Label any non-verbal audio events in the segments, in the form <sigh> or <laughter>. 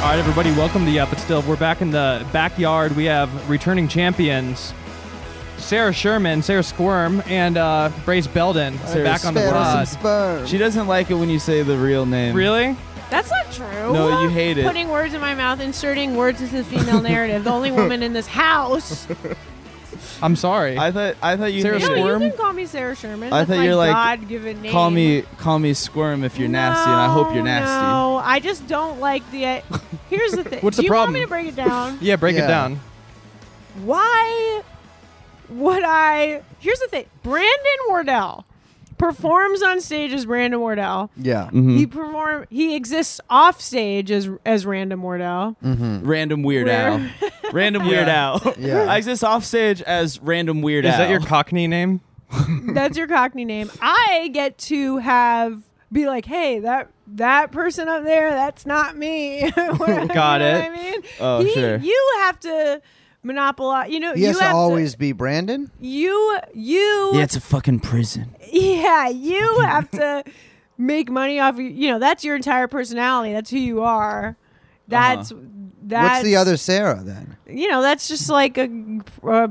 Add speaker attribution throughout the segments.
Speaker 1: right, everybody, welcome to Yep It's Still. We're back in the backyard. We have returning champions Sarah Sherman, Sarah Squirm, and uh, Brace Belden
Speaker 2: Sarah
Speaker 1: back on the
Speaker 2: Sparrow.
Speaker 1: pod.
Speaker 2: Sperm.
Speaker 3: She doesn't like it when you say the real name.
Speaker 1: Really?
Speaker 4: That's not true.
Speaker 3: No, you hate it.
Speaker 4: Putting words in my mouth, inserting words into the female narrative. The only woman in
Speaker 3: <laughs>
Speaker 4: this house.
Speaker 1: I'm sorry.
Speaker 3: I thought I thought you
Speaker 1: Sarah
Speaker 4: No,
Speaker 3: hated it.
Speaker 1: Squirm?
Speaker 4: you can call me Sarah Sherman.
Speaker 3: I
Speaker 4: That's
Speaker 3: thought
Speaker 4: my
Speaker 3: you're like,
Speaker 4: God-given name.
Speaker 3: Call me call me Squirm if you're nasty, and I hope you're
Speaker 4: No,
Speaker 3: nasty.
Speaker 4: No, I just don't like
Speaker 3: <laughs>
Speaker 4: the. uh, Here's the thing.
Speaker 1: What's
Speaker 4: Do
Speaker 1: the
Speaker 4: you
Speaker 1: problem?
Speaker 4: want me to break it down?
Speaker 1: yeah, break it
Speaker 2: Yeah.
Speaker 1: down.
Speaker 4: Why would I? Here's the thing. Brandon Wardell performs on stage as Brandon Wardell.
Speaker 2: Yeah.
Speaker 3: Mm-hmm.
Speaker 4: He perform. He exists off stage as as Random Wardell.
Speaker 3: Random Weird
Speaker 4: Where-
Speaker 3: Al.
Speaker 2: <laughs>
Speaker 3: Random Weird Al.
Speaker 2: Yeah.
Speaker 3: I exist offstage as Random Weird
Speaker 1: Is
Speaker 3: Al.
Speaker 1: that your Cockney name?
Speaker 4: That's your Cockney name. I get to have be like, hey, that that person up there, that's
Speaker 1: <laughs>
Speaker 4: not me. <laughs>
Speaker 1: Got
Speaker 4: you know
Speaker 1: it.
Speaker 4: What I mean,
Speaker 3: Oh,
Speaker 4: He-
Speaker 3: sure.
Speaker 4: You have to monopolize. You know,
Speaker 2: He has
Speaker 4: you
Speaker 2: to
Speaker 4: have to-
Speaker 2: always be Brandon.
Speaker 4: you you
Speaker 3: Yeah, it's a fucking prison.
Speaker 4: yeah,
Speaker 1: <laughs>
Speaker 4: you have to make money off. your- You know, that's your entire personality. That's who you
Speaker 1: Uh-huh.
Speaker 4: are. That's that's
Speaker 2: What's the other Sarah then?
Speaker 4: You know, that's just like a, a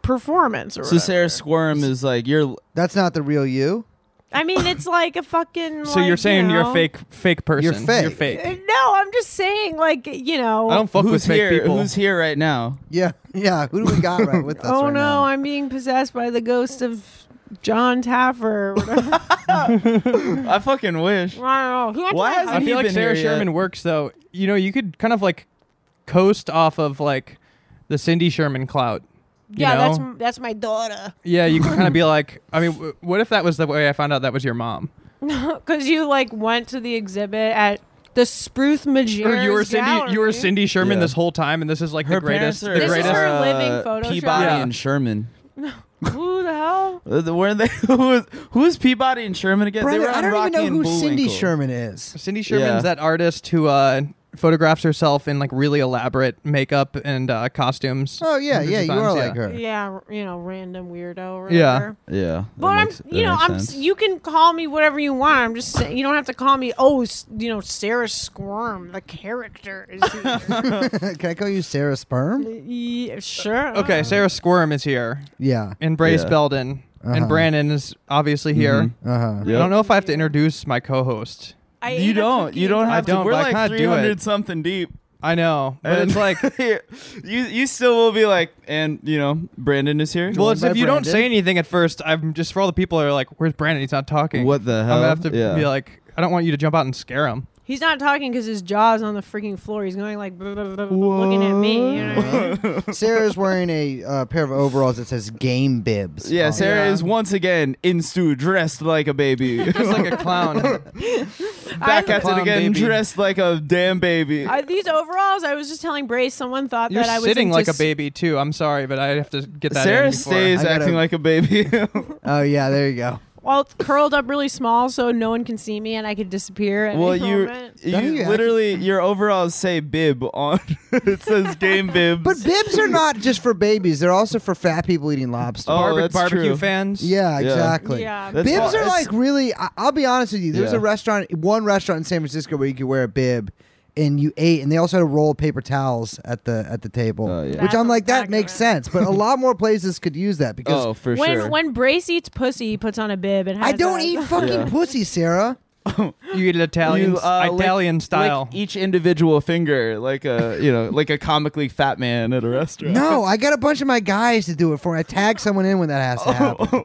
Speaker 4: performance. Or
Speaker 3: So
Speaker 4: whatever.
Speaker 3: Sarah Squirm is like you're
Speaker 2: That's not the real you.
Speaker 4: I mean, it's like a fucking.
Speaker 1: So
Speaker 4: like,
Speaker 1: you're saying
Speaker 4: you
Speaker 1: you are
Speaker 4: know-
Speaker 1: a fake fake person.
Speaker 2: fake.
Speaker 1: You're fake.
Speaker 4: Uh, No, I'm just saying, like you know.
Speaker 1: I don't fuck
Speaker 3: who's
Speaker 1: with fake
Speaker 3: here?
Speaker 1: people.
Speaker 3: Who's here right now?
Speaker 2: Yeah. <laughs> Yeah. Who do we got right <laughs> with us?
Speaker 4: oh
Speaker 2: right
Speaker 4: no,
Speaker 2: now?
Speaker 4: I'm being possessed by the ghost of John Taffer.
Speaker 1: <laughs>
Speaker 4: or whatever.
Speaker 3: I fucking wish.
Speaker 4: I don't know. Who
Speaker 3: Why
Speaker 4: wants to-
Speaker 3: is
Speaker 1: I
Speaker 3: Hasn't he
Speaker 1: feel like
Speaker 3: been
Speaker 1: Sarah
Speaker 3: here yet?
Speaker 1: Sherman works though. You know, you could kind of like coast off of like the Cindy Sherman clout. You
Speaker 4: Yeah,
Speaker 1: know?
Speaker 4: that's m- that's my daughter. <laughs>
Speaker 1: Yeah, you can kind of be like, I mean, w- what if that was the way I found out that was your mom?
Speaker 4: Because you like went to the exhibit at the Spruth
Speaker 1: Or
Speaker 4: Majeers
Speaker 1: you were Cindy,
Speaker 4: Gallery.
Speaker 1: you were Cindy Sherman
Speaker 3: Yeah.
Speaker 1: this whole time, and this is like the greatest, the
Speaker 4: This is
Speaker 1: greatest.
Speaker 4: her living photo
Speaker 3: uh, Peabody
Speaker 1: shot.
Speaker 3: and Sherman.
Speaker 4: Who
Speaker 1: <laughs>
Speaker 4: the hell?
Speaker 3: Uh, the- Were they? <laughs> Who was, who was Peabody and Sherman again? they were
Speaker 2: Brandon,
Speaker 3: on
Speaker 2: I don't
Speaker 3: Rocky
Speaker 2: even know
Speaker 3: and
Speaker 2: who Cindy
Speaker 3: Bullwinkle.
Speaker 2: Sherman is.
Speaker 1: Cindy Sherman's
Speaker 3: Yeah.
Speaker 1: that artist who uh, photographs herself in like really elaborate makeup and uh, costumes.
Speaker 2: Oh yeah,
Speaker 1: hundreds
Speaker 2: yeah,
Speaker 1: of
Speaker 2: you
Speaker 1: times,
Speaker 2: are
Speaker 1: yeah.
Speaker 2: like her.
Speaker 4: Yeah, r- you know, random weirdo. Or
Speaker 1: Yeah.
Speaker 4: whatever.
Speaker 3: Yeah, that
Speaker 4: But
Speaker 3: makes- that
Speaker 4: I'm, you know,
Speaker 3: makes
Speaker 4: I'm.
Speaker 3: sense.
Speaker 4: You can call me whatever you want. I'm just saying, you don't have to call me. Oh, s- you know, Sarah Squirm, the character is
Speaker 1: <laughs>
Speaker 4: here.
Speaker 2: <laughs> Can I call you Sarah Sperm?
Speaker 4: yeah, sure.
Speaker 1: Okay, Sarah Squirm is here,
Speaker 2: Yeah.
Speaker 1: and Brace
Speaker 3: Uh-huh. Yeah. Mm-hmm.
Speaker 1: Belden,
Speaker 2: Uh-huh.
Speaker 1: and Brandon is obviously here.
Speaker 2: <laughs> Uh huh.
Speaker 1: I don't know if I have to introduce my co-host.
Speaker 4: I ate
Speaker 3: You
Speaker 4: a
Speaker 3: don't.
Speaker 4: cookie.
Speaker 3: You don't
Speaker 1: I
Speaker 3: have
Speaker 1: don't,
Speaker 3: to. We're
Speaker 1: but I
Speaker 3: like
Speaker 1: kinda do it.
Speaker 3: 300 something deep.
Speaker 1: I know, but
Speaker 3: And
Speaker 1: it's
Speaker 3: <laughs>
Speaker 1: like,
Speaker 3: you you still will be like, and you know, Brandon is here.
Speaker 1: well, it's
Speaker 2: by
Speaker 1: if you don't
Speaker 2: Brandon.
Speaker 1: say anything at first, I'm just for all the people that are like, "Where's Brandon? He's not talking."
Speaker 3: What the
Speaker 1: I'm
Speaker 3: hell?
Speaker 1: gonna have to
Speaker 3: Yeah.
Speaker 1: be like, I don't want you to jump out and scare him.
Speaker 4: He's not talking because his jaw's on the freaking floor. He's going like blah, blah, blah, blah, blah, looking at me. You know what I mean?
Speaker 2: Sarah's wearing a uh, pair of overalls that says game bibs.
Speaker 3: yeah,
Speaker 2: on it.
Speaker 3: Sarah
Speaker 1: Yeah.
Speaker 3: is once again in stew, dressed like a baby.
Speaker 1: Just like a
Speaker 4: <laughs>
Speaker 1: clown.
Speaker 3: Back at
Speaker 4: I-
Speaker 3: it
Speaker 1: Clown
Speaker 3: again,
Speaker 1: baby.
Speaker 3: dressed like a damn baby.
Speaker 4: I, these overalls, I was just telling Brace. Someone thought
Speaker 1: You're
Speaker 4: that I was
Speaker 1: sitting
Speaker 4: into
Speaker 1: like a
Speaker 4: s-
Speaker 1: baby too. I'm sorry, but I have to get that.
Speaker 3: Sarah
Speaker 1: in before-
Speaker 3: stays
Speaker 2: I gotta-
Speaker 3: acting like a baby. <laughs>
Speaker 2: Oh yeah, there you go.
Speaker 4: Well, curled up really small, so no one can see me, and I could disappear. At
Speaker 3: well,
Speaker 4: any
Speaker 3: you
Speaker 4: moment.
Speaker 3: you
Speaker 2: Don't you actually-
Speaker 3: literally your overalls say bib on. <laughs> it says game bibs.
Speaker 2: <laughs> But bibs are not just for babies; they're also for fat people eating lobster.
Speaker 3: Oh,
Speaker 1: Barbe-
Speaker 3: that's
Speaker 1: barbecue
Speaker 3: true.
Speaker 1: fans.
Speaker 2: yeah,
Speaker 3: yeah.
Speaker 2: exactly.
Speaker 4: Yeah.
Speaker 3: That's
Speaker 2: bibs
Speaker 3: all-
Speaker 2: are
Speaker 3: it's-
Speaker 2: like really. I- I'll be honest with you. There's
Speaker 3: Yeah.
Speaker 2: a restaurant, one restaurant in San Francisco where you could wear a bib, and you ate, and they also had a roll of paper towels at the at the table.
Speaker 3: Oh, yeah.
Speaker 2: Which
Speaker 4: That's
Speaker 2: I'm like,
Speaker 4: what I'm
Speaker 2: that makes
Speaker 4: talking
Speaker 2: sense,
Speaker 3: <laughs>
Speaker 2: but a lot more places could use that because
Speaker 3: oh for
Speaker 4: when
Speaker 3: sure.
Speaker 4: when Brace eats pussy, he puts on a bib and
Speaker 2: I
Speaker 4: has
Speaker 2: don't
Speaker 4: a- <laughs>
Speaker 2: eat fucking
Speaker 3: Yeah.
Speaker 2: pussy, Sarah.
Speaker 1: You eat Italian,
Speaker 3: You, uh, lick- e-
Speaker 1: Italian style.
Speaker 3: lick each individual finger, like a you know, like a comically fat man at a restaurant. <laughs>
Speaker 2: No, I got a bunch of my guys to do it for me. I tag someone in when that
Speaker 3: <laughs>
Speaker 2: has to happen.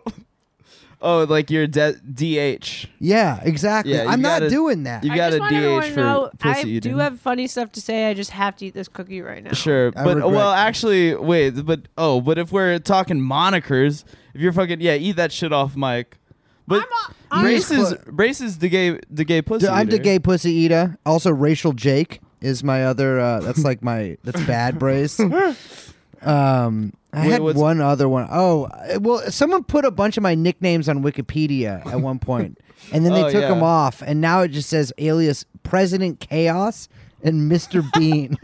Speaker 3: Oh, like your de- DH.
Speaker 2: Yeah, exactly.
Speaker 3: Yeah, you
Speaker 2: I'm not
Speaker 3: gotta-
Speaker 2: doing that.
Speaker 3: you
Speaker 4: I
Speaker 3: got
Speaker 4: just
Speaker 3: a
Speaker 4: want
Speaker 3: DH
Speaker 4: everyone to
Speaker 3: for
Speaker 4: know,
Speaker 3: pussy
Speaker 4: I
Speaker 3: eating.
Speaker 4: do have funny stuff to say. I just have to eat this cookie right now.
Speaker 3: Sure,
Speaker 2: I
Speaker 3: but
Speaker 2: regret-
Speaker 3: well, actually, wait, but oh, but if we're talking monikers, if you're fucking yeah, eat that shit off, Mike. But
Speaker 4: I'm a-
Speaker 3: Brace
Speaker 2: I'm-
Speaker 3: is Brace is the gay the gay pussy.
Speaker 2: D- I'm the
Speaker 3: eater.
Speaker 2: gay pussy eater. Also, racial Jake is my other. Uh, that's like my that's
Speaker 3: <laughs>
Speaker 2: bad brace. Um, I
Speaker 3: Wait,
Speaker 2: had
Speaker 3: what's-
Speaker 2: one other one. Oh, uh, well, someone put a bunch of my nicknames on Wikipedia at one point, and then
Speaker 3: <laughs>
Speaker 2: they
Speaker 3: Oh,
Speaker 2: took
Speaker 3: yeah. <laughs>
Speaker 2: them off, and now it just says alias President Chaos and Mr. Bean.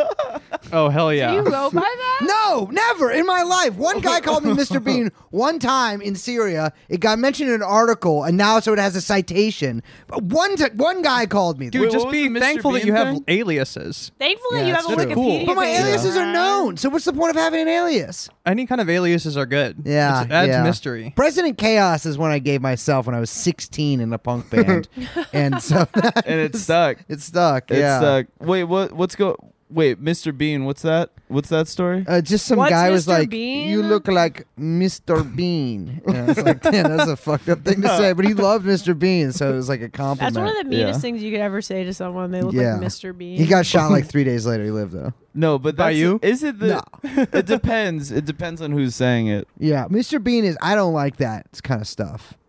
Speaker 1: Oh hell yeah!
Speaker 4: Do you uh, go by that?
Speaker 2: No, never in my life. One guy called me
Speaker 3: <laughs>
Speaker 2: Mr. Bean one time in Syria. It got mentioned in an article, and now so it has a citation. But one t- one guy called me.
Speaker 1: Dude,
Speaker 3: Wait,
Speaker 1: just
Speaker 3: what
Speaker 1: be
Speaker 3: was the Mr.
Speaker 1: thankful that
Speaker 3: Bean
Speaker 1: you have
Speaker 3: thing?
Speaker 1: aliases.
Speaker 4: Thankfully,
Speaker 2: Yeah,
Speaker 4: you have a
Speaker 2: that's true.
Speaker 4: Wikipedia.
Speaker 1: Cool.
Speaker 2: but my
Speaker 4: page.
Speaker 2: aliases are known. So what's the point of having an alias?
Speaker 1: Any kind of aliases are good.
Speaker 2: Yeah,
Speaker 1: It's- adds
Speaker 2: yeah.
Speaker 1: mystery.
Speaker 2: President Chaos is one I gave myself when I was 16 in a punk band, <laughs> and so that-
Speaker 3: and it stuck.
Speaker 2: it stuck.
Speaker 3: It
Speaker 2: yeah.
Speaker 3: stuck. Wait, what? What's go? Wait, Mr. Bean. What's that? What's that story?
Speaker 2: Uh, just some
Speaker 4: What's
Speaker 2: guy was
Speaker 4: Mr.
Speaker 2: like,
Speaker 4: Bean?
Speaker 2: "You look like Mr. <laughs> Bean." And I was like, "Damn, that's a fucked up thing to say," but he loved Mr. Bean, so it was like a compliment.
Speaker 4: That's one of the meanest
Speaker 3: Yeah.
Speaker 4: things you could ever say to someone. They look like Mr. Bean.
Speaker 2: He got shot like three days later. He lived though.
Speaker 3: no, but
Speaker 1: by
Speaker 3: that's,
Speaker 1: you?
Speaker 3: Is it the? <laughs> it depends. It depends on who's saying it.
Speaker 2: Yeah, Mr. Bean is. I don't like that kind of stuff.
Speaker 4: <laughs>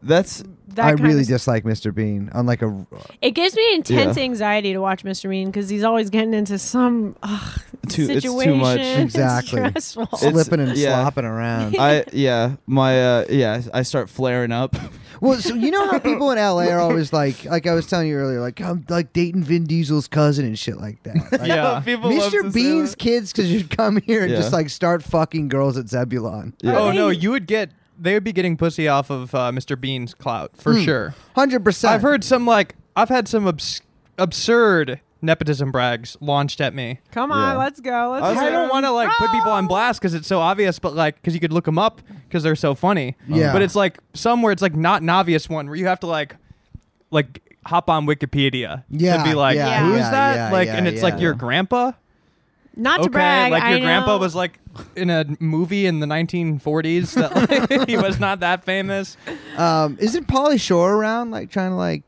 Speaker 3: That's
Speaker 4: that
Speaker 2: I
Speaker 4: kind
Speaker 2: really
Speaker 4: of-
Speaker 2: dislike Mr. Bean on like a.
Speaker 4: It gives me intense
Speaker 3: Yeah.
Speaker 4: anxiety to watch Mr. Bean because he's always getting into some ugh,
Speaker 3: Too- it's
Speaker 4: situation.
Speaker 3: too much.
Speaker 4: <laughs> It's
Speaker 2: Exactly.
Speaker 4: stressful.
Speaker 3: It's-
Speaker 2: Slipping and
Speaker 3: yeah.
Speaker 2: slopping around.
Speaker 3: I. Yeah. My. Uh, yeah. I start flaring
Speaker 4: <laughs>
Speaker 3: up.
Speaker 2: Well, so you know how people in LA are always like, like I was telling you earlier, like I'm like dating Vin Diesel's cousin and shit
Speaker 3: <laughs>
Speaker 2: like that. Like,
Speaker 1: Yeah.
Speaker 3: People love to
Speaker 2: Mr.
Speaker 3: say
Speaker 2: Bean's
Speaker 3: that.
Speaker 2: kids, because you'd come here and
Speaker 3: Yeah.
Speaker 2: just like start fucking girls at Zebulon.
Speaker 3: Yeah.
Speaker 1: Oh
Speaker 4: Are
Speaker 1: no,
Speaker 4: they-
Speaker 1: you would get. They would be getting pussy off of uh, Mr. Bean's clout for
Speaker 3: Hmm.
Speaker 1: sure.
Speaker 2: Hundred percent.
Speaker 1: I've heard some like I've had some abs- absurd nepotism brags launched at me.
Speaker 4: <laughs> Come on,
Speaker 3: Yeah.
Speaker 4: let's go. Let's
Speaker 1: I
Speaker 4: go.
Speaker 1: don't
Speaker 2: um,
Speaker 1: want to like put people on blast because it's so obvious, but like because you could look them up because they're so funny.
Speaker 2: Yeah.
Speaker 1: But it's like some where it's like not an obvious one where you have to like, like hop on Wikipedia.
Speaker 2: Yeah,
Speaker 1: To be like,
Speaker 2: yeah,
Speaker 1: who's
Speaker 2: yeah,
Speaker 1: that?
Speaker 2: yeah,
Speaker 1: like,
Speaker 2: yeah,
Speaker 1: and it's
Speaker 2: yeah.
Speaker 1: like your grandpa.
Speaker 4: Not to
Speaker 1: okay.
Speaker 4: brag.
Speaker 1: like
Speaker 4: I
Speaker 1: your grandpa
Speaker 4: know.
Speaker 1: was like in a movie in the 1940s that
Speaker 2: <laughs>
Speaker 1: like, <laughs> he was not that famous.
Speaker 2: Um, isn't Polly Shore around, like trying to like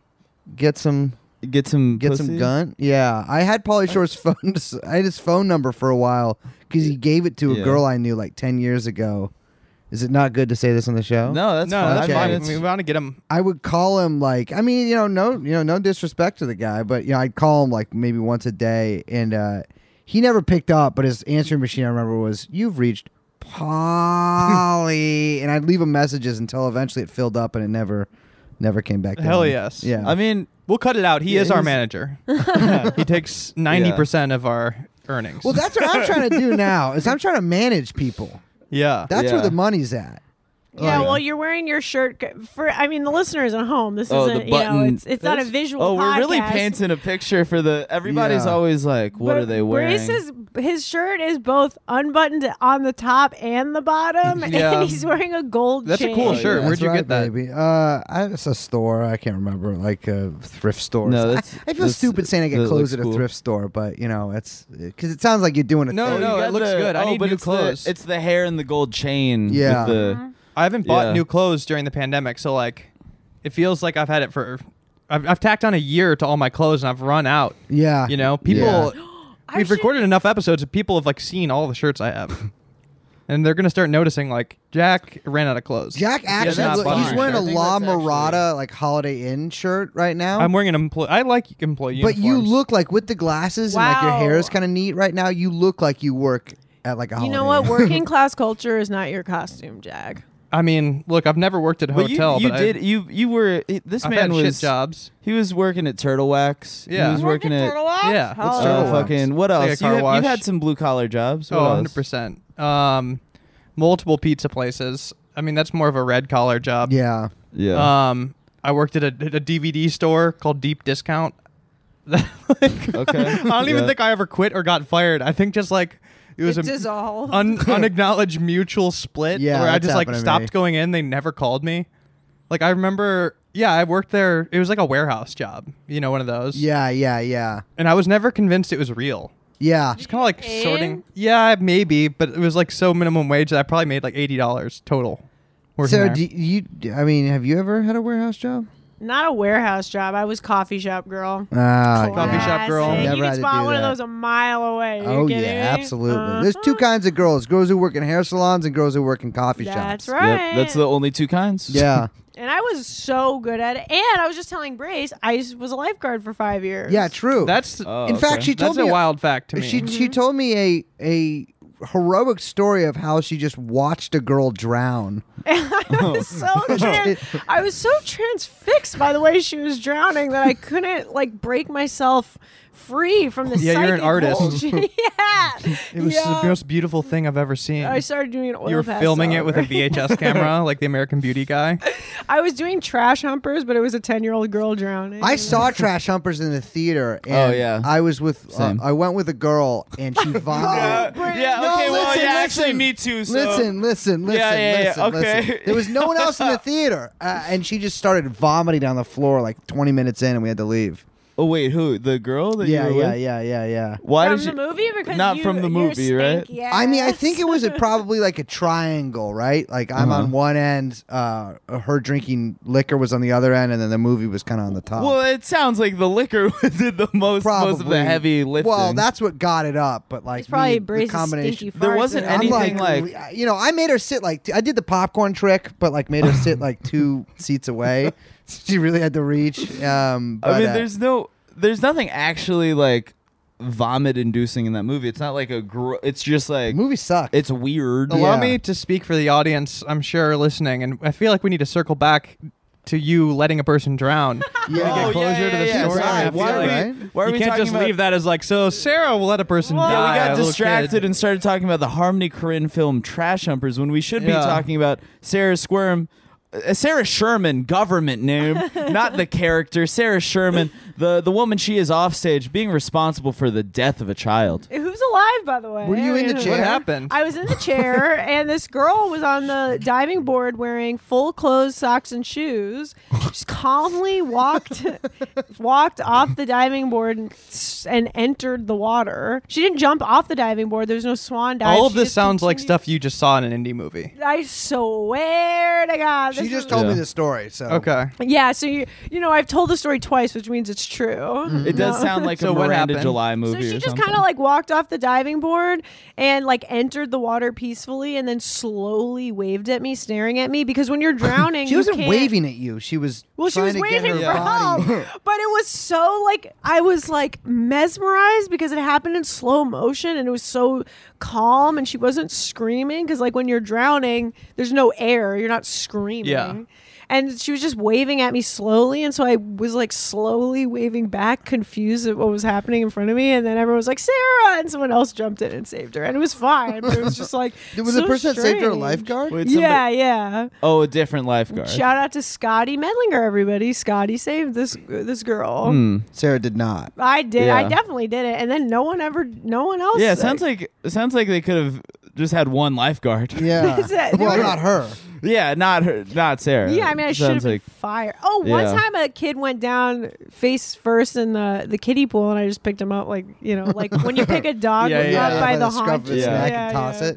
Speaker 2: get some
Speaker 3: Get some.
Speaker 2: get some
Speaker 3: pussy?
Speaker 2: gun? Yeah, I had Polly Shore's phone. I had his phone number for a while because he gave it to a
Speaker 3: Yeah.
Speaker 2: girl I knew like ten years ago. Is it not good to say this on the show?
Speaker 3: No,
Speaker 1: No,
Speaker 3: that's fine.
Speaker 1: that's
Speaker 2: Okay.
Speaker 1: fine.
Speaker 3: It's-
Speaker 1: we want to get him.
Speaker 2: I would call him like I mean, you know, no, you know, no disrespect to the guy, but you know, I'd call him like maybe once a day, and uh, he never picked up. But his answering machine, I remember, was "You've reached
Speaker 3: <laughs>
Speaker 2: Polly," and I'd leave him messages until eventually it filled up, and it never, never came back.
Speaker 1: Hell
Speaker 2: down.
Speaker 1: yes.
Speaker 2: yeah.
Speaker 3: I mean,
Speaker 1: We'll cut it out. He
Speaker 3: Yeah,
Speaker 1: is our
Speaker 3: he's-
Speaker 1: manager.
Speaker 4: <laughs>
Speaker 1: he takes 90% of our earnings.
Speaker 2: well, that's what I'm trying to do now is I'm trying to manage people.
Speaker 1: yeah.
Speaker 2: That's where
Speaker 3: Yeah.
Speaker 2: the money's at.
Speaker 4: Yeah,
Speaker 3: Oh, yeah.
Speaker 4: well, you're wearing your shirt c- for. I mean, the listeners at home. This
Speaker 3: oh, the
Speaker 4: isn't. You know,
Speaker 3: button.
Speaker 4: it's it's not a
Speaker 3: That's-
Speaker 4: visual.
Speaker 3: Oh, we're really
Speaker 4: podcast,
Speaker 3: painting a picture for the. Everybody's
Speaker 2: Yeah.
Speaker 3: always like, "What
Speaker 4: but
Speaker 3: are they wearing?"
Speaker 4: Brace's his shirt is both unbuttoned on the top and
Speaker 3: <laughs>
Speaker 4: the bottom,
Speaker 1: Yeah.
Speaker 4: and he's wearing a gold.
Speaker 1: That's a
Speaker 4: chain.
Speaker 1: cool
Speaker 3: Oh,
Speaker 1: shirt.
Speaker 3: yeah.
Speaker 1: Where'd
Speaker 2: That's
Speaker 1: you
Speaker 2: right,
Speaker 1: get that?
Speaker 2: Baby. Uh, I, it's a store. I can't remember, like a thrift store.
Speaker 3: No,
Speaker 2: I-
Speaker 3: that's-
Speaker 2: I, feel
Speaker 3: that's-
Speaker 2: stupid saying I
Speaker 3: that
Speaker 2: get
Speaker 3: looks
Speaker 2: clothes at a
Speaker 3: cool.
Speaker 2: thrift store, but you know, it's because it sounds like you're doing a
Speaker 1: No,
Speaker 2: thing.
Speaker 1: no,
Speaker 3: you
Speaker 1: it
Speaker 3: got
Speaker 1: looks
Speaker 3: the-
Speaker 1: good. I
Speaker 3: oh,
Speaker 1: need
Speaker 3: but
Speaker 1: new
Speaker 3: it's
Speaker 1: clothes.
Speaker 3: The, it's the hair and the gold chain. with
Speaker 2: Yeah.
Speaker 3: the-
Speaker 4: Uh-huh.
Speaker 1: I haven't bought
Speaker 3: Yeah.
Speaker 1: new clothes during the pandemic, so like, it feels like I've had it for. I've, I've tacked on a year to all my clothes, and I've run out.
Speaker 2: Yeah,
Speaker 1: You know,
Speaker 2: <gasps>
Speaker 1: people.
Speaker 4: I
Speaker 1: We've
Speaker 4: should-
Speaker 1: recorded enough episodes that people have like seen all the shirts I
Speaker 2: <laughs>
Speaker 1: have, and they're gonna start noticing like Jack ran out of clothes.
Speaker 2: Jack actually,
Speaker 1: not
Speaker 2: look, he's
Speaker 1: fine.
Speaker 2: wearing a
Speaker 3: I think
Speaker 2: La
Speaker 3: that's actually-
Speaker 2: Mirada like Holiday Inn shirt right now.
Speaker 1: I'm wearing an employee. I like employee.
Speaker 2: but you
Speaker 1: uniforms.
Speaker 2: look like with the glasses and like your hair is
Speaker 4: Wow.
Speaker 2: kind of neat right now. You look like you work at like a.
Speaker 4: You
Speaker 2: Holiday
Speaker 4: know what?
Speaker 2: Inn. <laughs>
Speaker 4: Working class culture is not your costume, Jag.
Speaker 1: I mean, look. I've never worked at a
Speaker 3: But
Speaker 1: hotel.
Speaker 3: you, you
Speaker 1: but
Speaker 3: did.
Speaker 1: I,
Speaker 3: you you were. he- This
Speaker 1: I've
Speaker 3: man
Speaker 1: had
Speaker 3: was.
Speaker 1: shit jobs.
Speaker 3: He was working at Turtle Wax.
Speaker 1: Yeah.
Speaker 3: He was working at.
Speaker 1: Yeah.
Speaker 4: Hell
Speaker 2: What's
Speaker 3: uh,
Speaker 2: Turtle
Speaker 4: yeah.
Speaker 2: Wax?
Speaker 3: fucking what
Speaker 1: Like a
Speaker 3: else?
Speaker 1: car
Speaker 3: you have,
Speaker 1: wash.
Speaker 3: You've had some blue collar jobs. What
Speaker 1: Oh,
Speaker 3: else?
Speaker 1: 100%. Um, multiple pizza places. I mean, that's more of a red collar job.
Speaker 2: Yeah.
Speaker 3: Yeah.
Speaker 1: Um, I worked at a, at a DVD store called Deep Discount. <laughs> Like,
Speaker 3: <laughs> <laughs> okay.
Speaker 1: I don't even
Speaker 3: Yeah.
Speaker 1: think I ever quit or got fired. I think just like it was
Speaker 4: It
Speaker 1: a
Speaker 4: <laughs> dissolved.
Speaker 1: un, unacknowledged mutual split
Speaker 2: Yeah,
Speaker 1: where I
Speaker 2: that's
Speaker 1: just like
Speaker 2: happened to
Speaker 1: stopped
Speaker 2: me.
Speaker 1: going in. They never called me. Like I remember, yeah, I worked there. It was like a warehouse job, you know, one of those.
Speaker 2: Yeah. Yeah. Yeah.
Speaker 1: And I was never convinced it was real.
Speaker 2: Yeah.
Speaker 1: It's kind of like
Speaker 4: Paying?
Speaker 1: sorting. Yeah, maybe, but it was like so minimum wage that I probably made like eighty dollars total. working
Speaker 2: So
Speaker 1: there.
Speaker 2: do you? I mean, have you ever had a warehouse job?
Speaker 4: Not a warehouse job. I was coffee shop girl.
Speaker 2: Ah,
Speaker 1: Coffee shop girl.
Speaker 4: Classic.
Speaker 2: Never
Speaker 4: you
Speaker 2: had
Speaker 4: can
Speaker 2: to
Speaker 4: spot
Speaker 2: do
Speaker 4: one of
Speaker 2: that.
Speaker 4: those a mile away. Are you
Speaker 2: Oh yeah,
Speaker 4: kidding me?
Speaker 2: absolutely.
Speaker 4: Uh-huh.
Speaker 2: There's two kinds of girls: girls who work in hair salons and girls who work in coffee
Speaker 4: That's
Speaker 2: shops.
Speaker 4: right.
Speaker 3: Yep, that's the only two kinds.
Speaker 4: <laughs>
Speaker 2: Yeah,
Speaker 4: and I was so good at it. And I was just telling Brace, I s- was a lifeguard for five years.
Speaker 2: yeah, true.
Speaker 1: that's
Speaker 3: Oh,
Speaker 2: in fact,
Speaker 3: okay.
Speaker 2: she told
Speaker 1: that's a
Speaker 2: me
Speaker 1: wild fact to me.
Speaker 2: she
Speaker 4: Mm-hmm.
Speaker 2: she told me a a heroic story of how she just watched a girl drown.
Speaker 4: <laughs> I was so tran- I was so transfixed by the way she was drowning that I couldn't like break myself free from the
Speaker 1: Yeah, you're an
Speaker 4: psychic
Speaker 1: artist.
Speaker 4: hold. <laughs> yeah.
Speaker 1: It was
Speaker 4: yeah.
Speaker 1: the most beautiful thing I've ever seen.
Speaker 4: I started doing an oil
Speaker 1: you were
Speaker 4: pastel
Speaker 1: filming it with a
Speaker 4: over.
Speaker 1: <laughs> VHS camera, like the American Beauty guy.
Speaker 4: I was doing trash humpers, but it was a ten-year-old girl drowning.
Speaker 2: I
Speaker 4: <laughs>
Speaker 2: saw Trash Humpers in the theater. And
Speaker 3: Oh, yeah.
Speaker 2: I was with. Uh,
Speaker 3: Same.
Speaker 2: I went with a girl, and
Speaker 4: <laughs>
Speaker 2: she
Speaker 3: <laughs>
Speaker 2: vomited.
Speaker 3: yeah.
Speaker 2: No,
Speaker 3: Okay. well,
Speaker 2: listen,
Speaker 3: yeah. Actually,
Speaker 2: listen.
Speaker 3: me too. So.
Speaker 2: Listen, listen, listen,
Speaker 3: Yeah, yeah, yeah,
Speaker 2: listen,
Speaker 3: okay.
Speaker 2: listen. There was no one else
Speaker 3: <laughs>
Speaker 2: in the theater, uh, and she just started vomiting on the floor like 20 minutes in, and we had to leave.
Speaker 3: Oh wait, who? The girl that
Speaker 2: Yeah,
Speaker 3: you were
Speaker 2: yeah,
Speaker 3: with?
Speaker 2: yeah, yeah, yeah.
Speaker 3: Why
Speaker 4: from
Speaker 3: did
Speaker 4: the
Speaker 3: you?
Speaker 4: movie because
Speaker 3: Not
Speaker 4: you-
Speaker 3: from the
Speaker 4: you're
Speaker 3: movie, right?
Speaker 4: stank,
Speaker 2: I mean, I
Speaker 4: yes.
Speaker 2: think it was a, probably like a triangle, right? Like I'm on one end, uh, her drinking liquor was on the other end, and then the movie was kind of on the top.
Speaker 3: Well, it sounds like the liquor <laughs> did the most most of the heavy lifting.
Speaker 2: Well, that's what got it up, but like
Speaker 4: It's probably
Speaker 2: me,
Speaker 4: a brace
Speaker 2: the
Speaker 4: of
Speaker 2: combination.
Speaker 4: stinky farts
Speaker 3: There wasn't
Speaker 4: that I'm
Speaker 3: anything
Speaker 4: like-
Speaker 3: like-
Speaker 2: le- you know, I made her sit like t- I did the popcorn trick, but like made her sit like two seats
Speaker 3: <laughs>
Speaker 2: away. She really had to reach. Um, but,
Speaker 3: I mean,
Speaker 2: uh,
Speaker 3: there's no, there's nothing actually like vomit-inducing in that movie. It's not like a. Gr- it's just
Speaker 2: the
Speaker 3: like
Speaker 2: movie sucked.
Speaker 3: it's weird.
Speaker 2: Yeah.
Speaker 1: Allow me to speak for the audience, I'm sure, listening. And I feel like we need to circle back to you letting a person <laughs> drown.
Speaker 2: Yeah.
Speaker 1: Wanna
Speaker 2: Oh,
Speaker 1: get closure to the
Speaker 2: yeah,
Speaker 1: story.
Speaker 2: sorry.
Speaker 1: I feel
Speaker 3: Why are
Speaker 1: like
Speaker 2: right?
Speaker 3: we? Why are
Speaker 1: you
Speaker 3: we
Speaker 1: can't
Speaker 3: talking
Speaker 1: just
Speaker 3: about-
Speaker 1: leave that as like, so Sarah will let a person
Speaker 3: Well,
Speaker 1: die.
Speaker 3: we
Speaker 1: a
Speaker 3: got
Speaker 1: little
Speaker 3: distracted
Speaker 1: kid."
Speaker 3: and started talking about the Harmony Korine film Trash Humpers when we should be
Speaker 1: Yeah.
Speaker 3: talking about Sarah Squirm. uh, Sarah Sherman, government name,
Speaker 1: <laughs>
Speaker 3: not the character. Sarah Sherman, the the woman she is offstage, being responsible for the death of a child.
Speaker 4: Who's alive, by the way?
Speaker 2: Were you in the
Speaker 4: What
Speaker 2: chair?
Speaker 1: What happened?
Speaker 4: I was in the
Speaker 2: <laughs>
Speaker 4: chair, and this girl was on the diving board wearing full clothes, socks, and shoes. Just
Speaker 2: <laughs>
Speaker 4: calmly walked walked off the diving board and, and entered the water. She didn't jump off the diving board. There's no swan dive.
Speaker 1: All of
Speaker 4: She
Speaker 1: this
Speaker 4: just
Speaker 1: sounds like
Speaker 4: continued-
Speaker 1: stuff you just saw in an indie movie.
Speaker 4: I swear to God,
Speaker 2: she
Speaker 4: this
Speaker 2: just
Speaker 4: is-
Speaker 2: told me
Speaker 3: Yeah.
Speaker 2: the story. So
Speaker 1: Okay.
Speaker 4: Yeah, so you you know I've told the story twice, which means it's true.
Speaker 2: Mm-hmm.
Speaker 3: It does
Speaker 4: No.
Speaker 3: sound like
Speaker 1: So
Speaker 3: a
Speaker 1: what
Speaker 3: Miranda
Speaker 1: happened?
Speaker 3: July movie.
Speaker 4: So she
Speaker 3: or
Speaker 4: just
Speaker 3: something.
Speaker 4: kind of like walked off the diving board and like entered the water peacefully, and then slowly waved at me, staring at me. Because when you're drowning,
Speaker 2: she
Speaker 4: you
Speaker 2: wasn't
Speaker 4: can't-
Speaker 2: waving at you. She was
Speaker 4: Well, she
Speaker 2: trying
Speaker 4: was
Speaker 2: to get
Speaker 4: waving
Speaker 2: her
Speaker 4: for help,
Speaker 2: body- <laughs>
Speaker 4: but it was so like I was like mesmerized because it happened in slow motion and it was so calm, and she wasn't screaming because like when you're drowning, there's no air, you're not screaming.
Speaker 1: Yeah.
Speaker 4: And she was just waving at me slowly, and so I was like slowly waving back, confused at what was happening in front of me. And then everyone was like, "Sarah!" and someone else jumped in and saved her, and it was fine. But it was just
Speaker 2: <laughs>
Speaker 4: like
Speaker 2: Was
Speaker 4: so
Speaker 2: the person that saved her a
Speaker 4: strange.
Speaker 2: lifeguard?
Speaker 3: Wait, somebody-
Speaker 4: Yeah, yeah.
Speaker 3: Oh, a different lifeguard.
Speaker 4: Shout out to Scotty Medlinger, everybody. Scotty saved this this girl.
Speaker 2: Sarah did not.
Speaker 4: I did. I
Speaker 3: Hmm. Yeah.
Speaker 4: definitely did it. And then no one ever, no one else.
Speaker 3: yeah, it sounds like it sounds like they could have just had one lifeguard. <laughs>
Speaker 2: <laughs> Yeah.
Speaker 4: Is that-
Speaker 2: well,
Speaker 4: there-
Speaker 2: not her.
Speaker 3: yeah, not her, not Sarah.
Speaker 4: Yeah, I mean, I
Speaker 3: It
Speaker 4: should have
Speaker 3: sounds
Speaker 4: been
Speaker 3: like
Speaker 4: fired. Oh, one
Speaker 3: Yeah.
Speaker 4: time a kid went down face first in the the kiddie pool, and I just picked him up, like you know, like when you
Speaker 3: <laughs>
Speaker 4: pick a dog
Speaker 3: Yeah, yeah,
Speaker 4: up
Speaker 3: yeah.
Speaker 4: by, the
Speaker 2: scruff
Speaker 4: haunches.
Speaker 2: of its
Speaker 3: Yeah.
Speaker 2: neck
Speaker 4: Yeah,
Speaker 2: and toss
Speaker 4: yeah.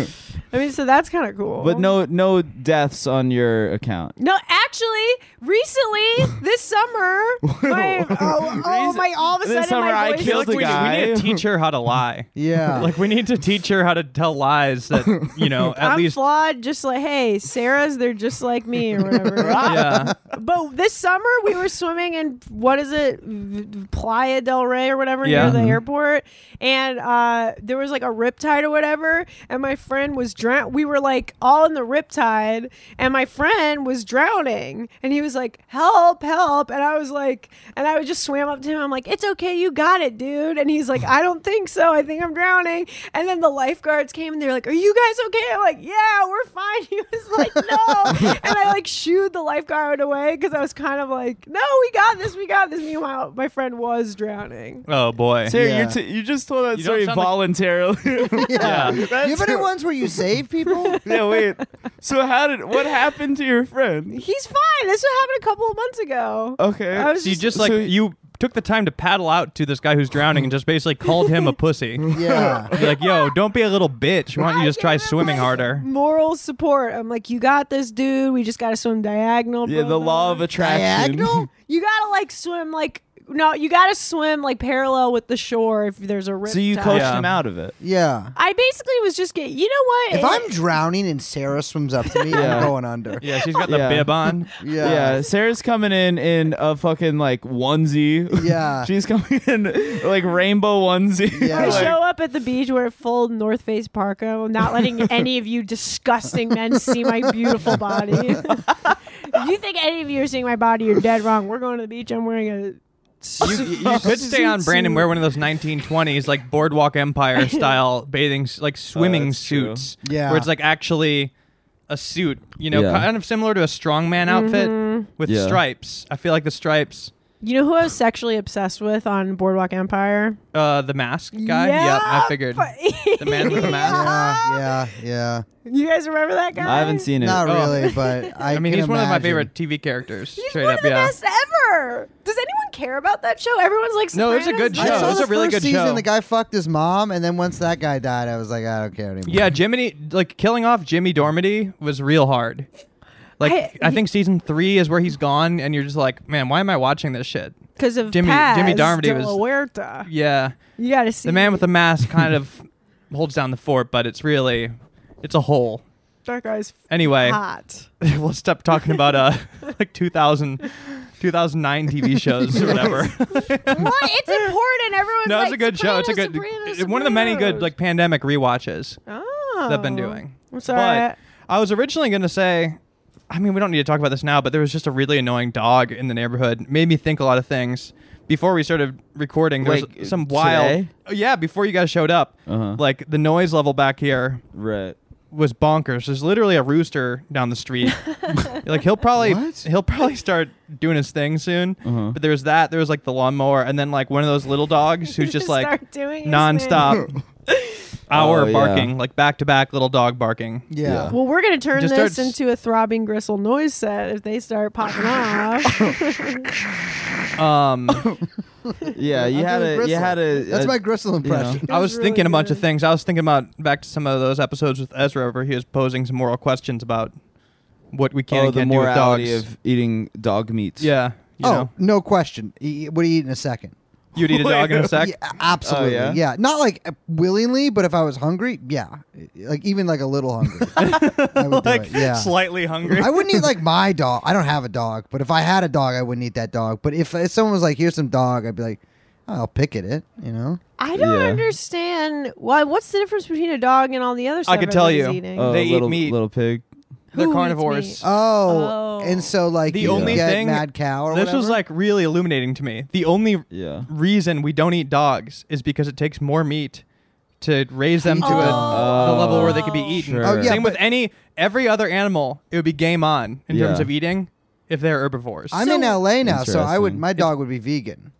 Speaker 2: it.
Speaker 4: I mean, so that's kind of cool.
Speaker 3: But no, no deaths on your account.
Speaker 4: No, actually, recently
Speaker 3: <laughs>
Speaker 4: this summer, my oh, oh
Speaker 3: Recent-
Speaker 4: my! All of a
Speaker 3: this
Speaker 4: sudden,
Speaker 3: summer
Speaker 4: my
Speaker 3: I
Speaker 4: voice
Speaker 1: I feel like
Speaker 3: killed the
Speaker 1: we, we need
Speaker 3: guy.
Speaker 1: to teach her how to <laughs> lie.
Speaker 2: Yeah.
Speaker 1: Like we need to teach her how to tell lies that you <laughs> know at
Speaker 4: I'm
Speaker 1: least.
Speaker 4: flawed, just like hey, Sarah's. They're just like me or
Speaker 1: <laughs>
Speaker 4: whatever.
Speaker 1: Yeah.
Speaker 4: But this summer we were swimming in what is it, V- Playa del Rey or whatever
Speaker 1: Yeah.
Speaker 4: near the
Speaker 1: Mhm.
Speaker 4: airport, and uh, there was like a riptide or whatever, and my friend was drown. We were like all in the riptide, and my friend was drowning, and he was like, "Help, help!" And I was like, and I would just swam up to him. I'm like, "It's okay, you got it, dude." And he's like, "I don't think so. I think I'm drowning." And then the lifeguards came and they're like, "Are you guys okay?" I'm like, "Yeah, we're fine." <laughs> He was like, "No," and I like shooed the lifeguard away because I was kind of like, "No, we got this, we got this." Meanwhile, my friend was drowning.
Speaker 1: Oh boy.
Speaker 3: Sarah,
Speaker 2: Yeah.
Speaker 3: you're t- you just told that
Speaker 1: You don't
Speaker 3: story
Speaker 1: sound like-
Speaker 3: voluntarily.
Speaker 1: <laughs> Yeah. <laughs>
Speaker 2: Do you have any ones where you save people?
Speaker 3: <laughs> yeah, wait. So how did what happened to your friend?
Speaker 4: He's fine. This happened a couple of months ago.
Speaker 3: Okay.
Speaker 4: I was
Speaker 1: So you
Speaker 4: just
Speaker 1: just like
Speaker 3: So-
Speaker 1: you took the time to paddle out to this guy who's drowning and just basically called him a pussy.
Speaker 2: yeah.
Speaker 1: Be like, yo, don't be a little bitch. Why don't you
Speaker 4: I
Speaker 1: just try
Speaker 4: gave him,
Speaker 1: swimming
Speaker 4: like,
Speaker 1: harder?
Speaker 4: Moral support. I'm like, you got this, dude. We just got to swim diagonal.
Speaker 3: yeah, the
Speaker 4: brother."
Speaker 3: law of attraction.
Speaker 2: Diagonal?
Speaker 4: You got to like swim like no, you got to swim like parallel with the shore if there's a rip.
Speaker 3: so <laughs> you
Speaker 4: tide.
Speaker 3: coached
Speaker 1: Yeah.
Speaker 3: him out of it.
Speaker 2: Yeah.
Speaker 4: I basically was just getting. You know what?
Speaker 2: If
Speaker 4: It-
Speaker 2: I'm drowning and Sarah swims up to me,
Speaker 3: Yeah.
Speaker 2: I'm going under.
Speaker 1: <laughs> Yeah, she's got the
Speaker 3: Yeah.
Speaker 1: bib on.
Speaker 3: Yeah.
Speaker 2: Yeah.
Speaker 3: Sarah's coming in in a fucking like onesie. <laughs>
Speaker 2: Yeah.
Speaker 3: She's coming in like rainbow onesie.
Speaker 2: Yeah.
Speaker 4: I
Speaker 3: <laughs> Like,
Speaker 4: show up at the beach wearing full North Face parka, not letting
Speaker 3: <laughs>
Speaker 4: any of you disgusting men see my
Speaker 3: <laughs>
Speaker 4: beautiful <laughs> body. if you think any of you are seeing my body, you're dead wrong. We're going to the beach. I'm wearing a
Speaker 1: You, <laughs> you could stay on brand and wear one of those 1920s, like Boardwalk Empire style bathing, s- like swimming
Speaker 3: that's true.
Speaker 1: suits,
Speaker 2: Yeah.
Speaker 1: where it's like actually a suit. You know,
Speaker 3: Yeah.
Speaker 1: kind of similar to a strongman outfit with
Speaker 3: Yeah.
Speaker 1: stripes. I feel like the stripes,
Speaker 4: You know who I was sexually obsessed with on Boardwalk Empire?
Speaker 1: uh, the mask guy. Yep, I figured. The
Speaker 4: <laughs>
Speaker 1: man with the mask.
Speaker 2: <laughs> Yeah, yeah, yeah.
Speaker 4: You guys remember that guy?
Speaker 3: I haven't seen it.
Speaker 2: Not
Speaker 1: Oh.
Speaker 2: really,
Speaker 1: <laughs>
Speaker 2: but I.
Speaker 1: I mean,
Speaker 2: can
Speaker 1: he's one of my
Speaker 2: imagine.
Speaker 1: favorite TV characters.
Speaker 4: He's
Speaker 1: straight
Speaker 4: one
Speaker 1: up,
Speaker 4: of the
Speaker 1: yeah.
Speaker 4: best ever. Does anyone care about that show? Everyone's like,
Speaker 1: No, it was a
Speaker 4: Sopranos
Speaker 1: good
Speaker 4: is
Speaker 2: I
Speaker 1: show.
Speaker 4: awesome.
Speaker 1: It
Speaker 2: saw
Speaker 1: was
Speaker 2: the
Speaker 1: a really
Speaker 2: first
Speaker 1: good
Speaker 2: season.
Speaker 1: show.
Speaker 2: The guy fucked his mom, and then once that guy died, I was like, I don't care anymore.
Speaker 1: Yeah, Jimmy, like killing off Jimmy Dormady was real hard. Like
Speaker 4: I-
Speaker 1: I, think season three is where he's gone, and you're just like, man, why am I watching this shit?
Speaker 4: because of
Speaker 1: Jimmy-
Speaker 4: Paz
Speaker 1: Jimmy Darmody was-
Speaker 4: De La Huerta.
Speaker 1: Yeah,
Speaker 4: You gotta see
Speaker 1: the man with the mask kind of <laughs> holds down the fort, but it's really, it's a hole.
Speaker 4: that guy's
Speaker 1: Anyway,
Speaker 4: hot.
Speaker 1: <laughs> we'll stop talking about
Speaker 4: <laughs>
Speaker 1: uh like 2000, 2009 TV shows or whatever.
Speaker 4: <laughs> what? It's important. Everyone's
Speaker 1: no,
Speaker 4: like,
Speaker 1: it's a good show. It's a good
Speaker 4: Sopranos,
Speaker 1: it- one of the many good
Speaker 4: Sopranos."
Speaker 1: like pandemic rewatches
Speaker 4: oh.
Speaker 1: that I've been doing.
Speaker 4: I'm sorry.
Speaker 1: But
Speaker 4: <laughs>
Speaker 1: I was originally going to say, I mean, we don't need to talk about this now, but there was just a really annoying dog in the neighborhood. Made me think a lot of things. Before we started recording, there
Speaker 3: Wait,
Speaker 1: was some
Speaker 3: today?
Speaker 1: wild. Oh, Yeah, before you guys showed up,
Speaker 3: Uh-huh.
Speaker 1: like the noise level back here
Speaker 3: Right.
Speaker 1: was bonkers. There's literally a rooster down the
Speaker 4: <laughs>
Speaker 1: street. <laughs> like he'll probably
Speaker 2: What?
Speaker 1: he'll probably start doing his thing soon.
Speaker 3: Uh-huh.
Speaker 1: But there was that. There was like the lawnmower, and then like one of those little dogs
Speaker 4: <laughs>
Speaker 1: who's just like
Speaker 4: Start doing his
Speaker 1: nonstop hour
Speaker 3: Oh, yeah.
Speaker 1: barking, like back to back little dog barking.
Speaker 2: <laughs> Yeah.
Speaker 4: thing. Well, we're gonna turn
Speaker 1: Just
Speaker 4: this
Speaker 1: starts-
Speaker 4: into a throbbing gristle noise set if they start popping off.
Speaker 1: <laughs> Um,
Speaker 3: <laughs> Yeah, you
Speaker 2: I'm
Speaker 3: had
Speaker 2: doing
Speaker 3: a you
Speaker 2: gristle.
Speaker 3: had a
Speaker 2: That's
Speaker 3: a-
Speaker 2: my gristle impression.
Speaker 1: I was
Speaker 4: really
Speaker 1: thinking a bunch of
Speaker 4: good.
Speaker 1: things. I was thinking about back to some of those episodes with Ezra where he was posing some moral questions about what we can
Speaker 3: oh,
Speaker 1: and
Speaker 3: the
Speaker 1: can't do with dogs.
Speaker 3: morality of eating dog meats.
Speaker 1: yeah, you
Speaker 2: oh,
Speaker 1: know,
Speaker 2: no question. E- What do you eat in a second?
Speaker 1: you'd
Speaker 2: <laughs>
Speaker 1: eat a dog in a sec.
Speaker 2: Yeah, absolutely.
Speaker 3: Oh, yeah?
Speaker 2: yeah? Not like uh, willingly, but if I was hungry, yeah. Like even like a
Speaker 3: <laughs>
Speaker 2: little hungry. I would do it. Yeah.
Speaker 1: slightly hungry.
Speaker 2: I wouldn't eat like my dog. I don't have a dog, but if I had a dog, I wouldn't eat that dog. But if, if someone was like, "Here's some dog," I'd be like, oh, "I'll pick at it," you know.
Speaker 4: I don't
Speaker 3: Yeah.
Speaker 4: understand why. What's the difference between a dog and all the other stuff?
Speaker 1: I could tell
Speaker 4: everybody's
Speaker 1: you.
Speaker 4: Eating?
Speaker 3: Oh,
Speaker 1: They eat
Speaker 3: little,
Speaker 1: meat.
Speaker 3: Little pig.
Speaker 1: <laughs> They're
Speaker 4: Who eats
Speaker 1: carnivores.
Speaker 4: meat?
Speaker 2: Oh,
Speaker 4: Oh.
Speaker 2: and so like
Speaker 1: the
Speaker 2: you
Speaker 1: only
Speaker 2: get
Speaker 1: thing
Speaker 2: mad cow. Or
Speaker 1: this was
Speaker 2: whatever?
Speaker 1: like really illuminating to me. The only
Speaker 3: Yeah.
Speaker 1: reason we don't eat dogs is because it takes more meat to raise them to a,
Speaker 4: Oh.
Speaker 1: the level where they could be eaten.
Speaker 3: Sure. Oh, yeah,
Speaker 1: Same with any every other animal, it would be game on in terms
Speaker 3: Yeah.
Speaker 1: of eating if they're herbivores.
Speaker 2: I'm in LA now, so I would
Speaker 3: Interesting.
Speaker 2: my dog would be vegan.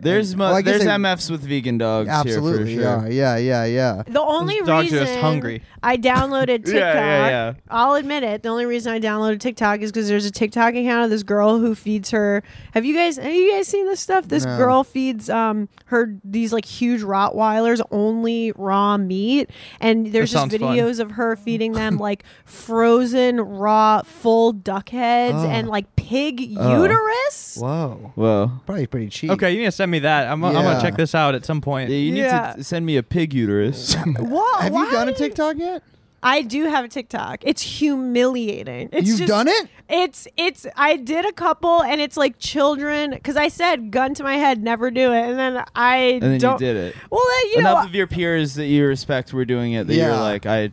Speaker 3: There's mu-
Speaker 2: Well, I guess
Speaker 3: there's
Speaker 2: they-
Speaker 3: MFs with vegan dogs
Speaker 2: Absolutely.
Speaker 3: here for sure.
Speaker 2: Yeah, yeah, yeah, yeah.
Speaker 4: The only
Speaker 1: dogs are
Speaker 4: reason
Speaker 1: just hungry.
Speaker 4: I downloaded TikTok,
Speaker 3: Yeah, yeah, yeah.
Speaker 4: I'll admit it. The only reason I downloaded TikTok is because there's a TikTok account of this girl who feeds her. Have you guys? Have you guys seen this stuff? This
Speaker 2: No.
Speaker 4: girl feeds um her these like huge Rottweilers only raw meat, and there's
Speaker 1: That
Speaker 4: just
Speaker 1: sounds fun.
Speaker 4: videos of her feeding them like frozen raw full duck heads
Speaker 2: Oh.
Speaker 4: and like pig
Speaker 3: Oh.
Speaker 4: uterus.
Speaker 2: Whoa.
Speaker 3: Whoa.
Speaker 2: Probably pretty cheap.
Speaker 1: Okay, you need to send me that. I'm, I'm
Speaker 2: Yeah.
Speaker 1: gonna check this out at some
Speaker 3: Yeah,
Speaker 1: point.
Speaker 3: you need
Speaker 4: Yeah.
Speaker 3: to send me a pig
Speaker 2: <laughs>
Speaker 3: uterus.
Speaker 4: Whoa,
Speaker 2: Have you done a
Speaker 4: why?
Speaker 2: TikTok yet?
Speaker 4: I do have a TikTok. It's humiliating. It's
Speaker 2: You've
Speaker 4: just-
Speaker 2: done it?
Speaker 4: It's it's I did a couple and it's like children because I said gun to my head, never do it, and then I
Speaker 3: and then you
Speaker 4: don't.
Speaker 3: did it.
Speaker 4: Well, then, you
Speaker 3: Enough
Speaker 4: know.
Speaker 3: of your peers that you respect were doing it that you're
Speaker 2: Yeah.
Speaker 3: like I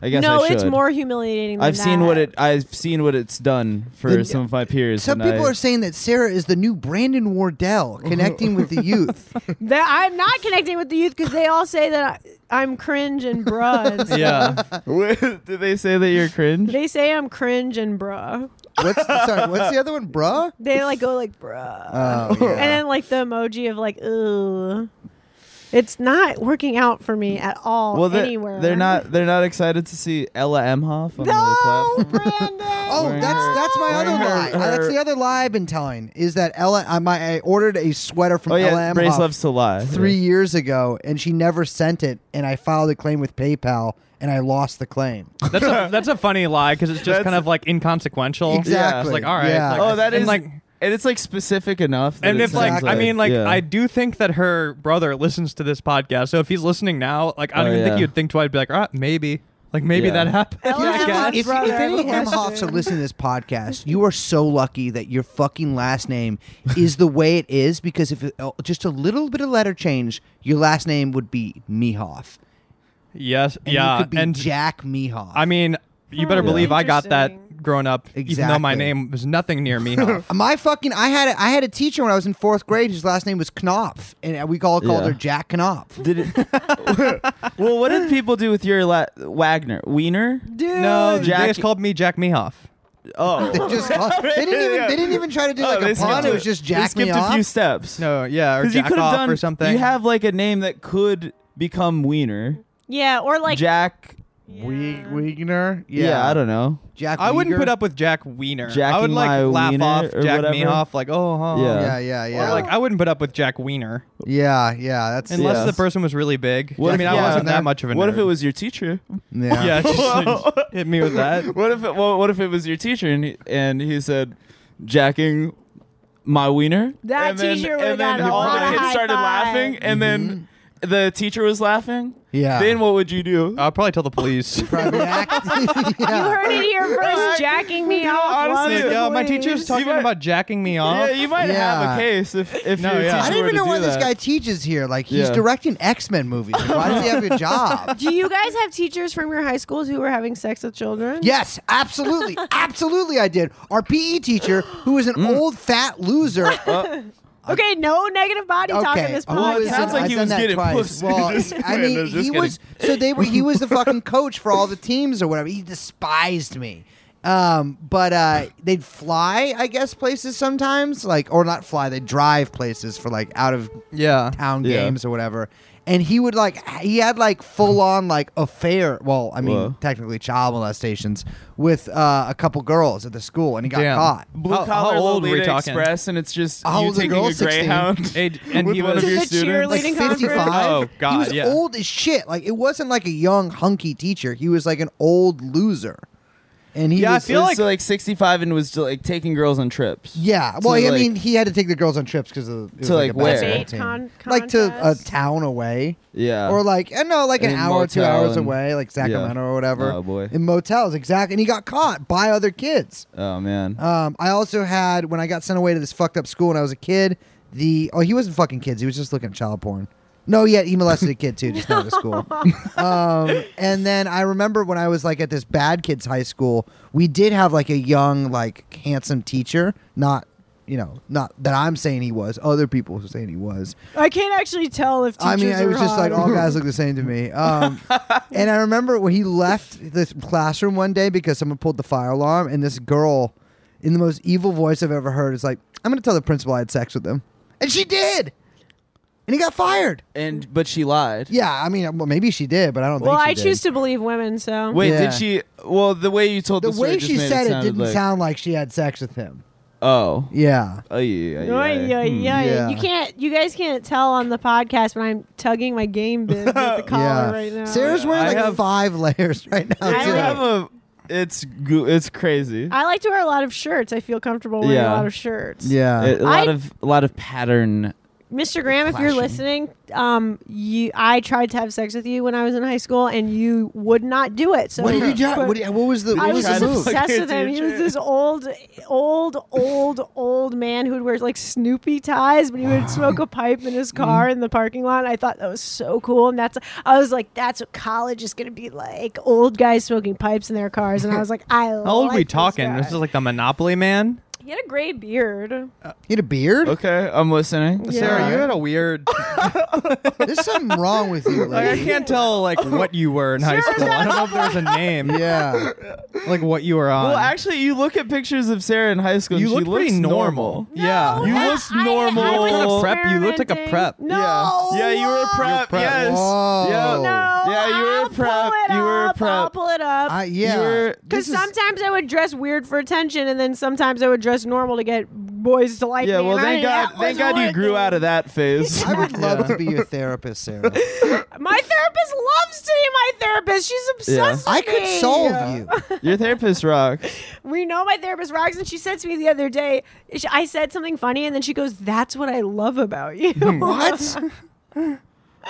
Speaker 3: I guess
Speaker 4: no,
Speaker 3: I should.
Speaker 4: it's more humiliating. Than
Speaker 3: I've seen
Speaker 4: that.
Speaker 3: what it I've seen what it's done for
Speaker 2: The-
Speaker 3: some of my peers.
Speaker 2: Some
Speaker 3: and <laughs>
Speaker 2: people
Speaker 3: I-
Speaker 2: are saying that Sarah is the new Brandon <laughs> Wardell, connecting with the youth.
Speaker 4: That I'm not connecting with the youth because they all say that I, I'm cringe and
Speaker 3: <laughs>
Speaker 4: bruh. and stuff.
Speaker 2: <laughs>
Speaker 1: yeah.
Speaker 3: Did they say that you're cringe?
Speaker 4: They say I'm cringe and bruh.
Speaker 2: What's sorry, what's the other one, bruh?
Speaker 4: They like go like bruh,
Speaker 2: Oh, yeah.
Speaker 4: and then like the emoji of like ooh. It's not working out for me at all.
Speaker 3: well, they,
Speaker 4: anywhere.
Speaker 3: they're not. They're not excited to see Ella Emhoff on the
Speaker 4: No,
Speaker 3: platform.
Speaker 4: Brandon.
Speaker 2: Oh,
Speaker 3: Wearing
Speaker 2: that's
Speaker 3: her-
Speaker 2: that's my
Speaker 3: wearing
Speaker 2: other
Speaker 3: her-
Speaker 2: lie. Uh, That's
Speaker 3: her-
Speaker 2: the other lie I've been telling is that Ella. I, my, I ordered a sweater from
Speaker 3: Oh yeah,
Speaker 2: Ella
Speaker 3: Brace
Speaker 2: Emhoff
Speaker 3: loves to lie.
Speaker 2: three years ago, and she never sent it, and I filed a claim with PayPal, and I lost the claim.
Speaker 1: That's
Speaker 3: <laughs>
Speaker 1: a that's a funny lie because it's just
Speaker 3: That's-
Speaker 1: kind of like inconsequential.
Speaker 2: Exactly.
Speaker 1: It's like all right.
Speaker 2: Yeah.
Speaker 1: like-
Speaker 3: Oh, that
Speaker 1: and
Speaker 3: is
Speaker 1: like.
Speaker 3: and it's like specific enough. That
Speaker 1: And
Speaker 3: it
Speaker 1: if like
Speaker 3: sounds
Speaker 1: I mean like
Speaker 3: yeah.
Speaker 1: I do think that her brother listens to this podcast, so if he's listening now, like I don't
Speaker 3: Oh,
Speaker 1: even think
Speaker 3: yeah.
Speaker 1: he would think twice. I'd be like, ah, maybe, like maybe
Speaker 3: Yeah.
Speaker 1: that happened. <laughs>
Speaker 4: Ella
Speaker 1: I
Speaker 4: Emhoff's
Speaker 1: guess.
Speaker 2: if,
Speaker 4: brother,
Speaker 2: if
Speaker 4: I have
Speaker 2: any
Speaker 4: a
Speaker 2: Emhoffs
Speaker 4: question.
Speaker 2: are listening to this podcast, you are so lucky that your fucking last name is the way it is because if it, oh, just a little bit of letter change, your last name would be Mehoff.
Speaker 1: Yes,
Speaker 2: And
Speaker 1: yeah,
Speaker 2: You could be
Speaker 1: and
Speaker 2: Jack Mehoff.
Speaker 1: I mean, you better
Speaker 3: Hmm.
Speaker 1: believe I got that
Speaker 4: Interesting.
Speaker 1: growing up, even though my
Speaker 2: Exactly.
Speaker 1: name was nothing
Speaker 3: <laughs>
Speaker 1: near Mihov.
Speaker 2: <laughs> My fucking, I had a, I had a teacher when I was in fourth grade whose last name was Knopf, and we all called
Speaker 3: Yeah.
Speaker 2: her Jack Knopf.
Speaker 3: Did it?
Speaker 2: <laughs>
Speaker 3: well, what did people do with your la- Wagner Wiener?
Speaker 4: Dude.
Speaker 1: no,
Speaker 3: Jack-
Speaker 1: they just called me Jack Mihov.
Speaker 3: <laughs> Oh,
Speaker 2: They
Speaker 1: <laughs>
Speaker 2: just, called, they didn't even,
Speaker 3: Yeah.
Speaker 2: they didn't even try to do
Speaker 3: Oh,
Speaker 2: like
Speaker 3: they
Speaker 2: a pun.
Speaker 3: skipped
Speaker 2: It
Speaker 3: a-
Speaker 2: was just
Speaker 3: they
Speaker 2: Jack
Speaker 3: skipped a
Speaker 2: Knopf.
Speaker 3: few steps.
Speaker 1: No, yeah, or
Speaker 3: because you
Speaker 1: Jack
Speaker 3: could have
Speaker 1: off
Speaker 3: done
Speaker 1: or something.
Speaker 3: You have like a name that could become Wiener.
Speaker 5: <laughs> Yeah, or like
Speaker 3: Jack.
Speaker 2: Wee- Wiener,
Speaker 3: Yeah. I don't know.
Speaker 2: Jack.
Speaker 1: I wouldn't
Speaker 2: Wieger?
Speaker 1: put up with Jack Wiener. I would
Speaker 3: Jacking
Speaker 1: like
Speaker 3: my
Speaker 1: laugh
Speaker 3: wiener
Speaker 1: off
Speaker 3: or
Speaker 1: Jack
Speaker 3: whatever.
Speaker 1: Mihov, like oh, huh.
Speaker 3: Yeah.
Speaker 2: Yeah, yeah, yeah.
Speaker 1: Or like I wouldn't put up with Jack Wiener
Speaker 2: yeah, yeah. That's
Speaker 1: unless
Speaker 3: Yeah.
Speaker 1: the person was really big.
Speaker 3: What
Speaker 1: I
Speaker 3: if-
Speaker 1: mean, I
Speaker 3: yeah.
Speaker 1: wasn't that much of a.
Speaker 3: What if
Speaker 1: nerd.
Speaker 3: it was your teacher? <laughs>
Speaker 2: yeah.
Speaker 1: Yeah, just, like, hit me with that.
Speaker 3: What if it, well, what if it was your teacher and he, and he said, "Jacking my wiener."
Speaker 5: That
Speaker 3: and then,
Speaker 5: teacher would've
Speaker 3: and then
Speaker 5: gotten a
Speaker 3: all
Speaker 5: lot
Speaker 3: the
Speaker 5: of
Speaker 3: kids
Speaker 5: high
Speaker 3: started
Speaker 5: five.
Speaker 3: laughing, and then the teacher was laughing.
Speaker 2: Mm-hmm. Yeah. Uh-huh.
Speaker 3: Then what would you do?
Speaker 1: <laughs> I'll probably tell the <laughs> police.
Speaker 3: <laughs>
Speaker 2: Probably act- yeah.
Speaker 4: <laughs> You heard it here first, jacking me off.
Speaker 3: honestly,
Speaker 4: Love it,
Speaker 1: Yo, my
Speaker 4: please.
Speaker 1: teacher's talking
Speaker 3: might-
Speaker 1: about jacking me off.
Speaker 3: yeah, you might
Speaker 2: Yeah.
Speaker 3: have a case if if
Speaker 1: No,
Speaker 3: your
Speaker 1: yeah.
Speaker 3: teacher
Speaker 2: I don't
Speaker 3: were
Speaker 2: even
Speaker 3: to
Speaker 2: know
Speaker 3: do
Speaker 2: why this
Speaker 3: that.
Speaker 2: guy teaches here. Like he's
Speaker 3: Yeah.
Speaker 2: directing X Men movies. Like, why does he have
Speaker 3: <laughs>
Speaker 2: a job?
Speaker 4: Do you guys have teachers from your high schools who were having sex with children?
Speaker 2: Yes, absolutely, absolutely. I did. Our PE teacher, who was an
Speaker 3: Hmm.
Speaker 2: old fat loser.
Speaker 4: Okay, no negative body talk in
Speaker 2: okay,
Speaker 4: this
Speaker 2: well,
Speaker 3: it
Speaker 4: podcast.
Speaker 3: sounds like
Speaker 2: I've
Speaker 3: he
Speaker 2: done
Speaker 3: was
Speaker 2: that
Speaker 3: getting
Speaker 2: twice.
Speaker 3: pussy. <laughs>
Speaker 2: Well,
Speaker 3: Just
Speaker 2: I
Speaker 3: kidding,
Speaker 2: mean,
Speaker 3: I was just
Speaker 2: he was. So they were. He was the fucking coach for all the teams or whatever. He despised me. Um, but uh, they'd fly, I guess, places sometimes, like or not fly. They would drive places for like out of
Speaker 1: yeah.
Speaker 2: town
Speaker 3: Yeah.
Speaker 2: games or whatever. And he would like he had like full on like affair. Well, I mean
Speaker 3: Whoa.
Speaker 2: technically child molestations with uh, a couple girls at the school, and he got
Speaker 1: Damn.
Speaker 2: caught.
Speaker 3: Blue
Speaker 1: How-
Speaker 3: collar
Speaker 1: how old were we
Speaker 3: Lolita
Speaker 1: talking?
Speaker 3: Express, and it's just
Speaker 2: How
Speaker 3: you
Speaker 2: old's a
Speaker 3: taking
Speaker 2: girl?
Speaker 3: a
Speaker 2: 16?
Speaker 3: greyhound.
Speaker 1: Age- and
Speaker 3: with
Speaker 1: he
Speaker 3: one
Speaker 1: was-
Speaker 3: of your
Speaker 4: To the
Speaker 3: students.
Speaker 2: Like
Speaker 4: Leading conference.
Speaker 2: fifty five.
Speaker 1: Oh, God,
Speaker 2: he was
Speaker 1: yeah.
Speaker 2: old as shit. Like it wasn't like a young hunky teacher. He was like an old loser, and he
Speaker 1: Yeah, I
Speaker 2: was.
Speaker 1: feel- like-
Speaker 3: so like 65 and was like taking girls on trips.
Speaker 2: yeah, well,
Speaker 3: To,
Speaker 2: I
Speaker 3: like-
Speaker 2: mean, he had to take the girls on trips because of it was
Speaker 3: To,
Speaker 2: like,
Speaker 3: like,
Speaker 2: a
Speaker 3: where?
Speaker 2: basketball
Speaker 4: Debate
Speaker 2: team.
Speaker 4: con-
Speaker 2: like to a
Speaker 4: contest.
Speaker 2: town away.
Speaker 3: Yeah.
Speaker 2: or like I know, like an
Speaker 3: In
Speaker 2: hour or two
Speaker 3: motel
Speaker 2: hours
Speaker 3: and-
Speaker 2: away, like Sacramento or whatever.
Speaker 3: Oh, boy.
Speaker 2: in motels, exactly. And he got caught by other kids.
Speaker 3: oh man.
Speaker 2: Um, I also had when I got sent away to this fucked up school when I was a kid. The oh, he wasn't fucking kids. He was just looking at child porn. No, yet he molested a kid too, just not
Speaker 3: <laughs>
Speaker 2: at school. Um, and then I remember when I was like at this bad kids high school, we did have like a young, like handsome teacher. Not, you know, not that I'm saying he was. Other people were saying he was.
Speaker 4: I can't actually tell if teachers
Speaker 2: I mean, it
Speaker 4: are
Speaker 2: was just like
Speaker 4: hot. <laughs>
Speaker 2: all guys look the same to me. <laughs> Um, and I remember when he left the classroom one day because someone pulled the fire alarm, and this girl, in the most evil voice I've ever heard, is like, "I'm going to tell the principal I had sex with him," and she did, and he got fired.
Speaker 3: and but she lied.
Speaker 2: Yeah, I mean, well, maybe she did, but I don't
Speaker 4: Well,
Speaker 2: think.
Speaker 4: I
Speaker 2: she did.
Speaker 4: choose to believe women, so
Speaker 3: Wait,
Speaker 2: Yeah.
Speaker 3: did she? Well, the way you told
Speaker 2: The
Speaker 3: the, story
Speaker 2: way
Speaker 3: just
Speaker 2: she
Speaker 3: made
Speaker 2: said it
Speaker 3: sounded
Speaker 2: didn't
Speaker 3: like-
Speaker 2: sound like she had sex with him.
Speaker 3: Oh.
Speaker 2: Yeah.
Speaker 3: Oh yeah. yeah,
Speaker 4: Oy,
Speaker 3: yeah.
Speaker 4: oy, oy.
Speaker 3: Hmm.
Speaker 2: Yeah.
Speaker 4: You can't. You guys can't tell on the podcast when I'm tugging my game bib
Speaker 2: <laughs>
Speaker 4: with the collar
Speaker 2: yeah.
Speaker 4: right now.
Speaker 2: Sarah's wearing
Speaker 3: I
Speaker 2: like
Speaker 3: have-
Speaker 2: five layers right now.
Speaker 4: I
Speaker 3: You
Speaker 2: too.
Speaker 4: like-
Speaker 3: have a. It's go- it's crazy.
Speaker 4: I like to wear a lot of shirts. I feel comfortable wearing
Speaker 3: Yeah.
Speaker 4: a lot of shirts.
Speaker 2: yeah.
Speaker 3: a lot
Speaker 4: uh, I-
Speaker 3: of a lot of pattern.
Speaker 4: Mr. Graham, if you're
Speaker 3: Clashing.
Speaker 4: listening, um, you I tried to have sex with you when I was in high school, and you would not do it. So
Speaker 2: what did you
Speaker 4: <laughs>
Speaker 2: do?
Speaker 4: quit-
Speaker 2: What, did- what was the? What
Speaker 4: I was
Speaker 2: was
Speaker 4: just
Speaker 2: the move?
Speaker 3: Like
Speaker 4: obsessed
Speaker 3: a
Speaker 4: with him. He was
Speaker 3: teacher.
Speaker 4: this old, old, old, old man who would wear like Snoopy ties, but he would smoke a pipe in his car in the parking lot. I thought that was so cool, and that's I was like, that's what college is gonna be like: old guys smoking pipes in their cars. And I was like, I.
Speaker 1: How old
Speaker 4: like
Speaker 1: are we
Speaker 4: this
Speaker 1: talking?
Speaker 4: guy.
Speaker 1: This is like the Monopoly man.
Speaker 4: he had a gray beard.
Speaker 2: You had a beard.
Speaker 3: Okay, I'm listening.
Speaker 4: Yeah.
Speaker 1: Sarah, you had a weird.
Speaker 2: There's something wrong with you,
Speaker 1: like, I
Speaker 2: lady.
Speaker 1: can't tell like what you were in
Speaker 3: <laughs>
Speaker 1: high school. I don't know if there's a name.
Speaker 2: yeah.
Speaker 1: Like what you were on.
Speaker 3: Well, actually, you look at pictures of Sarah in high school.
Speaker 1: you
Speaker 3: and
Speaker 1: looked
Speaker 3: she
Speaker 1: pretty
Speaker 3: looks
Speaker 1: normal. yeah.
Speaker 4: No,
Speaker 3: You looked
Speaker 4: I- I- I was
Speaker 3: normal.
Speaker 1: Prep, you looked like a
Speaker 4: experimenting.
Speaker 1: prep.
Speaker 4: No.
Speaker 3: Yeah, you were a prep.
Speaker 1: prep.
Speaker 3: Yes.
Speaker 2: Whoa.
Speaker 3: Yeah.
Speaker 4: No.
Speaker 3: Yeah, you were a
Speaker 4: I'll
Speaker 3: prep.
Speaker 4: pull it
Speaker 3: You were a
Speaker 4: up. I'll
Speaker 3: prep.
Speaker 4: pull it up.
Speaker 2: I, yeah.
Speaker 3: You're-
Speaker 4: Because
Speaker 2: This is-
Speaker 4: sometimes I would dress weird for attention, and then sometimes I would dress normal to get boys to like
Speaker 3: Yeah,
Speaker 4: me.
Speaker 3: well,
Speaker 4: and I-
Speaker 3: thank God,
Speaker 4: that
Speaker 3: thank
Speaker 4: was
Speaker 3: God you grew
Speaker 4: working.
Speaker 3: out of that
Speaker 4: <laughs>
Speaker 3: phase.
Speaker 2: I would love to be your therapist, Sarah.
Speaker 4: My therapist loves to be my therapist. She's obsessed
Speaker 2: I
Speaker 4: with me.
Speaker 2: could solve you.
Speaker 3: Your therapist rocks.
Speaker 4: We know my therapist rocks, and she said to me the other day, sh- I said something funny, and then she goes, "That's what I love about you." <laughs>
Speaker 2: What?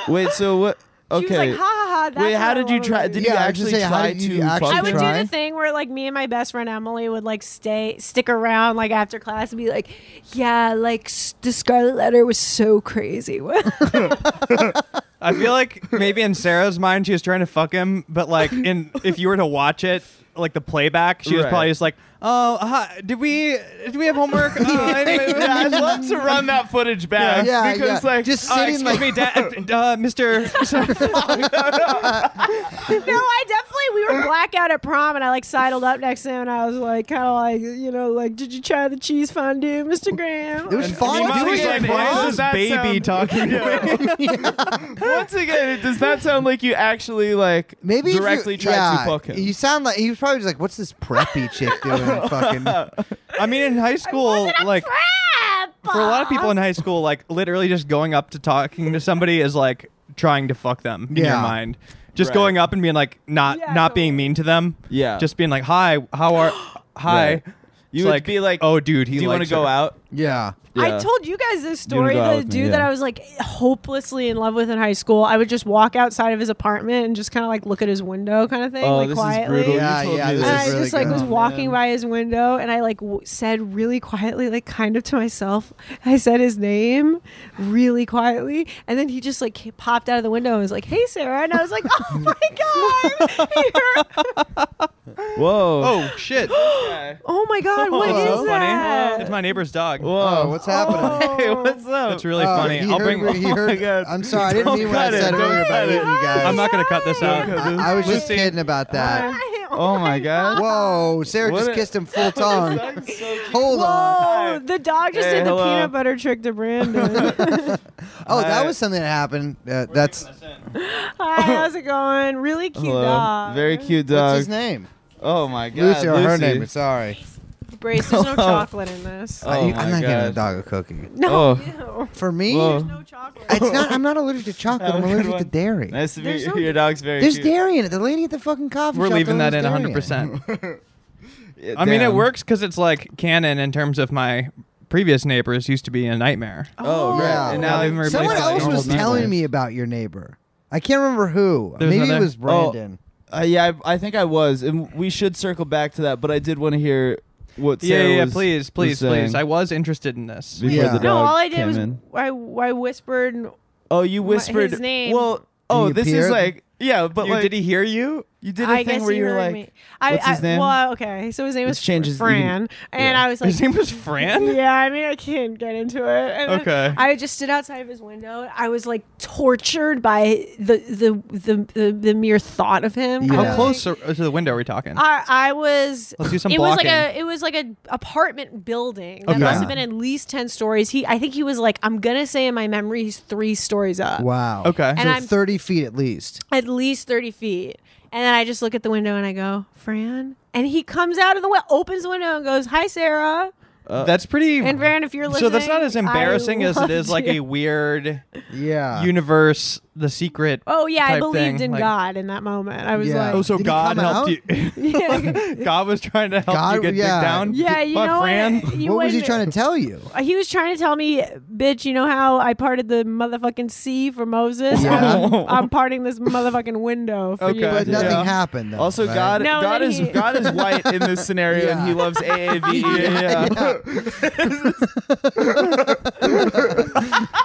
Speaker 3: Wait, so what?
Speaker 4: She
Speaker 3: Okay.
Speaker 4: was like, "Ha ha ha." That's
Speaker 3: Wait, how
Speaker 4: what I
Speaker 3: did you
Speaker 4: love
Speaker 3: try?
Speaker 4: about
Speaker 3: Did
Speaker 2: Yeah,
Speaker 3: you
Speaker 2: I was gonna
Speaker 3: actually
Speaker 2: say, how
Speaker 3: try
Speaker 2: did you
Speaker 3: to
Speaker 2: actually
Speaker 3: fuck
Speaker 4: I would
Speaker 3: him?
Speaker 4: do
Speaker 2: Try?
Speaker 4: the thing where like me and my best friend Emily would like stay stick around like after class and be like, yeah, like s- the Scarlet Letter was so crazy. <laughs>
Speaker 1: I feel like maybe in Sarah's mind she was trying to fuck him, but like in if you were to watch it, like the playback, she was
Speaker 3: Right.
Speaker 1: probably just like, "Oh, hi, did we did we have homework?"
Speaker 3: <laughs>
Speaker 1: Uh,
Speaker 3: I'd love
Speaker 1: <laughs>
Speaker 3: to run that footage back
Speaker 2: Yeah, yeah,
Speaker 3: because
Speaker 2: yeah.
Speaker 3: like
Speaker 2: Just
Speaker 3: uh,
Speaker 2: sitting,
Speaker 3: excuse
Speaker 2: like-
Speaker 1: me, Dad, <laughs> uh, uh,
Speaker 3: <laughs>
Speaker 1: Mr.
Speaker 4: No, I definitely we were blackout at prom, and I like sidled up next to him, and I was like, kind of like, you know, like, did you try the cheese fondue, Mr. Graham?
Speaker 2: It was fun.
Speaker 3: Meanwhile,
Speaker 2: Dude,
Speaker 3: he's
Speaker 2: it
Speaker 3: like,
Speaker 2: was
Speaker 3: "Why is
Speaker 2: fun.
Speaker 3: this baby
Speaker 1: talking.
Speaker 3: <laughs> Once again, it does not sound like you actually like
Speaker 2: Maybe if you-
Speaker 3: directly tried
Speaker 2: yeah,
Speaker 3: to fuck him.
Speaker 2: You sound like he was probably just like, "What's this preppy chick doing?" Fucking
Speaker 1: I mean, in high school, like for a lot of people in high school, like literally just going up to talking to somebody is like trying to fuck them in your
Speaker 2: Yeah.
Speaker 1: mind. Just
Speaker 3: Right.
Speaker 1: going up and being like not
Speaker 4: Yeah,
Speaker 1: not
Speaker 4: totally.
Speaker 1: being mean to them.
Speaker 3: Yeah.
Speaker 1: Just being like, "Hi, how
Speaker 3: <gasps>
Speaker 1: are hi."
Speaker 3: Right. You
Speaker 1: It's
Speaker 3: would be like,
Speaker 1: "Oh, dude, he
Speaker 3: Do you want
Speaker 1: likes
Speaker 3: to go
Speaker 1: her." <laughs>
Speaker 3: out?
Speaker 2: yeah.
Speaker 4: I told you guys this
Speaker 3: You wanna
Speaker 4: story.
Speaker 3: go out
Speaker 4: The
Speaker 3: with me,
Speaker 4: dude that
Speaker 3: yeah.
Speaker 4: I was like hopelessly in love with in high school. I would just walk outside of his apartment and just kind of like look at his window, kind of thing,
Speaker 3: Oh,
Speaker 4: like
Speaker 3: this
Speaker 4: quietly.
Speaker 3: is brutal. You
Speaker 2: Yeah,
Speaker 3: told
Speaker 2: yeah,
Speaker 3: me
Speaker 2: this
Speaker 4: And
Speaker 2: is
Speaker 4: I
Speaker 2: really
Speaker 4: just like
Speaker 2: good.
Speaker 4: was
Speaker 2: Oh,
Speaker 4: walking
Speaker 3: man.
Speaker 4: by his window, and I like w- said really quietly, like kind of to myself, I said his name really quietly, and then he just like ca- popped out of the window and was like, "Hey, Sarah," and I was like, <laughs> "Oh my god!" You're- <laughs>
Speaker 3: Whoa.
Speaker 1: Oh
Speaker 4: <gasps>
Speaker 1: shit!
Speaker 4: oh my god, what is
Speaker 1: That's so funny.
Speaker 4: that? <laughs>
Speaker 1: It's my neighbor's dog.
Speaker 3: Whoa.
Speaker 2: Oh, what's
Speaker 3: <laughs>
Speaker 2: happening?
Speaker 3: Hey, what's up?
Speaker 1: That's really
Speaker 2: Oh,
Speaker 1: funny.
Speaker 2: he
Speaker 1: I'll
Speaker 2: heard
Speaker 1: bring.
Speaker 2: what-
Speaker 1: <laughs>
Speaker 2: he
Speaker 1: oh my
Speaker 2: heard-
Speaker 1: God.
Speaker 2: I'm sorry, I didn't
Speaker 3: Don't
Speaker 2: mean what I
Speaker 3: cut it,
Speaker 2: said
Speaker 3: don't
Speaker 2: earlier about
Speaker 3: cut it.
Speaker 2: eating you guys.
Speaker 1: I'm not gonna cut this out.
Speaker 2: I was just
Speaker 1: Lucy.
Speaker 2: kidding about that.
Speaker 3: Oh my god.
Speaker 2: Whoa, Sarah
Speaker 3: What
Speaker 2: just
Speaker 3: a-
Speaker 2: kissed him full
Speaker 3: <laughs>
Speaker 2: tongue. Hold on.
Speaker 4: <laughs> Whoa! The dog just
Speaker 3: Hey,
Speaker 4: did the
Speaker 3: hello.
Speaker 4: peanut butter trick to Brandon.
Speaker 2: Oh, that
Speaker 3: I-
Speaker 2: was something that happened. Uh, that's
Speaker 4: Hi, how's it going? Really cute
Speaker 3: Hello.
Speaker 4: dog.
Speaker 3: Very cute dog.
Speaker 2: what's his name?
Speaker 3: Oh my god.
Speaker 2: Lucy or her
Speaker 3: Lucy.
Speaker 2: name? Sorry,
Speaker 4: Brace, there's no chocolate in this.
Speaker 3: Oh
Speaker 2: I, am
Speaker 3: my
Speaker 2: not giving a
Speaker 3: God.
Speaker 2: dog a cookie.
Speaker 4: No,
Speaker 3: Oh.
Speaker 4: ew.
Speaker 2: For me,
Speaker 3: Whoa.
Speaker 4: no chocolate.
Speaker 2: it's not. I'm not
Speaker 3: <laughs>
Speaker 2: allergic to chocolate.
Speaker 3: Have a
Speaker 2: I'm
Speaker 3: good
Speaker 2: allergic to
Speaker 3: one.
Speaker 2: dairy.
Speaker 3: Nice to meet
Speaker 4: There's
Speaker 3: you. <laughs>
Speaker 4: no-
Speaker 3: Your dog's very
Speaker 2: There's
Speaker 3: cute.
Speaker 2: dairy in it. The lady at the fucking coffee
Speaker 1: We're
Speaker 2: shop.
Speaker 1: leaving
Speaker 2: told
Speaker 1: that
Speaker 2: us
Speaker 1: in 100.
Speaker 2: dairy
Speaker 1: percent
Speaker 3: Yeah,
Speaker 1: I mean, it
Speaker 3: damn.
Speaker 1: works because it's like canon in terms of my previous neighbors used to be a nightmare.
Speaker 3: Oh, right.
Speaker 2: Yeah.
Speaker 3: And
Speaker 1: Now
Speaker 3: now
Speaker 1: they've replaced
Speaker 3: it's-
Speaker 1: it
Speaker 2: Someone
Speaker 1: with
Speaker 2: else
Speaker 1: normal
Speaker 2: was
Speaker 1: meat.
Speaker 2: telling me about your neighbor. I can't remember who.
Speaker 1: There's
Speaker 2: Maybe it
Speaker 1: another-
Speaker 2: was Brandon.
Speaker 3: Uh, yeah, I, I think I was, and we should circle back to that. But I did want to hear what
Speaker 1: Yeah,
Speaker 3: Sarah
Speaker 1: yeah, yeah,
Speaker 3: was-
Speaker 1: please,
Speaker 3: was
Speaker 1: please, please.
Speaker 3: saying
Speaker 1: I was interested in this.
Speaker 3: before the
Speaker 2: Yeah. No,
Speaker 4: No,
Speaker 3: dog
Speaker 4: all I did
Speaker 3: came
Speaker 4: was
Speaker 3: in.
Speaker 4: I, I whispered. and-
Speaker 3: Oh, you whispered
Speaker 4: his name.
Speaker 3: Well, oh,
Speaker 2: he
Speaker 3: this is
Speaker 2: appeared?
Speaker 3: like yeah, but
Speaker 1: You-
Speaker 3: like
Speaker 1: did he hear you?
Speaker 3: you did a
Speaker 4: I
Speaker 3: thing
Speaker 4: guess
Speaker 3: where
Speaker 4: he
Speaker 3: you were
Speaker 4: heard
Speaker 3: like,
Speaker 4: me. I,
Speaker 3: what's his
Speaker 4: I-
Speaker 3: name?
Speaker 4: Well, okay. So his name was
Speaker 3: Let's change his- you
Speaker 4: Fran,
Speaker 3: can-
Speaker 4: and
Speaker 3: yeah.
Speaker 4: I was like,
Speaker 1: His name was Fran.
Speaker 4: <laughs> Yeah, I mean, I can't get into it. And then
Speaker 1: Okay.
Speaker 4: I just stood outside of his window. I was like tortured by the the the the, the mere thought of him.
Speaker 2: Yeah.
Speaker 1: How
Speaker 4: Kinda
Speaker 1: close
Speaker 4: like-
Speaker 1: to, to the window are we talking?
Speaker 4: I, I was.
Speaker 1: Let's do some
Speaker 4: Uh, it was like
Speaker 1: blocking.
Speaker 4: a it was like an apartment building that
Speaker 1: Okay.
Speaker 4: must have been at least ten stories. He, I think he was like, I'm gonna say in my memory, he's three stories up.
Speaker 2: Wow.
Speaker 1: Okay.
Speaker 4: And
Speaker 2: So
Speaker 4: I'm-
Speaker 2: 30 feet at least.
Speaker 4: at least 30 feet. And then I just look at the window and I go, Fran. And he comes out of the window, opens the window and goes, Hi, Sarah.
Speaker 1: Uh, that's pretty.
Speaker 4: And Fran, if you're listening.
Speaker 1: so that's not as embarrassing
Speaker 4: I
Speaker 1: as it
Speaker 4: loved
Speaker 1: is like a
Speaker 4: you.
Speaker 1: weird Uh.
Speaker 2: Yeah.
Speaker 1: universe, the secret.
Speaker 4: Oh, yeah. I
Speaker 1: type
Speaker 4: believed
Speaker 1: thing,
Speaker 4: in
Speaker 1: like-
Speaker 4: God in that moment. I was
Speaker 2: Yeah.
Speaker 1: Oh,
Speaker 4: like, <laughs>
Speaker 1: so
Speaker 2: Did he
Speaker 1: God
Speaker 2: come
Speaker 1: helped you. <laughs>
Speaker 4: yeah,
Speaker 1: God was trying to help you
Speaker 2: God-
Speaker 1: get
Speaker 2: yeah.
Speaker 1: dick down.
Speaker 4: yeah, you
Speaker 1: But
Speaker 4: know
Speaker 1: Fran,
Speaker 4: what?
Speaker 2: what was he trying to tell you?
Speaker 4: to? He was trying to tell me, bitch. You know how I parted the motherfucking sea for Moses?
Speaker 1: <laughs>
Speaker 2: Yeah.
Speaker 4: I'm, I'm parting this motherfucking window for
Speaker 1: <laughs> Okay.
Speaker 4: you.
Speaker 2: But nothing
Speaker 1: Yeah.
Speaker 2: happened. Though,
Speaker 3: Also,
Speaker 2: right?
Speaker 3: God,
Speaker 4: No,
Speaker 3: God
Speaker 4: then
Speaker 3: is
Speaker 4: he-
Speaker 3: God is white in this scenario,
Speaker 2: Yeah.
Speaker 3: and He loves
Speaker 1: E
Speaker 3: AAV.
Speaker 2: <laughs>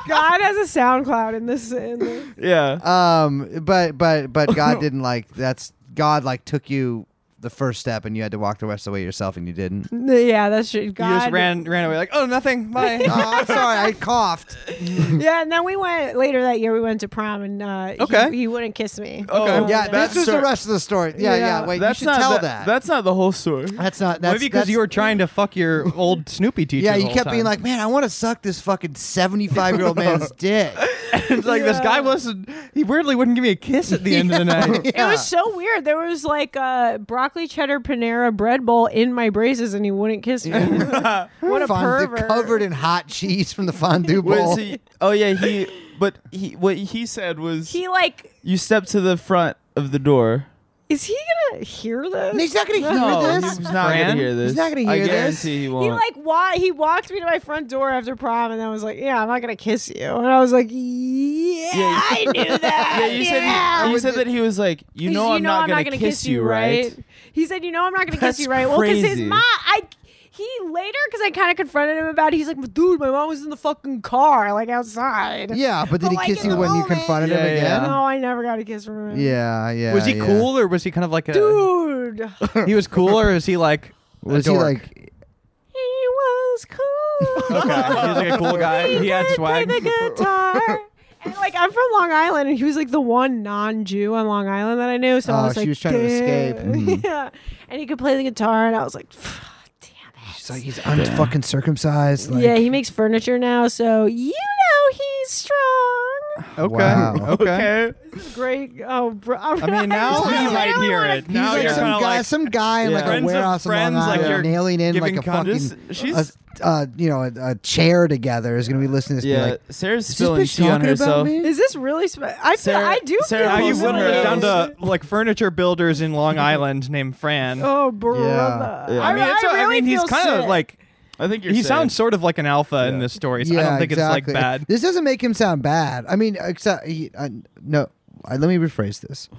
Speaker 4: God has a SoundCloud in this. In this.
Speaker 3: yeah.
Speaker 2: Um, but
Speaker 3: <laughs>
Speaker 2: but but God didn't like. That's God like took you the first step, and you had to walk the rest of the way yourself, and you didn't.
Speaker 1: <laughs>
Speaker 4: Yeah, that's true. God
Speaker 1: you just ran ran away like, oh, nothing. <laughs> Bye.
Speaker 2: <laughs> oh, I'm sorry, I
Speaker 1: <laughs>
Speaker 2: coughed.
Speaker 4: Yeah, and then we went later that year. We went to prom, and uh,
Speaker 1: Okay.
Speaker 4: he, he wouldn't kiss me.
Speaker 3: Okay.
Speaker 4: Uh,
Speaker 2: Yeah,
Speaker 3: that's
Speaker 2: this is
Speaker 3: cer-
Speaker 2: the rest of the story. Yeah, yeah. Wait,
Speaker 3: that's
Speaker 2: you should
Speaker 3: not
Speaker 2: tell
Speaker 3: the-
Speaker 2: that.
Speaker 3: That's not the whole <laughs> story.
Speaker 2: That's not. That's,
Speaker 1: Maybe because
Speaker 2: that's-
Speaker 1: you were trying to fuck your old Snoopy teacher.
Speaker 2: Yeah,
Speaker 1: the
Speaker 2: you
Speaker 1: whole
Speaker 2: kept being
Speaker 1: time.
Speaker 2: like, man, I want to suck this fucking 75 year old man's dick.
Speaker 1: <laughs> it's like this guy wasn't. He weirdly wouldn't give me a kiss at <laughs> the end
Speaker 2: <laughs>
Speaker 1: of the night.
Speaker 4: It was so weird. There was like a broccoli cheddar Panera bread bowl in my braces, and he wouldn't kiss me. <laughs> what
Speaker 2: Fondue-
Speaker 4: a pervert!
Speaker 2: covered in hot cheese from the fondue
Speaker 3: Wait,
Speaker 2: bowl.
Speaker 3: so you- <laughs> oh yeah, he. But he, what he said was,
Speaker 4: he like
Speaker 3: you step to the front of the door.
Speaker 4: is he gonna hear
Speaker 2: And
Speaker 4: this?
Speaker 2: he's not gonna hear this.
Speaker 3: he's not
Speaker 1: Fran?
Speaker 3: gonna hear this.
Speaker 2: He's not gonna
Speaker 3: I
Speaker 2: hear this.
Speaker 3: guarantee he won't.
Speaker 4: He like why he walked me to my front door after prom, and then was like, "Yeah, I'm not gonna kiss you," and I was like, "Yeah, I knew that."
Speaker 3: <laughs> yeah, you said he, you said that he was like, you
Speaker 4: He's-
Speaker 3: know, I'm not gonna,
Speaker 4: gonna
Speaker 3: kiss, you, right?
Speaker 4: He said, you know, I'm not gonna
Speaker 3: That's
Speaker 4: kiss you, right? Well, because his
Speaker 3: crazy.
Speaker 4: mom, I. He later, because I kind of confronted him about it, he's like, "But dude, my mom was in the fucking car, like outside.
Speaker 2: Yeah, but did
Speaker 4: But,
Speaker 2: he
Speaker 4: like,
Speaker 2: kiss
Speaker 4: in
Speaker 2: you
Speaker 4: the
Speaker 2: when you
Speaker 4: moment-
Speaker 2: confronted him
Speaker 3: Yeah,
Speaker 2: again?
Speaker 4: No, I never got a kiss from him.
Speaker 2: Yeah, yeah.
Speaker 1: was he
Speaker 2: <laughs> yeah.
Speaker 1: cool or was he kind of like a?
Speaker 4: Dude, weird. he
Speaker 1: He was cool, or is he like
Speaker 2: Was
Speaker 1: a
Speaker 2: he
Speaker 1: dork?
Speaker 2: like?
Speaker 4: was
Speaker 1: Okay,
Speaker 4: cool. <laughs>
Speaker 1: he was like a cool guy. <laughs> He had
Speaker 4: could
Speaker 1: swag.
Speaker 4: Play the guitar. And like I'm from Long Island, and he was like the one non-Jew on Long Island that I knew. So I
Speaker 2: Oh,
Speaker 4: was
Speaker 2: she
Speaker 4: like,
Speaker 2: was trying to escape. Mm-hmm.
Speaker 4: "Damn." <laughs> Yeah, and he could play the guitar, and I was like, damn it.
Speaker 2: She's like he's unfucking circumcised. Like,
Speaker 4: yeah, he makes furniture now, so you know he's strong.
Speaker 2: <sighs>
Speaker 1: Okay,
Speaker 2: Wow.
Speaker 1: okay.
Speaker 4: Great. Oh, bro. I
Speaker 1: I mean, now you might hear it.
Speaker 2: He's
Speaker 1: Now
Speaker 2: like
Speaker 1: you're
Speaker 2: some
Speaker 1: kind
Speaker 2: guy,
Speaker 1: of like
Speaker 2: some guy in
Speaker 3: Yeah.
Speaker 2: like a
Speaker 1: Friends of
Speaker 2: warehouse in Long
Speaker 1: friends, like,
Speaker 2: Island
Speaker 1: you're
Speaker 2: nailing in like
Speaker 1: giving
Speaker 2: a
Speaker 1: condoms.
Speaker 2: fucking,
Speaker 3: She's
Speaker 2: a, uh, you know, a, a chair together is gonna be listening to this.
Speaker 3: yeah.
Speaker 2: And be like,
Speaker 3: Sarah's
Speaker 2: is this
Speaker 3: spilling
Speaker 2: bitch
Speaker 3: tea on
Speaker 2: talking about
Speaker 3: herself.
Speaker 2: me?
Speaker 4: <laughs> Is this really? Spe- I feel.
Speaker 3: Sarah-
Speaker 4: I do
Speaker 3: Sarah,
Speaker 4: feel.
Speaker 1: Now you
Speaker 3: Those
Speaker 1: would
Speaker 3: are
Speaker 1: have
Speaker 3: the
Speaker 1: down
Speaker 4: down
Speaker 1: to like furniture builders in Long Island named Fran.
Speaker 4: Oh, brother.
Speaker 2: Yeah.
Speaker 3: Yeah.
Speaker 4: I,
Speaker 3: I
Speaker 1: I mean, it's,
Speaker 4: I really
Speaker 1: mean, he's
Speaker 4: feel
Speaker 1: kind of
Speaker 4: sick.
Speaker 1: like
Speaker 3: I think you're
Speaker 1: he
Speaker 3: safe.
Speaker 1: sounds sort of like an alpha in this story. So I don't think it's
Speaker 2: exactly.
Speaker 1: like bad.
Speaker 2: This doesn't make him sound bad. I mean, except he, uh, no. I, let me rephrase this.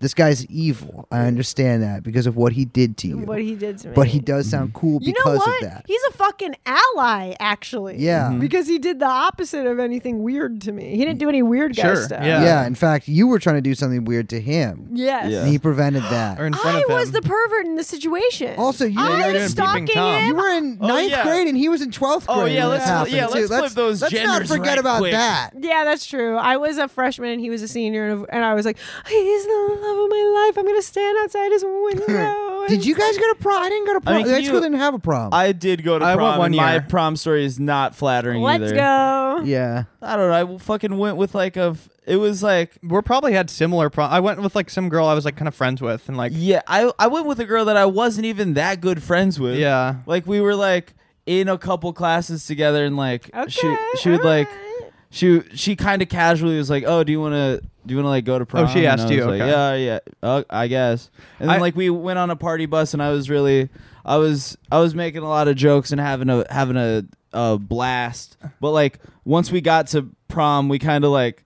Speaker 2: This guy's evil. I understand that because of what he did to you.
Speaker 4: what he did to me.
Speaker 2: but he does
Speaker 1: Mm-hmm.
Speaker 2: sound cool
Speaker 4: You
Speaker 2: because
Speaker 4: know what?
Speaker 2: of that.
Speaker 4: He's a fucking ally, actually.
Speaker 2: Yeah. Mhm.
Speaker 4: Because he did the opposite of anything weird to me. He didn't do any weird guy
Speaker 1: Sure,
Speaker 4: stuff.
Speaker 1: yeah.
Speaker 2: yeah. In fact, you were trying to do something weird to him,
Speaker 4: Yes.
Speaker 3: Yeah.
Speaker 2: and he prevented that.
Speaker 1: Or in front
Speaker 4: I
Speaker 1: of him.
Speaker 4: was the pervert in the situation.
Speaker 2: Also, you- Yeah, you
Speaker 4: I
Speaker 2: were
Speaker 4: was
Speaker 2: doing
Speaker 4: stalking
Speaker 1: peeping Tom.
Speaker 2: You
Speaker 4: him.
Speaker 2: were in
Speaker 3: Oh,
Speaker 2: ninth
Speaker 3: yeah.
Speaker 2: grade and he was in twelfth grade.
Speaker 3: Oh, yeah,
Speaker 2: when
Speaker 3: let's
Speaker 2: this
Speaker 3: flip-
Speaker 2: happened,
Speaker 3: yeah,
Speaker 2: too.
Speaker 3: let's flip those
Speaker 2: Let's not
Speaker 3: genders
Speaker 2: forget
Speaker 3: right
Speaker 2: about
Speaker 3: quick.
Speaker 2: that.
Speaker 4: Yeah, that's true. I was a freshman and he was a senior, and, and I was like, "He's the love of my life. I'm gonna stand outside his
Speaker 3: <laughs>
Speaker 4: window."
Speaker 2: Did you guys go to prom? I didn't go to prom.
Speaker 3: think
Speaker 2: that
Speaker 3: you-
Speaker 2: school didn't have a prom.
Speaker 3: I did go to
Speaker 1: I
Speaker 3: prom.
Speaker 1: went one
Speaker 3: and My
Speaker 1: year.
Speaker 3: prom story is not flattering
Speaker 4: <laughs> Let's
Speaker 3: either.
Speaker 4: go.
Speaker 2: yeah.
Speaker 3: I don't know. I fucking went with like a. f- It was like
Speaker 1: We're probably had similar. Pro- I went with like some girl I was like kind of friends with, and like
Speaker 3: yeah. I I went with a girl that I wasn't even that good friends with.
Speaker 1: yeah,
Speaker 3: Like we were like in a couple classes together, and like
Speaker 4: Okay.
Speaker 3: she she would
Speaker 4: all
Speaker 3: like
Speaker 4: right.
Speaker 3: she she kind of casually was like, "Oh, do you want to do you want to like go to prom?"
Speaker 1: Oh, she
Speaker 3: And I
Speaker 1: asked
Speaker 3: was
Speaker 1: you,
Speaker 3: like,
Speaker 1: okay.
Speaker 3: Yeah, yeah. Uh, I guess. And then
Speaker 1: I-
Speaker 3: like we went on a party bus, and I was really, I was I was making a lot of jokes and having a having a a blast. But like once we got to prom, we kind of like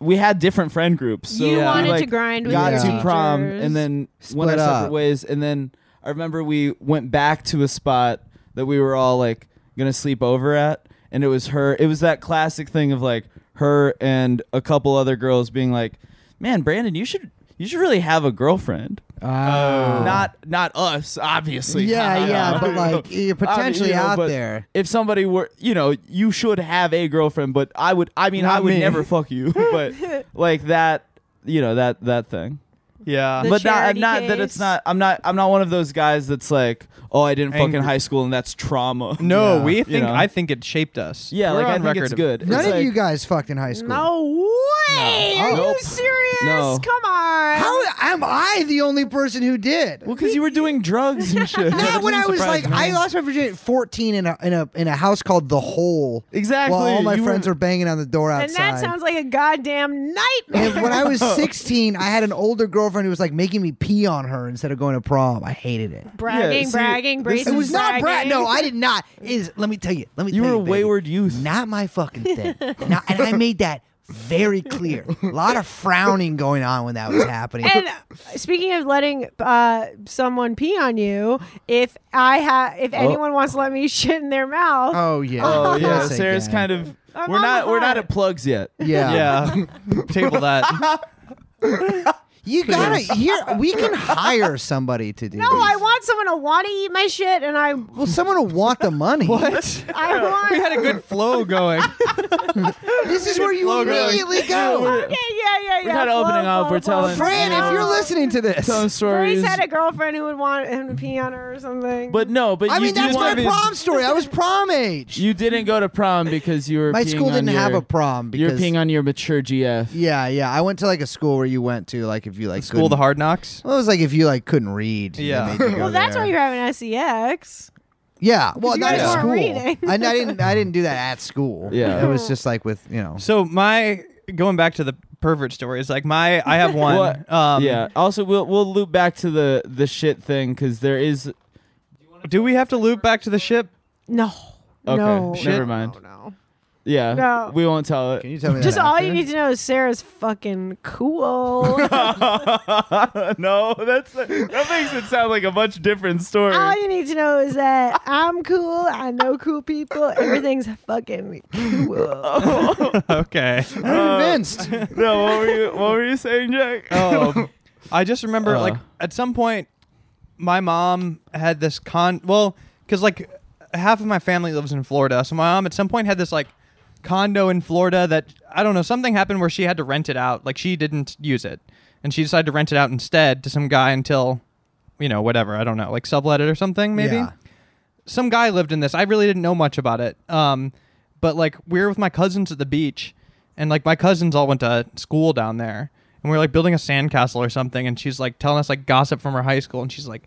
Speaker 3: we had different friend groups. So
Speaker 4: You
Speaker 3: we,
Speaker 4: wanted to
Speaker 3: like,
Speaker 4: grind with
Speaker 3: got
Speaker 2: your
Speaker 3: to prom
Speaker 4: teachers.
Speaker 3: and then went our
Speaker 2: Split
Speaker 3: separate
Speaker 2: up.
Speaker 3: ways. And then I remember we went back to a spot that we were all like gonna sleep over at, and it was her. It was that classic thing of like her and a couple other girls being like, "Man, Brandon, you should." You should really have a girlfriend. Oh.
Speaker 2: Oh.
Speaker 3: Not not us, obviously. <laughs>
Speaker 2: Yeah, yeah,
Speaker 3: No.
Speaker 2: but like you're potentially
Speaker 3: I mean, you know,
Speaker 2: out
Speaker 3: but
Speaker 2: there.
Speaker 3: If somebody were, you know, you should have a girlfriend, but I would, I mean, I
Speaker 1: Not
Speaker 3: would
Speaker 1: me.
Speaker 3: never fuck you, <laughs> but like that, you know, that, that thing.
Speaker 1: yeah.
Speaker 4: The
Speaker 3: but not,
Speaker 4: charity
Speaker 3: not that
Speaker 4: case.
Speaker 3: it's not, I'm not, I'm not one of those guys that's like, oh, I didn't fuck in
Speaker 1: Angry.
Speaker 3: high school and that's
Speaker 2: <laughs>
Speaker 3: trauma.
Speaker 1: no,
Speaker 2: Yeah.
Speaker 1: we
Speaker 3: You
Speaker 1: think
Speaker 3: know.
Speaker 1: I think it shaped us.
Speaker 3: <laughs> Yeah,
Speaker 1: We're
Speaker 3: like I
Speaker 1: on
Speaker 3: think
Speaker 1: record
Speaker 3: it's
Speaker 1: of-
Speaker 3: good.
Speaker 2: None
Speaker 3: It's
Speaker 2: of
Speaker 3: like-
Speaker 2: you guys fucked in high school.
Speaker 4: No way. Are
Speaker 3: Nope.
Speaker 4: you serious?
Speaker 3: No.
Speaker 4: Come on.
Speaker 2: How am I the only person who did?
Speaker 3: Well, because you were doing drugs
Speaker 2: <laughs>
Speaker 3: and shit.
Speaker 2: Not when I was like, I lost my virginity at 14 in a in a in a house called the Hole.
Speaker 3: Exactly.
Speaker 2: While all my
Speaker 3: you
Speaker 2: friends
Speaker 3: were,
Speaker 2: were banging on the door outside.
Speaker 4: and that sounds like a goddamn nightmare.
Speaker 2: And when I was 16, I had an older girlfriend who was like making me pee on her instead of going to prom. I hated it.
Speaker 4: bragging,
Speaker 3: see,
Speaker 4: bragging,
Speaker 3: this is-
Speaker 4: braces.
Speaker 2: It was not Brad.
Speaker 4: bragging.
Speaker 2: No, I did not. It Is let me tell you. Let me.
Speaker 3: You
Speaker 2: tell
Speaker 3: were a
Speaker 2: baby.
Speaker 3: wayward youth.
Speaker 2: Not my fucking thing. Not, and I made that very clear. A lot of frowning going on when that was happening.
Speaker 4: <laughs> And uh, speaking of letting uh, someone pee on you, if I ha- if anyone wants to let me <laughs> shit in their mouth,
Speaker 2: oh yeah. <laughs>
Speaker 3: Oh yeah,
Speaker 2: Yes,
Speaker 3: Sarah's
Speaker 2: again.
Speaker 3: kind of.
Speaker 4: I'm
Speaker 3: We're
Speaker 4: on
Speaker 3: not.
Speaker 4: the
Speaker 3: We're
Speaker 4: hot.
Speaker 3: not at plugs yet.
Speaker 2: <laughs> Yeah.
Speaker 1: Yeah,
Speaker 2: <laughs>
Speaker 1: table that.
Speaker 3: <laughs>
Speaker 2: You gotta. Here, we can hire somebody to do.
Speaker 4: no,
Speaker 2: this.
Speaker 4: I want someone to want to eat my shit, and I
Speaker 2: Well, someone will want the money.
Speaker 1: What?
Speaker 4: I
Speaker 1: <laughs>
Speaker 4: want.
Speaker 1: we had a good
Speaker 3: <laughs>
Speaker 1: flow going.
Speaker 2: This is where you
Speaker 3: Logo.
Speaker 2: immediately go.
Speaker 4: okay, <laughs> yeah, yeah, yeah.
Speaker 3: We're not opening up, we're telling-
Speaker 2: Fran, if you're listening to this,
Speaker 3: Some
Speaker 4: <laughs> Grace
Speaker 3: stories.
Speaker 4: had a girlfriend who would want him to pee on her or something.
Speaker 3: But no, but
Speaker 2: I
Speaker 3: you
Speaker 2: mean
Speaker 3: did
Speaker 2: that's my
Speaker 3: want to be-
Speaker 2: prom story. I was prom age.
Speaker 3: You didn't go to prom because you were.
Speaker 2: My
Speaker 3: peeing
Speaker 2: school
Speaker 3: on
Speaker 2: didn't
Speaker 3: your-
Speaker 2: have a prom
Speaker 3: You're
Speaker 2: because
Speaker 3: peeing on your mature GF.
Speaker 2: Yeah, yeah. I went to like a school where you went to like if you like
Speaker 1: School of the
Speaker 2: couldn't-
Speaker 1: hard knocks.
Speaker 2: Well, it was like if you like couldn't read. they
Speaker 1: Yeah.
Speaker 2: made you go
Speaker 4: well, that's
Speaker 2: there.
Speaker 4: why you're having E sex.
Speaker 2: Yeah. Well,
Speaker 4: you
Speaker 2: not
Speaker 4: guys
Speaker 2: at
Speaker 4: weren't
Speaker 2: school.
Speaker 4: reading.
Speaker 2: I, I didn't. I didn't do that at school.
Speaker 3: Yeah.
Speaker 2: It was just like with you know.
Speaker 1: So my going back to the pervert stories, like my I
Speaker 3: <laughs>
Speaker 1: have one.
Speaker 3: What?
Speaker 1: Um,
Speaker 3: yeah. Also, we'll we'll loop back to the the shit thing because there is.
Speaker 1: Do we have to loop back to the ship? <laughs>
Speaker 4: No.
Speaker 3: Okay.
Speaker 4: No.
Speaker 3: Never mind.
Speaker 4: No, no.
Speaker 3: Yeah.
Speaker 4: No.
Speaker 3: We won't tell it.
Speaker 2: Can you tell me?
Speaker 4: Just
Speaker 2: that
Speaker 4: all
Speaker 2: after?
Speaker 4: you need to know is Sarah's fucking cool.
Speaker 1: <laughs>
Speaker 3: <laughs> no, that's that makes it sound like a much different story.
Speaker 4: All you need to know is that I'm cool. I know cool people. Everything's fucking
Speaker 1: <laughs>
Speaker 4: cool.
Speaker 1: Oh, Okay.
Speaker 2: I'm convinced. <laughs>
Speaker 3: no, what were you what were you saying, Jack?
Speaker 1: Oh, <laughs> I just remember
Speaker 3: Uh.
Speaker 1: like at some point my mom had this con. Well, because like half of my family lives in Florida, so my mom at some point had this like condo in Florida that I don't know. Something happened where she had to rent it out. Like she didn't use it, and she decided to rent it out instead to some guy until, you know, whatever. I don't know, like sublet it or something maybe
Speaker 2: Yeah.
Speaker 1: some guy lived in this. I really didn't know much about it. Um, but like we were with my cousins at the beach, and like my cousins all went to school down there, and we were like building a sandcastle or something. And she's like telling us like gossip from her high school, and she's like,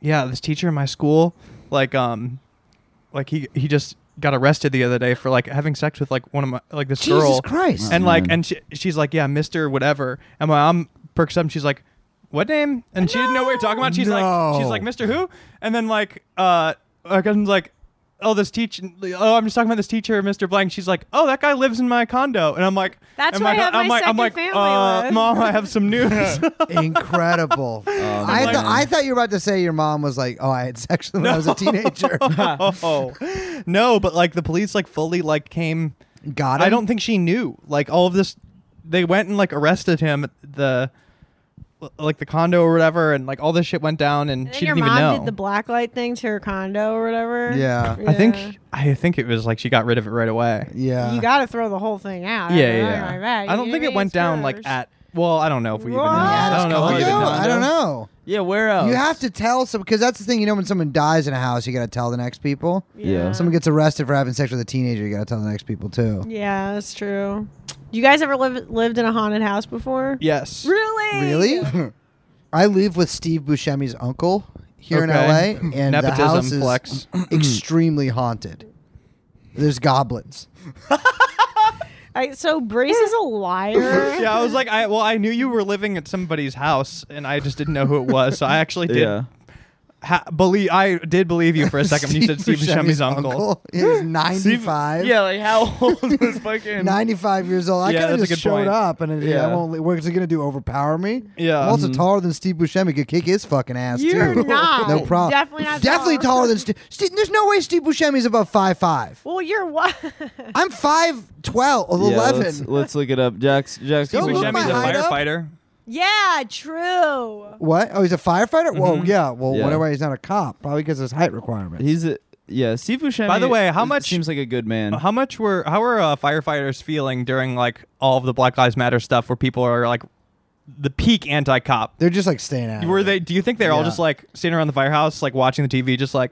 Speaker 1: "Yeah, this teacher in my school, like um, like he he just got arrested the other day for like having sex with like one of my like this
Speaker 2: Jesus
Speaker 1: girl."
Speaker 2: Christ.
Speaker 1: And like,
Speaker 3: man.
Speaker 1: and she, she's like, "Yeah, Mister whatever," and my mom perks up. and She's like. What name? And she didn't know what we were talking about. <laughs> She's like, she's
Speaker 2: No.
Speaker 1: like, Mr. Who? And then like uh my cousin's like, Oh, this teacher oh, I'm just talking about this teacher, Mr. Blank. She's like, Oh, that guy lives in my condo and I'm like
Speaker 4: That's
Speaker 1: and
Speaker 4: where I have
Speaker 1: I'm
Speaker 4: my
Speaker 1: like, I'm
Speaker 4: second
Speaker 1: like,
Speaker 4: family
Speaker 1: uh,
Speaker 4: live."
Speaker 1: Mom, I have some news. <laughs>
Speaker 2: Incredible. I,
Speaker 1: man.
Speaker 2: thought I thought you were about to say your mom was like, "Oh, I had sex when I was a teenager."
Speaker 1: oh. No, but like the police like fully like came
Speaker 2: Got it.
Speaker 1: I don't think she knew. Like all of this they went and like arrested him at the like the condo or whatever and like all this shit went down and,
Speaker 4: And then
Speaker 1: she
Speaker 4: your
Speaker 1: didn't even
Speaker 4: mom
Speaker 1: know.
Speaker 4: did the blacklight thing to her condo or whatever.
Speaker 2: Yeah.
Speaker 1: I think I think it was like she got rid of it right away.
Speaker 2: Yeah.
Speaker 4: you got to throw the whole thing out.
Speaker 1: yeah,
Speaker 4: I
Speaker 1: yeah.
Speaker 4: don't
Speaker 1: yeah.
Speaker 4: know like that.
Speaker 1: I don't
Speaker 4: You
Speaker 1: think it
Speaker 4: mean
Speaker 1: went
Speaker 4: it's
Speaker 1: down
Speaker 4: yours.
Speaker 1: like at. Well, I don't know if we even.
Speaker 4: Whoa.
Speaker 1: I
Speaker 2: Yeah,
Speaker 1: don't know if we
Speaker 2: that's
Speaker 1: even.
Speaker 2: condo.
Speaker 1: Know.
Speaker 2: I don't know.
Speaker 3: Yeah, where else?
Speaker 2: You have to tell some because that's the thing. You know, when someone dies in a house, you got to tell the next people.
Speaker 1: Uh-huh.
Speaker 3: Yeah.
Speaker 2: Someone gets arrested for having sex with a teenager, you got to tell the next people too.
Speaker 4: Yeah, that's true. You guys ever live, lived in a haunted house before?
Speaker 1: Yes.
Speaker 4: Really?
Speaker 2: Really? <laughs> I live with Steve Buscemi's uncle here
Speaker 1: Okay.
Speaker 2: in LA, and
Speaker 1: <laughs>
Speaker 2: the
Speaker 1: Nepotism
Speaker 2: house is
Speaker 1: flex.
Speaker 2: <clears throat> extremely haunted. There's goblins.
Speaker 4: I, so Brace is
Speaker 1: <laughs>
Speaker 4: a liar.
Speaker 1: Yeah, I was like, I well, I knew you were living at somebody's house, and I just didn't know who it was, so I actually did
Speaker 3: Yeah.
Speaker 1: ha- believe. I did believe you for a second when
Speaker 2: <laughs>
Speaker 1: you said Steve Buscemi's uncle. <laughs>
Speaker 2: He's 95.
Speaker 3: Yeah, like how old was fucking?
Speaker 2: 95 years old. I
Speaker 1: Yeah,
Speaker 2: kind of
Speaker 1: that's a
Speaker 2: just
Speaker 1: good
Speaker 2: showed
Speaker 1: point.
Speaker 2: up, and it, yeah. I
Speaker 3: Yeah.
Speaker 2: won't. What's it gonna do? Overpower me?
Speaker 1: Yeah.
Speaker 2: I'm also
Speaker 1: Mhm.
Speaker 2: taller than Steve Buscemi. Could kick his fucking ass
Speaker 4: You're
Speaker 2: too.
Speaker 4: not.
Speaker 2: No problem.
Speaker 4: Definitely not
Speaker 2: Definitely
Speaker 4: taller.
Speaker 2: taller than Steve. Steve. There's no way Steve Buscemi's above five five.
Speaker 4: Well, you're what?
Speaker 2: I'm five
Speaker 1: <laughs>
Speaker 2: twelve or
Speaker 3: Yeah,
Speaker 2: eleven.
Speaker 3: Let's, let's look it up. Jack's Jack's
Speaker 2: <laughs> Don't
Speaker 1: Steve
Speaker 2: look
Speaker 1: Buscemi's a
Speaker 2: my height up.
Speaker 1: firefighter.
Speaker 4: <laughs> yeah, true.
Speaker 2: What? Oh, he's a firefighter. Whoa,
Speaker 1: Mm-hmm.
Speaker 2: yeah. Well,
Speaker 3: Yeah.
Speaker 2: whatever. He's not a cop, probably because of his height requirement.
Speaker 3: He's a yeah. Steve Buscemi.
Speaker 1: By the way, how
Speaker 3: is-
Speaker 1: much-
Speaker 3: seems like a good man?
Speaker 1: How much were how were uh, firefighters feeling during like all of the Black Lives Matter stuff, where people are like the peak anti cop?
Speaker 2: They're just like staying out.
Speaker 1: Were they? Do you think they're all
Speaker 2: Yeah.
Speaker 1: just like sitting around the firehouse, like watching the TV, just like,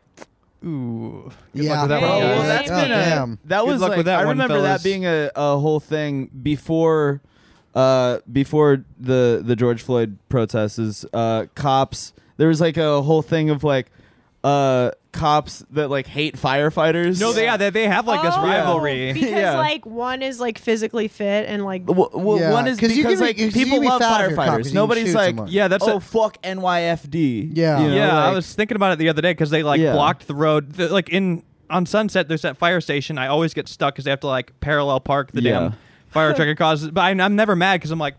Speaker 1: ooh, good
Speaker 2: Yeah.
Speaker 1: luck with that
Speaker 3: Oh,
Speaker 1: one,
Speaker 4: Yeah.
Speaker 1: guys.
Speaker 3: well, that's
Speaker 2: Yeah.
Speaker 3: been a,
Speaker 2: Damn.
Speaker 3: that
Speaker 1: Good
Speaker 3: was
Speaker 1: luck
Speaker 3: like,
Speaker 1: with that
Speaker 3: I
Speaker 1: one,
Speaker 3: remember
Speaker 1: fellas.
Speaker 3: that being a, a whole thing before uh before the the George Floyd protests is uh cops there was like a whole thing of like uh cops that like hate firefighters.
Speaker 1: No, they, yeah, they, they have like this
Speaker 4: Oh,
Speaker 1: <laughs> rivalry.
Speaker 4: Because
Speaker 3: Yeah.
Speaker 4: like one is like physically fit and like
Speaker 3: W- w-
Speaker 2: Yeah,
Speaker 3: one is
Speaker 2: 'cause
Speaker 3: because
Speaker 2: you can be-
Speaker 3: like
Speaker 2: 'cause you
Speaker 3: people
Speaker 2: can be
Speaker 3: love
Speaker 2: found if you're a cop, 'cause you
Speaker 3: firefighters.
Speaker 2: can
Speaker 3: Nobody's
Speaker 2: shoot
Speaker 3: like,
Speaker 2: someone.
Speaker 1: Yeah, that's
Speaker 3: oh
Speaker 1: a-
Speaker 3: fuck NYFD.
Speaker 2: Yeah.
Speaker 3: You know,
Speaker 1: yeah, I
Speaker 3: like-
Speaker 1: was thinking about it the other day because they like
Speaker 3: Yeah.
Speaker 1: blocked the road. The, like in on Sunset, there's that fire station. I always get stuck because they have to like parallel park the
Speaker 3: Yeah.
Speaker 1: damn fire truck. It causes, but I, I'm never mad because I'm like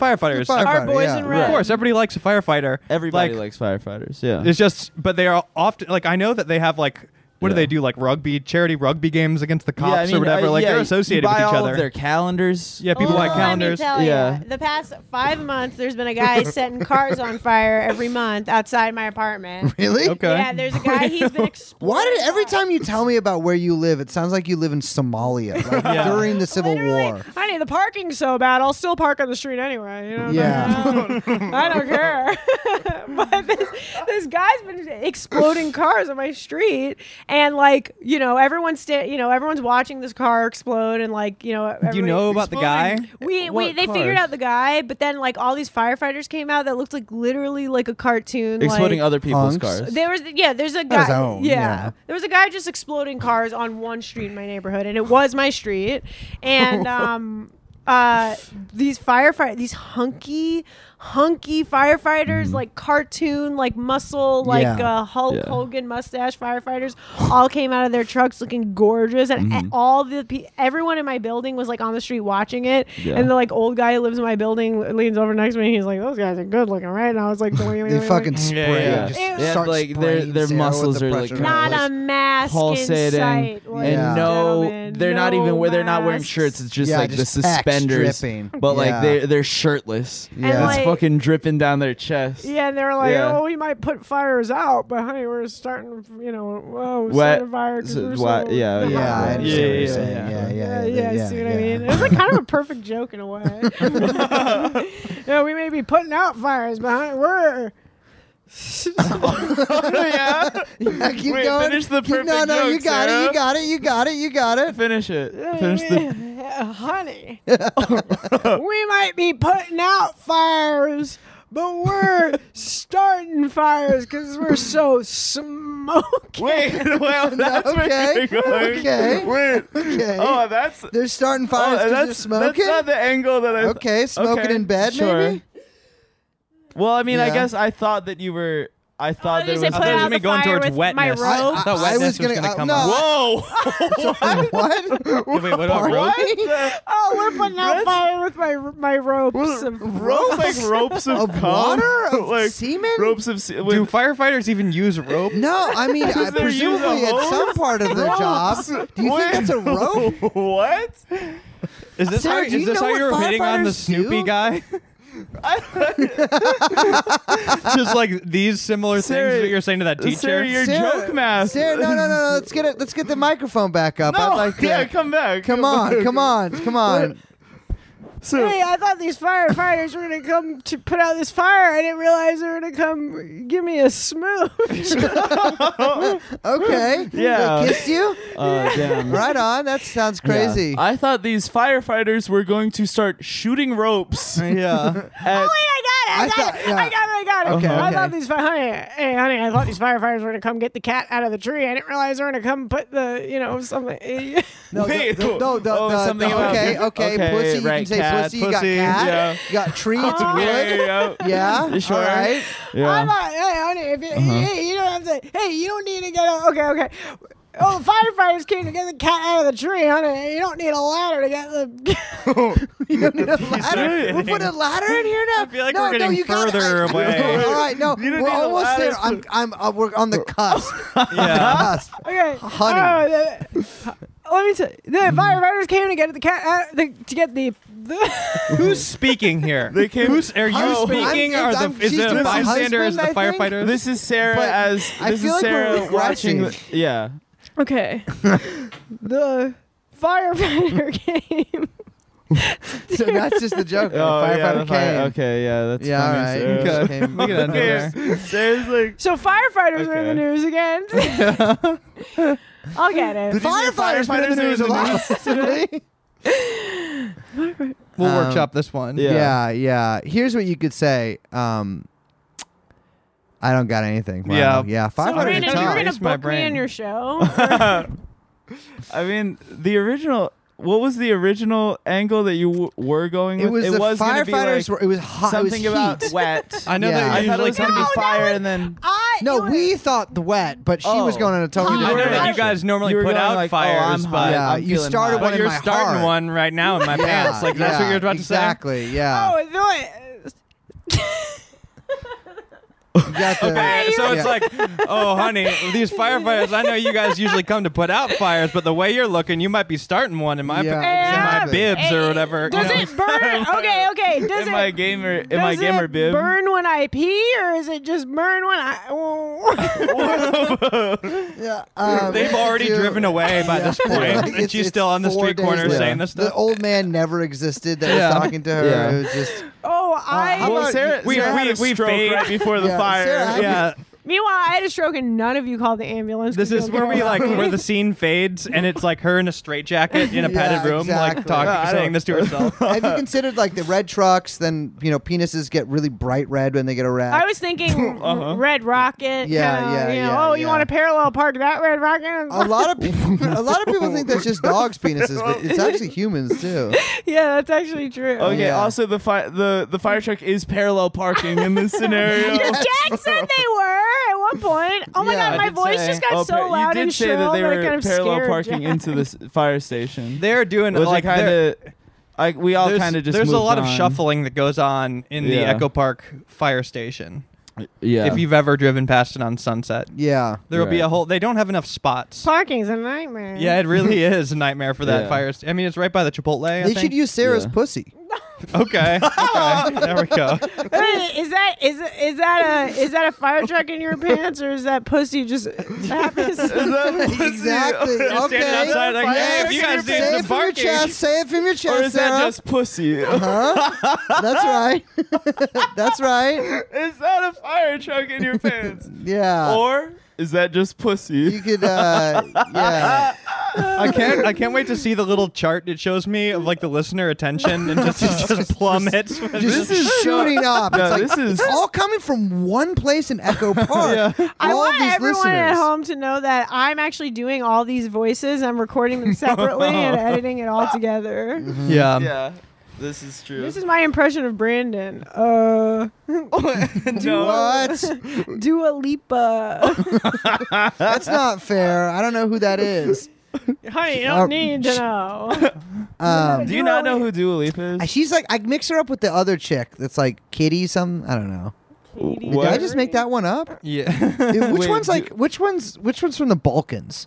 Speaker 1: firefighters.
Speaker 2: You're a
Speaker 4: our
Speaker 2: firefighter,
Speaker 4: boys
Speaker 2: yeah.
Speaker 4: in
Speaker 1: Of
Speaker 4: red.
Speaker 1: course, everybody likes a firefighter.
Speaker 3: everybody
Speaker 1: Like,
Speaker 3: likes firefighters. Yeah.
Speaker 1: It's just, but they are often like I know that they have like what do
Speaker 3: Yeah.
Speaker 1: they do like rugby charity rugby games against the cops
Speaker 3: yeah, I mean,
Speaker 1: or whatever.
Speaker 3: I-
Speaker 1: like
Speaker 3: yeah,
Speaker 1: they're
Speaker 3: you
Speaker 1: associated with
Speaker 3: buy
Speaker 1: each
Speaker 3: all of
Speaker 1: other.
Speaker 3: their calendars.
Speaker 1: yeah, people
Speaker 4: Oh,
Speaker 1: like
Speaker 4: let me
Speaker 1: calendars.
Speaker 4: tell ya,
Speaker 3: Yeah.
Speaker 4: the past five months, there's been a guy setting cars on fire every month outside my apartment.
Speaker 2: really?
Speaker 1: Okay.
Speaker 4: Yeah, there's a guy. He's been. Exploring
Speaker 2: Why did every time you tell me about where you live, it sounds like you live in Somalia like,
Speaker 1: <laughs> Yeah.
Speaker 2: during the Civil
Speaker 4: Literally,
Speaker 2: War?
Speaker 4: honey, the parking's so bad. I'll still park on the street anyway. You know,
Speaker 2: Yeah.
Speaker 4: I don't, I don't care. <laughs> but this this guy's been exploding cars on my street, and like you know, everyone's sta- you know, everyone's watching this car explode, and like you know,
Speaker 1: Do you know about the guy?
Speaker 4: We, we
Speaker 3: What
Speaker 4: they figured
Speaker 3: cars?
Speaker 4: out the guy, but then like all these firefighters came out that looked like literally like a cartoon.
Speaker 3: Exploding
Speaker 4: like,
Speaker 3: other people's
Speaker 2: Punks.
Speaker 3: cars.
Speaker 4: there was yeah, there's a
Speaker 2: his
Speaker 4: guy.
Speaker 2: own,
Speaker 4: yeah.
Speaker 2: yeah.
Speaker 4: there was a guy just exploding cars on one street in my neighborhood, and it was my street.
Speaker 2: <laughs>
Speaker 4: And um, uh, these firefight, these hunky, hunky firefighters, like cartoon, like muscle, like
Speaker 2: Mm. Yeah.
Speaker 4: uh, Hulk
Speaker 3: Yeah.
Speaker 4: Hogan mustache firefighters, all came out of their trucks looking gorgeous, and
Speaker 2: Mm-hmm.
Speaker 4: e- all the pe- everyone in my building was like on the street watching it.
Speaker 3: Yeah.
Speaker 4: And the like old guy who lives in my building leans over next to me, and he's like, "Those guys are good looking, right?" And I was like, <laughs>
Speaker 2: They fucking spray.
Speaker 1: yeah.
Speaker 2: Just
Speaker 4: Ew.
Speaker 3: They have,
Speaker 2: start
Speaker 3: like, their-
Speaker 2: spraying
Speaker 3: their
Speaker 2: Sarah with
Speaker 3: muscles
Speaker 2: the
Speaker 3: are, like,
Speaker 2: pressure
Speaker 3: kinda
Speaker 2: on
Speaker 4: not
Speaker 2: it.
Speaker 3: like
Speaker 4: a mask in
Speaker 3: pulsating
Speaker 4: sight, ladies
Speaker 2: Oh, Yeah.
Speaker 3: and no
Speaker 4: gentlemen.
Speaker 3: they're not
Speaker 4: No
Speaker 3: even where they're not wearing
Speaker 4: masks.
Speaker 3: shirts it's just
Speaker 2: Yeah,
Speaker 3: like
Speaker 2: just
Speaker 3: the
Speaker 2: pack
Speaker 3: suspenders
Speaker 2: stripping.
Speaker 3: but
Speaker 2: Yeah.
Speaker 3: like they're they're shirtless
Speaker 2: Yeah.
Speaker 4: And
Speaker 3: it's
Speaker 4: like,
Speaker 3: fucking dripping down their chest.
Speaker 4: Yeah, and they were like,
Speaker 3: Yeah.
Speaker 4: "Oh, we might put fires out, but honey, we're starting, you know, whoa, we're
Speaker 3: Wet-
Speaker 4: starting a fire 'cause
Speaker 3: so
Speaker 4: we're
Speaker 3: why-
Speaker 4: so
Speaker 3: um, yeah,
Speaker 2: Yeah, I understand
Speaker 1: Yeah,
Speaker 2: what you're
Speaker 1: yeah,
Speaker 2: saying. Yeah,
Speaker 1: yeah.
Speaker 2: yeah, yeah.
Speaker 4: yeah,
Speaker 2: yeah,
Speaker 4: see what
Speaker 2: yeah.
Speaker 4: I mean? It was like kind of a perfect joke in
Speaker 3: <laughs>
Speaker 4: a way. <laughs> yeah, we may be putting out fires, but honey, we're
Speaker 3: <laughs> yeah.
Speaker 2: Yeah, <laughs> keep
Speaker 3: Wait,
Speaker 2: going.
Speaker 3: finish the
Speaker 2: Keep- No,
Speaker 3: perfect
Speaker 2: no, you
Speaker 3: joke,
Speaker 2: got it. You
Speaker 3: Sarah.
Speaker 2: got it. You got it. You
Speaker 3: <laughs>
Speaker 2: got it.
Speaker 3: Finish it. Finish the.
Speaker 4: Yeah, <laughs> honey. we might be putting out fires, but we're starting fires because we're so
Speaker 3: <laughs>
Speaker 4: smoky.
Speaker 3: Wait, <laughs>
Speaker 2: <laughs>
Speaker 3: well, that's where
Speaker 2: Okay,
Speaker 3: you're going.
Speaker 2: okay,
Speaker 3: <laughs> Wait.
Speaker 2: <laughs> Okay.
Speaker 3: Oh, that's.
Speaker 2: They're starting
Speaker 3: Oh,
Speaker 2: fires because they're
Speaker 3: that's,
Speaker 2: smoking.
Speaker 3: that's not the angle that I.
Speaker 2: okay, smoking
Speaker 3: okay,
Speaker 2: in bed,
Speaker 3: sure. <laughs>
Speaker 2: maybe.
Speaker 3: Well, I mean, I
Speaker 2: Yeah.
Speaker 3: guess I thought that you were. I thought
Speaker 4: you
Speaker 3: that
Speaker 4: say
Speaker 3: it was.
Speaker 1: I
Speaker 4: Put
Speaker 1: thought it was
Speaker 4: out
Speaker 1: me
Speaker 4: the
Speaker 1: going
Speaker 4: fire
Speaker 1: towards
Speaker 4: with my
Speaker 1: wetness.
Speaker 4: rope.
Speaker 1: I, thought
Speaker 2: I- I
Speaker 1: wetness
Speaker 2: was
Speaker 1: was
Speaker 2: gonna-
Speaker 1: going
Speaker 2: uh,
Speaker 1: to come
Speaker 2: no,
Speaker 1: up.
Speaker 4: <laughs>
Speaker 3: Whoa! <laughs>
Speaker 2: what?
Speaker 1: Wait, wait, what about
Speaker 2: Pardon?
Speaker 1: rope?
Speaker 4: Oh, we're putting out fire with my my ropes. Of
Speaker 3: ropes like
Speaker 2: <laughs>
Speaker 3: ropes of,
Speaker 2: Of
Speaker 3: cum?
Speaker 2: water?
Speaker 3: <laughs>
Speaker 2: Of
Speaker 3: like
Speaker 2: semen?
Speaker 3: Ropes of se-
Speaker 1: Do
Speaker 3: wait,
Speaker 1: firefighters even use rope?
Speaker 2: No, I
Speaker 3: <laughs>
Speaker 2: mean, I,
Speaker 3: Because they're using
Speaker 2: presumably
Speaker 3: a
Speaker 2: at
Speaker 3: hose?
Speaker 2: some part
Speaker 3: <laughs>
Speaker 2: of their job. Do you
Speaker 3: Wait.
Speaker 2: think it's a rope?
Speaker 3: what?
Speaker 1: Is this
Speaker 2: Sarah,
Speaker 1: how,
Speaker 2: do
Speaker 1: is
Speaker 2: you
Speaker 1: this
Speaker 2: know
Speaker 1: how
Speaker 2: what
Speaker 1: you were hitting on the
Speaker 2: firefighters
Speaker 1: Snoopy <laughs>
Speaker 2: do?
Speaker 1: guy? Just like these similar
Speaker 3: Sarah,
Speaker 1: things that you're saying to that teacher.
Speaker 3: Sarah, you're
Speaker 2: Sarah-
Speaker 3: joke master.
Speaker 2: Sarah, no,
Speaker 3: <laughs>
Speaker 2: no, no, no. Let's get it. Let's get the microphone back up.
Speaker 3: No,
Speaker 2: I'd like to.
Speaker 3: Oh, yeah, <laughs> come back.
Speaker 2: come on, come on, come
Speaker 3: <laughs>
Speaker 2: on.
Speaker 3: So,
Speaker 2: <laughs>
Speaker 4: Hey, I thought these firefighters were gonna come to put out this fire. I didn't realize they were gonna come give me a smooch.
Speaker 2: Okay.
Speaker 3: Yeah.
Speaker 2: They kissed you.
Speaker 3: <laughs> uh, damn.
Speaker 2: Right on. That sounds crazy.
Speaker 3: Yeah. I thought these firefighters were going to start shooting
Speaker 2: <laughs>
Speaker 3: ropes.
Speaker 1: yeah.
Speaker 3: <laughs>
Speaker 2: Oh,
Speaker 3: at-
Speaker 4: I got it. I,
Speaker 2: I
Speaker 4: got
Speaker 2: thought-
Speaker 4: it.
Speaker 2: yeah.
Speaker 4: I got it. I got it.
Speaker 2: Okay,
Speaker 4: I
Speaker 2: okay.
Speaker 4: thought these fire, honey, hey, honey, I thought these firefighters were gonna come get the cat out of the tree. I didn't realize they were gonna come put the, you know, something. <laughs>
Speaker 2: No,
Speaker 3: Wait,
Speaker 2: the, the, no, the,
Speaker 3: oh,
Speaker 2: the,
Speaker 3: something
Speaker 2: the,
Speaker 3: about-
Speaker 2: okay, okay,
Speaker 3: okay,
Speaker 2: pussy. You can
Speaker 3: right,
Speaker 2: say
Speaker 3: cat,
Speaker 2: pussy. You got
Speaker 3: pussy, <laughs>
Speaker 2: cat.
Speaker 3: yeah.
Speaker 2: You got tree. It's
Speaker 3: Yeah,
Speaker 2: wood.
Speaker 3: yeah, yeah.
Speaker 2: Yeah.
Speaker 3: You sure? <laughs>
Speaker 2: All right.
Speaker 4: I'm
Speaker 3: Yeah.
Speaker 4: like, hey, honey, if you,
Speaker 2: Uh-huh.
Speaker 4: hey, you don't have to, hey, you don't need to get a, okay, okay. Oh, firefighters came to get the cat out of the tree, honey. You don't need a ladder to get the. <laughs>
Speaker 2: You don't <laughs> need a ladder.
Speaker 1: kidding.
Speaker 2: We're putting a ladder in here now.
Speaker 1: I feel like
Speaker 2: no,
Speaker 1: we're
Speaker 2: no,
Speaker 1: getting
Speaker 2: you got it.
Speaker 1: further <laughs>
Speaker 2: I-
Speaker 1: away.
Speaker 2: <laughs> All right, no,
Speaker 3: You don't
Speaker 2: we're
Speaker 3: need a
Speaker 2: almost
Speaker 3: ladder
Speaker 2: there.
Speaker 3: to-
Speaker 2: I'm, I'm, uh, we're <laughs>
Speaker 3: <laughs>
Speaker 2: on the cusp.
Speaker 1: Yeah.
Speaker 2: cusp.
Speaker 4: okay,
Speaker 2: Honey. Mm-hmm.
Speaker 4: Oh, the, let me tell you, the firefighters came to get the cat out, the, to get the. the
Speaker 1: Who's speaking here?
Speaker 3: They came-
Speaker 1: Who's, are you
Speaker 2: Oh,
Speaker 1: speaking?
Speaker 2: I'm-
Speaker 1: Are
Speaker 2: I'm-
Speaker 1: the, is
Speaker 2: she's
Speaker 1: it
Speaker 2: doing
Speaker 1: a
Speaker 2: my
Speaker 1: bystander? Is it the
Speaker 2: husband, I think.
Speaker 1: firefighter?
Speaker 3: This is Sarah
Speaker 2: But
Speaker 3: as
Speaker 2: I
Speaker 3: this
Speaker 2: feel
Speaker 3: is
Speaker 2: like
Speaker 3: Sarah
Speaker 2: we're
Speaker 3: watching.
Speaker 2: rushing.
Speaker 3: the- yeah.
Speaker 2: <laughs>
Speaker 4: okay, the firefighter <laughs> came.
Speaker 2: So that's just the joke.
Speaker 3: Oh,
Speaker 2: firefighter
Speaker 3: yeah, the fire-
Speaker 2: came.
Speaker 3: Okay, yeah, that's
Speaker 2: Yeah, all
Speaker 3: funny,
Speaker 2: right.
Speaker 3: Sarah.
Speaker 2: Okay. Came.
Speaker 1: We can end it there.
Speaker 3: Okay, <laughs> Sarah's like,
Speaker 4: So firefighters are in the
Speaker 3: Okay.
Speaker 4: news again. <laughs> I'll get it.
Speaker 3: Did you say
Speaker 2: Firefighters been in the
Speaker 3: firefighters are
Speaker 2: news a lot
Speaker 1: <laughs>
Speaker 2: lately.
Speaker 1: We'll
Speaker 2: Um,
Speaker 1: workshop this one.
Speaker 3: Yeah.
Speaker 2: Yeah, yeah. Here's what you could say. Um, I don't got anything. Wow.
Speaker 1: Yeah.
Speaker 2: Yeah, yeah. Five
Speaker 4: So
Speaker 1: Brandon,
Speaker 2: hundred
Speaker 4: Brandon, you're
Speaker 1: time.
Speaker 4: gonna
Speaker 1: It's my
Speaker 4: book me
Speaker 1: brain.
Speaker 4: in your show.
Speaker 3: I mean, the original. What was the original angle that you w- were going
Speaker 2: It
Speaker 3: with?
Speaker 2: was the
Speaker 3: gonna
Speaker 2: firefighters.
Speaker 3: be like
Speaker 2: were, it was hot. It was
Speaker 3: something
Speaker 2: heat.
Speaker 3: about
Speaker 2: <laughs>
Speaker 3: wet.
Speaker 1: I know
Speaker 2: Yeah.
Speaker 1: that
Speaker 3: I
Speaker 1: you
Speaker 3: thought it
Speaker 1: usually
Speaker 3: was gonna
Speaker 1: come to
Speaker 3: be
Speaker 2: "Oh,
Speaker 4: that
Speaker 3: fire,
Speaker 4: was-
Speaker 3: and then
Speaker 4: I
Speaker 2: no,
Speaker 4: it was-
Speaker 2: we thought the wet, but she was
Speaker 3: Oh.
Speaker 2: going on a
Speaker 4: I
Speaker 2: totally
Speaker 4: know
Speaker 1: I know
Speaker 2: different
Speaker 1: that you
Speaker 2: direction.
Speaker 1: guys normally
Speaker 3: you were
Speaker 1: put
Speaker 3: going
Speaker 1: out
Speaker 3: like,
Speaker 1: fires,
Speaker 3: "Oh, I'm hot.
Speaker 1: but,
Speaker 2: Yeah,
Speaker 3: I'm
Speaker 2: you
Speaker 3: feeling
Speaker 2: started
Speaker 3: hot.
Speaker 2: one
Speaker 1: but
Speaker 2: in
Speaker 1: you're
Speaker 2: my
Speaker 1: starting
Speaker 2: heart.
Speaker 1: one right now in my
Speaker 2: Yeah,
Speaker 1: pants. Like that's what
Speaker 2: yeah,
Speaker 1: you're about
Speaker 2: exactly,
Speaker 4: <laughs> Oh,
Speaker 2: Yeah.
Speaker 4: I know it.
Speaker 2: You got the-
Speaker 1: to say. Okay, so
Speaker 2: yeah.
Speaker 1: it's like, oh, honey, these firefighters. I know you guys usually come to put out fires, but the way you're looking, you might be starting one in my
Speaker 2: Yeah,
Speaker 1: in my
Speaker 2: exactly.
Speaker 1: bibs or whatever. you
Speaker 4: Does
Speaker 1: know? <laughs>
Speaker 4: it burn? Okay, okay. Does
Speaker 3: in
Speaker 4: it?
Speaker 3: my gamer, in
Speaker 4: does
Speaker 3: my gamer
Speaker 4: it
Speaker 3: bib.
Speaker 4: burn when I pee, or is it just burn when I? <laughs> Oh,
Speaker 2: Yeah,
Speaker 1: <laughs>
Speaker 2: um,
Speaker 1: They've already
Speaker 2: dude.
Speaker 1: driven away by this point,
Speaker 2: Like,
Speaker 1: and
Speaker 2: it's-
Speaker 1: she's
Speaker 2: it's
Speaker 1: still on the
Speaker 2: four
Speaker 1: street
Speaker 2: days
Speaker 1: corner
Speaker 2: later.
Speaker 1: saying this
Speaker 2: The
Speaker 1: stuff.
Speaker 2: old man never existed that
Speaker 1: Yeah.
Speaker 2: was talking to her.
Speaker 3: Yeah.
Speaker 2: It was just
Speaker 4: oh,
Speaker 2: how
Speaker 4: I.
Speaker 2: about-
Speaker 3: Well, Sarah,
Speaker 1: We-
Speaker 3: Sarah
Speaker 1: we-
Speaker 3: had a
Speaker 1: we
Speaker 3: stroke
Speaker 1: fade. <laughs>
Speaker 3: right before the
Speaker 2: Yeah,
Speaker 3: fire.
Speaker 2: Sarah, I-
Speaker 3: yeah.
Speaker 1: yeah,
Speaker 4: meanwhile, I had a stroke, and none of you called the
Speaker 1: <laughs>
Speaker 4: ambulance.
Speaker 1: this
Speaker 4: 'cause you
Speaker 1: is
Speaker 4: don't
Speaker 1: where
Speaker 4: care
Speaker 1: we
Speaker 3: <laughs>
Speaker 4: about
Speaker 1: like
Speaker 4: me.
Speaker 1: where the scene fades, and it's like her in a straitjacket in a
Speaker 2: Yeah,
Speaker 1: padded room,
Speaker 2: exactly.
Speaker 1: like talking,
Speaker 3: Yeah, I don't-
Speaker 1: saying this to
Speaker 3: <laughs>
Speaker 1: herself.
Speaker 2: Have you considered like the red trucks? Then you know penises get really bright red when they get a red.
Speaker 4: <laughs> I was thinking
Speaker 3: Uh-huh.
Speaker 4: Red Rocket.
Speaker 2: Yeah,
Speaker 4: kinda,
Speaker 2: yeah,
Speaker 4: you know,
Speaker 2: yeah,
Speaker 4: Oh, you
Speaker 2: yeah.
Speaker 4: want to parallel park that Red Rocket?
Speaker 2: a
Speaker 3: <laughs>
Speaker 2: lot of people, a lot of people think that's just <laughs> dogs' penises, but it's actually humans too.
Speaker 4: yeah, that's actually true.
Speaker 3: Okay. <laughs>
Speaker 2: Oh, Yeah.
Speaker 3: Also, the fire the the fire truck is parallel parking in
Speaker 1: <laughs>
Speaker 3: this scenario.
Speaker 4: Jack said they were at one point. Oh my
Speaker 2: Yeah,
Speaker 4: god,
Speaker 2: I
Speaker 4: my
Speaker 2: did
Speaker 4: voice
Speaker 2: say-
Speaker 4: just got
Speaker 3: Oh,
Speaker 4: so
Speaker 3: par-
Speaker 4: loud
Speaker 3: you did
Speaker 4: and
Speaker 3: say
Speaker 4: shrill
Speaker 3: that they
Speaker 4: that
Speaker 3: were
Speaker 4: it kind of
Speaker 3: parallel
Speaker 4: scared
Speaker 3: parking
Speaker 4: Jack.
Speaker 1: <laughs>
Speaker 3: into this fire station.
Speaker 1: They're doing
Speaker 3: Which
Speaker 1: like
Speaker 3: I kind of, like we all
Speaker 1: there's-
Speaker 3: kind of just.
Speaker 1: there's a
Speaker 3: moved
Speaker 1: lot of
Speaker 3: on.
Speaker 1: shuffling that goes on in the
Speaker 3: Yeah.
Speaker 1: Echo Park fire station.
Speaker 3: Yeah.
Speaker 1: If you've ever driven past it on Sunset,
Speaker 2: Yeah,
Speaker 1: there will be
Speaker 3: Right.
Speaker 1: a whole. They don't have enough spots.
Speaker 4: <laughs> Parking's a nightmare.
Speaker 3: <laughs>
Speaker 1: Yeah, it really is a nightmare for that
Speaker 3: Yeah.
Speaker 1: fire. St- I mean, it's right by the Chipotle. I
Speaker 2: they
Speaker 1: think.
Speaker 2: should use Sarah's
Speaker 3: Yeah.
Speaker 2: pussy.
Speaker 3: <laughs>
Speaker 1: Okay. okay. There we go.
Speaker 4: <laughs> Wait, is that is is that a is that a fire truck in your pants or is that
Speaker 3: <laughs>
Speaker 4: pussy just happens?
Speaker 1: <laughs>
Speaker 2: exactly.
Speaker 1: Just
Speaker 2: okay.
Speaker 1: standing outside like,
Speaker 4: "Hey, if you
Speaker 1: guys
Speaker 2: say
Speaker 1: need some
Speaker 2: it from your
Speaker 1: barking."
Speaker 2: chest. Say it from your
Speaker 3: or
Speaker 2: chest.
Speaker 3: is that
Speaker 2: Sarah.
Speaker 3: just pussy?
Speaker 2: Huh? That's right. <laughs> That's right.
Speaker 3: <laughs> is that a fire truck in
Speaker 1: <laughs>
Speaker 3: your pants?
Speaker 1: Uh,
Speaker 2: Yeah.
Speaker 3: or is that just pussy?
Speaker 2: you could. Uh, yeah.
Speaker 1: I can't. I can't wait to see the little chart it shows me of like the listener attention and just it
Speaker 3: <laughs>
Speaker 1: just plummets.
Speaker 3: <laughs>
Speaker 2: Just
Speaker 3: This is so-
Speaker 2: shooting up.
Speaker 3: No,
Speaker 2: it's like,
Speaker 3: this is-
Speaker 2: it's all coming from one place
Speaker 3: <laughs>
Speaker 2: in Echo Park.
Speaker 3: Yeah.
Speaker 4: I
Speaker 2: All
Speaker 4: want
Speaker 2: these
Speaker 4: everyone at
Speaker 2: listeners.
Speaker 4: home to know that I'm actually doing all these voices. I'm recording them
Speaker 3: <laughs>
Speaker 4: separately and editing it all together.
Speaker 1: yeah.
Speaker 3: yeah, this is true.
Speaker 4: This is my impression of Brandon. Uh,
Speaker 3: no.
Speaker 2: What?
Speaker 4: Dua
Speaker 3: <laughs>
Speaker 4: Lipa. <laughs>
Speaker 2: That's not fair. I don't know who
Speaker 3: <laughs>
Speaker 2: that is.
Speaker 4: Honey, you
Speaker 2: Uh,
Speaker 4: don't need to know.
Speaker 2: Um,
Speaker 3: Do you not know who Dua Lipa is?
Speaker 2: she's like, I mix her up with the other chick that's like Kitty. Some I don't know.
Speaker 3: What?
Speaker 2: Did I just make that one up?
Speaker 1: Yeah.
Speaker 2: Dude,
Speaker 3: <laughs>
Speaker 2: which
Speaker 3: Wait,
Speaker 2: one's
Speaker 3: do-
Speaker 2: like? Which one's? Which one's from the Balkans?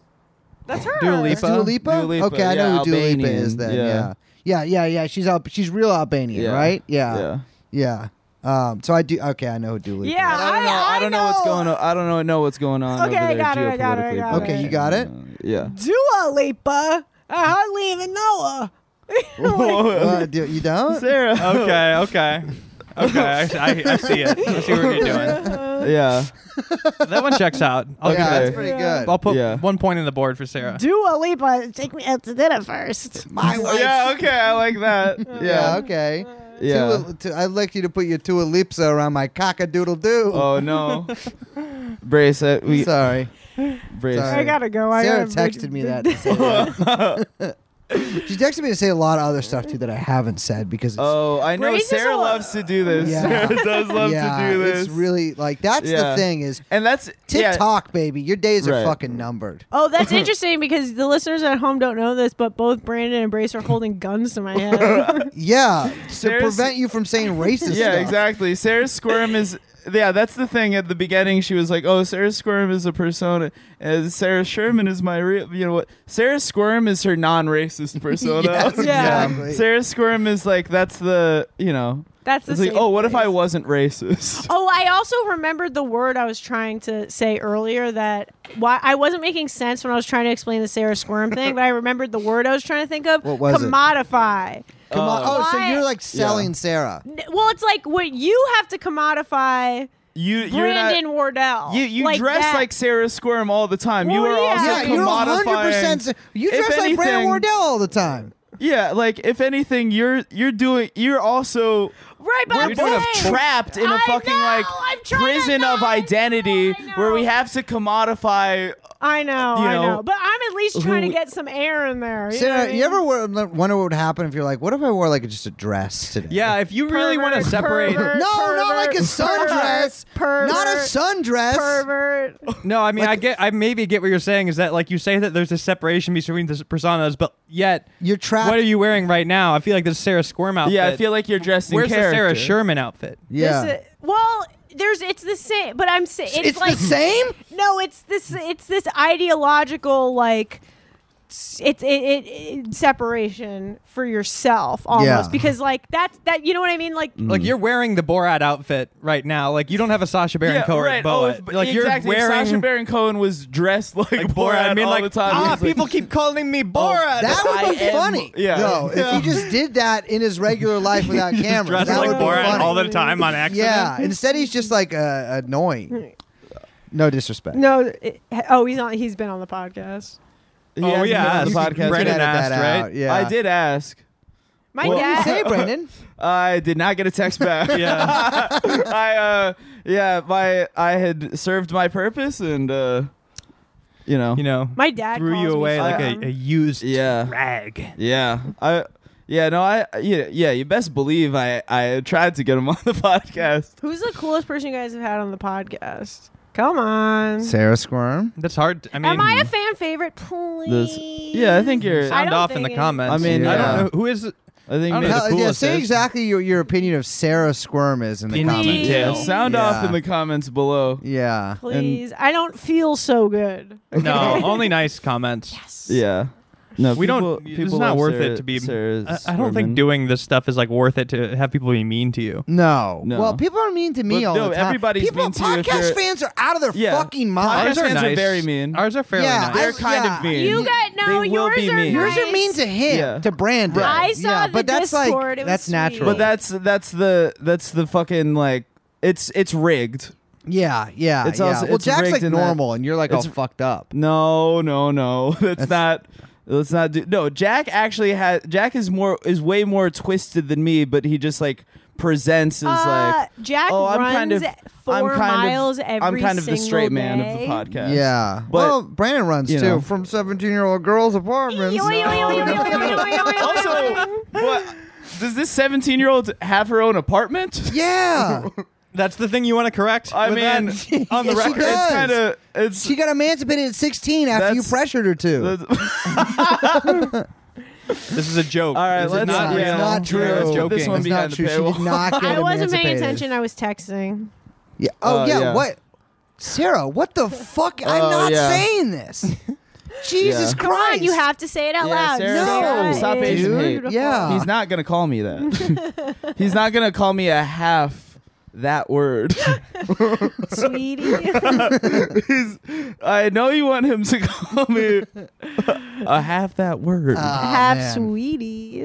Speaker 4: That's her.
Speaker 1: Dua
Speaker 2: It's
Speaker 1: Lipa.
Speaker 2: Dua Lipa?
Speaker 3: Dua Lipa,
Speaker 2: Okay, I know
Speaker 3: yeah,
Speaker 2: who Dua Lipa
Speaker 3: Albanian,
Speaker 2: is then.
Speaker 3: yeah.
Speaker 2: Yeah. yeah, yeah, yeah. She's Al- she's real Albanian,
Speaker 3: Yeah,
Speaker 2: right?
Speaker 3: yeah.
Speaker 2: Yeah, yeah. Um, so I do. Okay, I know who Dua Lipa.
Speaker 4: Yeah,
Speaker 2: Is.
Speaker 3: I don't know. I, don't know. what's going on. I don't know know what's going on.
Speaker 4: Okay,
Speaker 3: over
Speaker 4: I
Speaker 3: there
Speaker 4: got it, I got it, I
Speaker 3: geopolitically,
Speaker 4: got
Speaker 3: but,
Speaker 2: it. Okay, you got it?
Speaker 3: uh, yeah.
Speaker 4: Dua Lipa. Uh, I hardly even <laughs> know her.
Speaker 2: Uh, do, you
Speaker 3: <laughs>
Speaker 2: don't?
Speaker 3: Sarah.
Speaker 1: Okay. Okay. Okay. I, I, I see it. I see what you're
Speaker 3: <laughs>
Speaker 1: doing.
Speaker 4: uh,
Speaker 3: Yeah.
Speaker 1: That one checks out. I'll,
Speaker 2: yeah,
Speaker 1: give
Speaker 2: that's
Speaker 1: it-
Speaker 2: pretty
Speaker 4: Yeah.
Speaker 2: good.
Speaker 1: I'll put
Speaker 3: Yeah.
Speaker 1: one point in the board for
Speaker 3: <laughs>
Speaker 1: Sarah.
Speaker 4: Dua Lipa, take me out to dinner first.
Speaker 2: My wife.
Speaker 3: yeah. Okay. I like
Speaker 4: <laughs>
Speaker 3: that.
Speaker 2: Yeah,
Speaker 3: Yeah.
Speaker 2: okay.
Speaker 3: Yeah.
Speaker 2: Dua- to- I'd like you to put your Dua Lipa around my cockadoodle doo.
Speaker 3: Oh
Speaker 2: <laughs>
Speaker 3: no. Brace it. We
Speaker 2: Sorry,
Speaker 3: brace.
Speaker 2: sorry.
Speaker 4: I gotta go. Oh, I
Speaker 2: Sarah
Speaker 4: gotta make-
Speaker 2: texted me that. To say
Speaker 3: <laughs>
Speaker 2: that. <laughs> she texted me to say a lot of other stuff too that I haven't said because it's
Speaker 3: Oh, I know.
Speaker 4: Brace is
Speaker 3: Sarah
Speaker 4: a-
Speaker 3: loves to do this.
Speaker 2: Yeah.
Speaker 3: Sarah does love
Speaker 2: yeah,
Speaker 3: to do this.
Speaker 2: it's really like that's
Speaker 3: Yeah.
Speaker 2: the thing is
Speaker 3: and that's Yeah,
Speaker 2: TikTok, baby. Your days are
Speaker 3: Right.
Speaker 2: fucking numbered.
Speaker 4: <laughs> Oh,
Speaker 3: <laughs>
Speaker 4: that's interesting because the listeners at home don't know this, but both Brandon and Brace are holding guns to
Speaker 3: <laughs>
Speaker 4: my head.
Speaker 2: Yeah, to
Speaker 3: There's-
Speaker 2: prevent you
Speaker 3: <laughs>
Speaker 2: from saying <laughs> racist.
Speaker 3: yeah,
Speaker 2: stuff.
Speaker 3: exactly. Sarah Squirm is. Yeah, that's the thing. At the beginning, she was like, "Oh, Sarah Squirm is a persona, and Sarah Sherman is my real." You know what? Sarah Squirm is her
Speaker 2: <laughs>
Speaker 3: non-racist persona.
Speaker 2: Yes,
Speaker 4: Yeah.
Speaker 2: exactly.
Speaker 3: Sarah Squirm is like that's the you know.
Speaker 4: that's the
Speaker 3: It's like,
Speaker 4: safe
Speaker 3: oh, what if
Speaker 4: place.
Speaker 3: I wasn't racist? <laughs>
Speaker 4: <laughs> Oh, I also remembered the word I was trying to say earlier that why I wasn't making sense when I was trying to explain the Sarah Squirm thing, but I remembered the word I was trying to think of.
Speaker 2: What was it?
Speaker 4: commodify.
Speaker 2: Come on.
Speaker 3: Oh.
Speaker 2: Oh, so
Speaker 4: Why-
Speaker 2: you're like selling Sarah.
Speaker 4: N- Well, it's like what you have to commodify
Speaker 3: You you're
Speaker 4: Brandon
Speaker 3: not.
Speaker 4: Wardell.
Speaker 3: You you
Speaker 4: like
Speaker 3: dress
Speaker 4: that.
Speaker 3: like Sarah Squirm all the time. you
Speaker 4: Well,
Speaker 3: are also
Speaker 4: yeah,
Speaker 2: Yeah, you're 100.
Speaker 3: commodifying.
Speaker 2: percent You
Speaker 3: If
Speaker 2: dress like Brandon
Speaker 3: anything-
Speaker 2: Wardell all the time.
Speaker 3: yeah, like if anything, you're you're doing. You're also
Speaker 4: right, but
Speaker 3: we're
Speaker 4: I'm
Speaker 3: sort of
Speaker 4: saying-
Speaker 3: trapped in a
Speaker 4: I
Speaker 3: fucking
Speaker 4: know,
Speaker 3: like
Speaker 4: I'm trying to
Speaker 3: prison of
Speaker 4: not- I know,
Speaker 3: identity
Speaker 4: I know.
Speaker 3: where we have to commodify.
Speaker 4: I know,
Speaker 3: you
Speaker 4: I know,
Speaker 3: know,
Speaker 4: but I'm at least
Speaker 3: who
Speaker 4: trying to
Speaker 3: we-
Speaker 4: get some air in there. You know what I
Speaker 2: Sarah,
Speaker 4: mean?
Speaker 2: you ever wor- wonder what would happen if you're like, what if I wore like just a dress today?
Speaker 1: Yeah. If you really want to
Speaker 4: Pervert,
Speaker 1: separate.
Speaker 4: pervert,
Speaker 2: No, not
Speaker 4: pervert,
Speaker 2: like a sundress.
Speaker 4: Pervert,
Speaker 2: Not a
Speaker 4: pervert,
Speaker 2: sundress.
Speaker 4: Pervert.
Speaker 1: No, I mean, I get, I maybe get what you're saying is that like you say that there's a separation between the s- personas, but yet
Speaker 2: You're trapped.
Speaker 1: what are you wearing right now? I feel like this Sarah Squirm outfit.
Speaker 3: Yeah, I feel like you're dressed in
Speaker 1: Where's the
Speaker 3: character.
Speaker 1: Sarah Sherman outfit?
Speaker 2: Yeah.
Speaker 4: This is- well, there's it's the same, but I'm saying it's,
Speaker 2: it's
Speaker 4: like
Speaker 2: the same.
Speaker 4: no, it's this it's this ideological like s- it's it, it, it separation for yourself almost
Speaker 2: Yeah. Mm.
Speaker 4: because like that's that you know what I mean like
Speaker 1: Like
Speaker 3: Mm.
Speaker 1: you're wearing the Borat outfit right now. Like you don't have a Sasha Baron
Speaker 3: Yeah,
Speaker 1: Cohen
Speaker 3: right. Oh,
Speaker 1: boa.
Speaker 3: if,
Speaker 1: like
Speaker 3: exactly.
Speaker 1: you're
Speaker 3: if
Speaker 1: wearing
Speaker 3: Sasha Baron Cohen was dressed like,
Speaker 1: like
Speaker 3: Borat,
Speaker 1: Borat. I mean,
Speaker 3: all
Speaker 1: like
Speaker 3: the time.
Speaker 1: ah,
Speaker 3: He's like- Oh,
Speaker 1: people keep calling me Borat.
Speaker 2: That would be
Speaker 3: I am-
Speaker 2: funny.
Speaker 3: yeah.
Speaker 2: No,
Speaker 3: Yeah.
Speaker 2: if he just did that in his regular life
Speaker 3: <laughs>
Speaker 2: without camera,
Speaker 1: dressed
Speaker 2: that
Speaker 1: like
Speaker 2: would be
Speaker 1: Borat
Speaker 2: funny.
Speaker 1: all the time on accident.
Speaker 2: yeah. Instead, he's just like uh, annoying. No disrespect.
Speaker 4: no it, oh he's on he's been on the podcast
Speaker 3: He
Speaker 1: Oh
Speaker 3: hasn't
Speaker 1: yeah,
Speaker 3: been
Speaker 2: You
Speaker 3: on
Speaker 2: could-
Speaker 3: the
Speaker 2: you could
Speaker 3: podcast.
Speaker 1: Brendan
Speaker 2: edit
Speaker 1: asked,
Speaker 2: that
Speaker 1: right?
Speaker 2: out, Yeah.
Speaker 3: I did ask.
Speaker 4: my
Speaker 3: Well,
Speaker 2: What
Speaker 4: dad
Speaker 2: did you say, Brandon?
Speaker 3: I did not get
Speaker 1: <laughs>
Speaker 3: a text back.
Speaker 1: <laughs> Yeah.
Speaker 3: <laughs> I uh yeah, my I had served my purpose and uh you know.
Speaker 1: you know,
Speaker 4: <laughs> my dad
Speaker 1: threw
Speaker 4: calls
Speaker 1: you
Speaker 4: me
Speaker 1: away like
Speaker 4: Sam.
Speaker 1: a, a used
Speaker 3: Yeah.
Speaker 1: rag.
Speaker 3: Yeah. I yeah, no, I yeah, yeah, you best believe I I tried to get him <laughs> on the podcast.
Speaker 4: Who's the coolest person you guys have had on the podcast? Come on.
Speaker 2: Sarah Squirm.
Speaker 1: That's hard. To, I mean,
Speaker 4: Am I a fan favorite? Please.
Speaker 3: This- yeah, I think you're I
Speaker 1: sound off in the comments.
Speaker 3: I mean,
Speaker 1: I
Speaker 2: yeah.
Speaker 1: don't know who is.
Speaker 3: think
Speaker 1: I don't
Speaker 3: maybe
Speaker 1: know.
Speaker 3: the
Speaker 2: Hell, yeah,
Speaker 3: coolest
Speaker 2: say
Speaker 3: is-
Speaker 2: exactly your, your opinion of Sarah Squirm is in the
Speaker 1: Please.
Speaker 2: comments.
Speaker 3: Yeah, sound off
Speaker 2: Yeah.
Speaker 3: in the comments below.
Speaker 2: Yeah.
Speaker 4: Please. I don't feel so good.
Speaker 3: <laughs>
Speaker 1: No, only nice comments.
Speaker 3: Yeah. No,
Speaker 1: we
Speaker 3: people,
Speaker 1: don't.
Speaker 3: People
Speaker 1: it's not
Speaker 3: love
Speaker 1: worth
Speaker 3: Sarah-
Speaker 1: it to be.
Speaker 3: Sarah
Speaker 1: I, I don't
Speaker 3: Silverman.
Speaker 1: think doing this stuff is like worth it to have people be mean to you.
Speaker 2: No.
Speaker 3: No.
Speaker 2: Well, people are mean to me
Speaker 3: But
Speaker 2: all
Speaker 3: no,
Speaker 2: the time.
Speaker 3: everybody's
Speaker 2: people,
Speaker 3: mean to you if
Speaker 2: podcast
Speaker 3: you're-
Speaker 2: fans are out of their
Speaker 3: Yeah.
Speaker 2: fucking minds.
Speaker 3: Ours are
Speaker 1: nice.
Speaker 3: very mean.
Speaker 1: Ours Ah, are fairly
Speaker 2: Yeah,
Speaker 1: nice.
Speaker 3: They're
Speaker 2: I-
Speaker 3: kind
Speaker 2: yeah.
Speaker 3: of mean.
Speaker 4: You got- no,
Speaker 3: They will
Speaker 4: yours
Speaker 3: be
Speaker 4: are
Speaker 3: mean.
Speaker 4: nice.
Speaker 2: Yours are mean to him,
Speaker 3: Yeah.
Speaker 2: to Brandon.
Speaker 4: I saw
Speaker 2: yeah,
Speaker 4: the
Speaker 2: but that's like
Speaker 4: Discord. It was
Speaker 2: that's
Speaker 4: sweet.
Speaker 2: natural.
Speaker 3: But that's that's the that's the fucking like it's it's rigged.
Speaker 2: yeah, yeah,
Speaker 3: It's
Speaker 2: yeah.
Speaker 3: also-
Speaker 2: well,
Speaker 3: it's
Speaker 2: Jack's
Speaker 3: rigged
Speaker 2: like
Speaker 3: in that-
Speaker 2: normal, and you're like all
Speaker 3: it's-
Speaker 2: fucked up.
Speaker 3: No, no, no. <laughs> That's, not. Let's not do. No, Jack actually has. Jack is more is way more twisted than me, but he just like presents as
Speaker 4: Uh,
Speaker 3: like.
Speaker 4: Jack
Speaker 3: oh, I'm
Speaker 4: runs
Speaker 3: kind of. I'm
Speaker 4: four
Speaker 3: kind
Speaker 4: miles
Speaker 3: of,
Speaker 4: every
Speaker 3: I'm kind of the
Speaker 4: single
Speaker 3: straight man of the
Speaker 4: day.
Speaker 3: podcast.
Speaker 2: Yeah.
Speaker 3: But-
Speaker 2: well, Brandon runs too
Speaker 3: you know.
Speaker 2: from 17 year old girls' apartments.
Speaker 3: Also, what does this 17 year old have her own apartment? <laughs>
Speaker 2: yeah.
Speaker 1: That's the thing you want to correct.
Speaker 3: I
Speaker 1: with
Speaker 3: mean,
Speaker 1: that?
Speaker 3: on the
Speaker 2: Yes, <laughs> she
Speaker 3: record, it's
Speaker 2: does.
Speaker 3: kind of it's.
Speaker 2: she got emancipated at 16 after you
Speaker 3: That's-
Speaker 2: pressured her to.
Speaker 1: this is a joke.
Speaker 3: all right,
Speaker 1: This is
Speaker 3: let's
Speaker 1: not
Speaker 2: yeah,
Speaker 1: real.
Speaker 2: it's
Speaker 1: We
Speaker 2: not
Speaker 1: are
Speaker 2: true.
Speaker 1: joking.
Speaker 3: This one
Speaker 2: That's not
Speaker 3: behind the
Speaker 2: true. She
Speaker 3: paywall.
Speaker 2: did not get
Speaker 4: <laughs> I wasn't paying
Speaker 2: emancipated.
Speaker 4: attention. I was texting.
Speaker 2: Yeah. Oh,
Speaker 3: Oh,
Speaker 2: yeah,
Speaker 3: yeah.
Speaker 2: What? Sarah, what the
Speaker 3: <laughs>
Speaker 2: fuck? I'm
Speaker 3: Oh,
Speaker 2: not
Speaker 3: yeah.
Speaker 2: saying
Speaker 3: <laughs>
Speaker 2: this. Jesus
Speaker 3: Yeah.
Speaker 2: Christ.
Speaker 4: Come on, you have to say it out
Speaker 3: Yeah,
Speaker 4: loud.
Speaker 3: Sarah,
Speaker 2: No.
Speaker 4: Sarah
Speaker 2: Stop
Speaker 4: is
Speaker 2: Asian hate.
Speaker 4: beautiful.
Speaker 2: Yeah.
Speaker 3: He's not gonna call me that.
Speaker 4: <laughs>
Speaker 3: He's not gonna call me a half that word.
Speaker 4: sweetie.
Speaker 3: <laughs> He's, I know you want him to <laughs> call me a half that word.
Speaker 2: Ah,
Speaker 4: Half
Speaker 2: man.
Speaker 4: sweetie.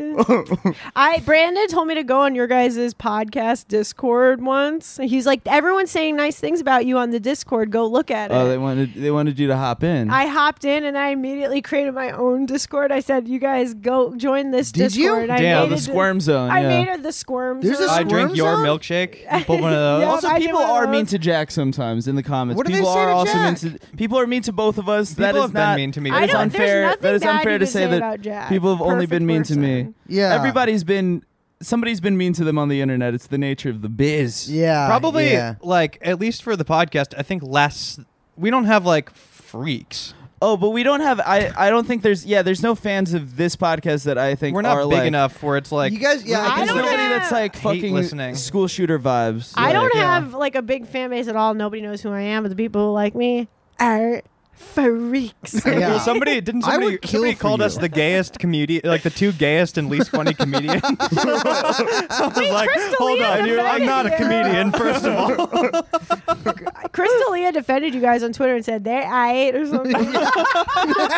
Speaker 2: <laughs>
Speaker 4: I Brandon told me to go on your guys' podcast Discord once. He's like, everyone's saying nice things about you on the Discord. Go look at it.
Speaker 3: oh, they wanted they wanted you to hop in.
Speaker 4: I hopped in and I immediately created my own Discord. I said, "You guys go join this
Speaker 2: Did you?
Speaker 4: Discord." I
Speaker 1: Damn,
Speaker 3: oh,
Speaker 4: made
Speaker 3: the
Speaker 4: it-
Speaker 3: squirm zone.
Speaker 4: I
Speaker 3: yeah.
Speaker 4: made it the squirm.
Speaker 2: There's a
Speaker 4: zone.
Speaker 1: I
Speaker 2: squirm
Speaker 1: drink your
Speaker 2: zone?
Speaker 1: milk
Speaker 2: <laughs>
Speaker 1: milkshake. Pull one of those.
Speaker 4: Yeah,
Speaker 3: Uh, also,
Speaker 4: I did
Speaker 3: people
Speaker 4: one of
Speaker 3: are mean
Speaker 4: those.
Speaker 3: to Jack sometimes in the comments.
Speaker 2: What do they
Speaker 3: people
Speaker 2: say
Speaker 3: are
Speaker 2: to
Speaker 3: also
Speaker 2: Jack?
Speaker 3: mean to people are mean to both of us. that
Speaker 1: People
Speaker 3: is
Speaker 1: have been
Speaker 3: not
Speaker 1: mean to me.
Speaker 3: That
Speaker 1: I
Speaker 3: is
Speaker 1: don't-
Speaker 4: there's
Speaker 3: unfair.
Speaker 4: nothing
Speaker 3: That is
Speaker 4: bad
Speaker 3: unfair
Speaker 4: you
Speaker 3: to
Speaker 4: can
Speaker 3: say
Speaker 4: say
Speaker 3: that
Speaker 4: about Jack.
Speaker 3: people have only
Speaker 4: Perfect
Speaker 3: been mean to me.
Speaker 4: person.
Speaker 2: Yeah.
Speaker 3: everybody's been somebody's been mean to them on the internet. It's the nature of the biz.
Speaker 2: Yeah.
Speaker 1: Probably
Speaker 2: yeah.
Speaker 1: like at least for the podcast, I think less. We don't have like freaks.
Speaker 3: Oh, but we don't have. I I don't think there's. Yeah, there's no fans of this podcast that I think
Speaker 1: We're not
Speaker 3: are,
Speaker 1: big
Speaker 3: like-
Speaker 1: enough where it's like
Speaker 2: you guys, yeah,
Speaker 4: I
Speaker 2: I
Speaker 3: There's
Speaker 4: don't
Speaker 2: can
Speaker 3: nobody
Speaker 2: see-
Speaker 4: have-
Speaker 3: that's like
Speaker 1: Hate
Speaker 3: fucking
Speaker 1: listening.
Speaker 3: school shooter vibes.
Speaker 4: I
Speaker 3: Like,
Speaker 4: don't
Speaker 2: yeah.
Speaker 4: have like a big fan base at all. Nobody knows who I am, but the people who like me are freaks.
Speaker 2: <laughs> Yeah.
Speaker 4: <laughs>
Speaker 1: Well, <laughs> somebody didn't
Speaker 2: I
Speaker 1: somebody,
Speaker 2: would kill
Speaker 1: somebody
Speaker 2: for
Speaker 1: called
Speaker 2: you.
Speaker 1: us the gayest comedian, like the two gayest and
Speaker 2: <laughs>
Speaker 1: least funny
Speaker 4: <laughs>
Speaker 1: comedians. So I was like,
Speaker 4: Chris
Speaker 1: hold
Speaker 4: D'Elia
Speaker 1: on,
Speaker 4: defended
Speaker 1: I'm not a
Speaker 4: you.
Speaker 1: comedian, first of all.
Speaker 4: Crystalia defended you guys on Twitter and said they're aight or something.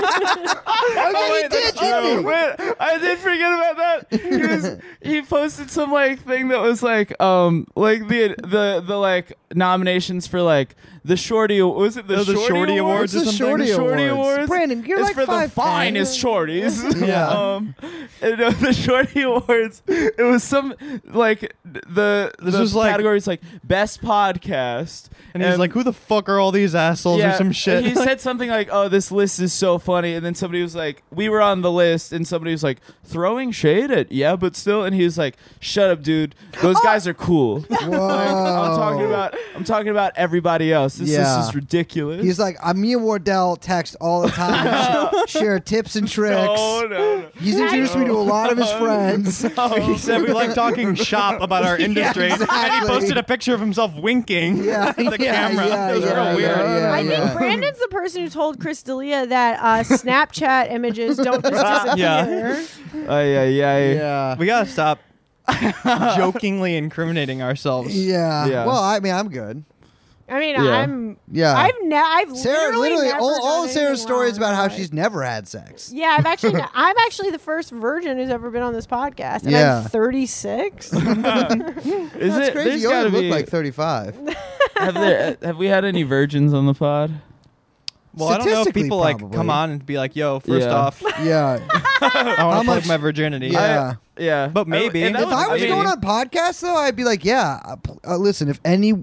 Speaker 4: <laughs>
Speaker 2: Oh, yeah, he
Speaker 3: wait,
Speaker 2: did,
Speaker 3: that's true.
Speaker 2: didn't he?
Speaker 3: Wait, I did forget about that. He <laughs> was he posted some like thing that was like um like the the the like nominations for like the shorty was it the,
Speaker 1: Oh, the
Speaker 3: shorty,
Speaker 1: Shorty
Speaker 3: awards
Speaker 1: Awards
Speaker 2: or
Speaker 3: or
Speaker 2: The
Speaker 3: something?
Speaker 2: Shorty
Speaker 3: The shorty
Speaker 2: Awards.
Speaker 3: awards.
Speaker 2: Brandon, you're
Speaker 3: it's
Speaker 2: like
Speaker 3: for the
Speaker 2: 5'10".
Speaker 3: finest <laughs> shorties.
Speaker 2: Yeah.
Speaker 3: um, and, uh, the shorty awards. It was some like the
Speaker 1: This
Speaker 3: the
Speaker 1: was, like-
Speaker 3: categories like best podcast
Speaker 1: And he's like, who the fuck are all these assholes or some shit?
Speaker 3: <laughs> he said something like, "Oh, this list is so funny," and then somebody was like, "We were on the list," and somebody was like, "Throwing shade at yeah, but still," and he was like, "Shut up, dude. <laughs> Those guys are cool." Like, I'm talking
Speaker 2: Whoa.
Speaker 3: about I'm talking about everybody else. This
Speaker 2: Yeah.
Speaker 3: list is ridiculous.
Speaker 2: <laughs> He's like, uh, me and Wardell text all
Speaker 1: <laughs>
Speaker 2: the time, share tips and tricks.
Speaker 1: "Oh,
Speaker 3: no, no,
Speaker 2: He's introduced me to a lot of his friends.
Speaker 3: no.
Speaker 1: he said we like talking shop about
Speaker 3: <laughs>
Speaker 1: our industry, and
Speaker 2: <laughs> exactly.
Speaker 1: he posted a picture of himself winking
Speaker 2: Yeah,
Speaker 1: at <laughs> the
Speaker 2: yeah,
Speaker 1: camera.
Speaker 2: yeah,
Speaker 1: it was
Speaker 2: yeah,
Speaker 1: real weird.
Speaker 2: <laughs> yeah, yeah,
Speaker 4: I think
Speaker 2: yeah.
Speaker 4: Brandon's the person who told Crystalia that uh, Snapchat
Speaker 2: <laughs>
Speaker 4: images don't just disappear.
Speaker 1: Yeah.
Speaker 3: Ay, ay, ay.
Speaker 2: yeah.
Speaker 1: We gotta
Speaker 3: <laughs>
Speaker 1: stop jokingly incriminating ourselves.
Speaker 2: Yeah.
Speaker 3: Yeah.
Speaker 2: Well, I mean, I'm good.
Speaker 4: I mean,
Speaker 3: Yeah.
Speaker 4: I'm.
Speaker 2: Yeah. Uh,
Speaker 4: I've ne- I've
Speaker 2: Sarah,
Speaker 4: literally,
Speaker 2: literally,
Speaker 4: never
Speaker 2: all,
Speaker 4: done
Speaker 2: all of
Speaker 4: anything
Speaker 2: Sarah's stories
Speaker 4: wrong in
Speaker 2: about how
Speaker 4: my life.
Speaker 2: she's never had sex.
Speaker 4: Yeah, I've actually. <laughs> I'm actually the first virgin who's ever been on this podcast, and
Speaker 2: Yeah. <laughs>
Speaker 4: I'm
Speaker 3: Is
Speaker 4: 36.
Speaker 2: That's
Speaker 3: it?
Speaker 2: crazy.
Speaker 3: There's
Speaker 2: You only
Speaker 3: gotta
Speaker 2: look
Speaker 3: be.
Speaker 2: like 35.
Speaker 4: <laughs>
Speaker 3: have, there, uh, have we had any virgins on the pod?
Speaker 1: Well, I don't know if
Speaker 2: Statistically,
Speaker 1: people like
Speaker 2: probably.
Speaker 1: come on and be like, "Yo, first
Speaker 3: Yeah.
Speaker 1: off,
Speaker 2: yeah.
Speaker 1: I want to plug
Speaker 2: much-
Speaker 1: my virginity."
Speaker 2: Yeah.
Speaker 3: I, yeah.
Speaker 1: But maybe.
Speaker 3: and that
Speaker 1: If
Speaker 2: If I was
Speaker 3: mean-
Speaker 2: going on podcasts, though, I'd be like, yeah, uh, pl- uh, listen, if any.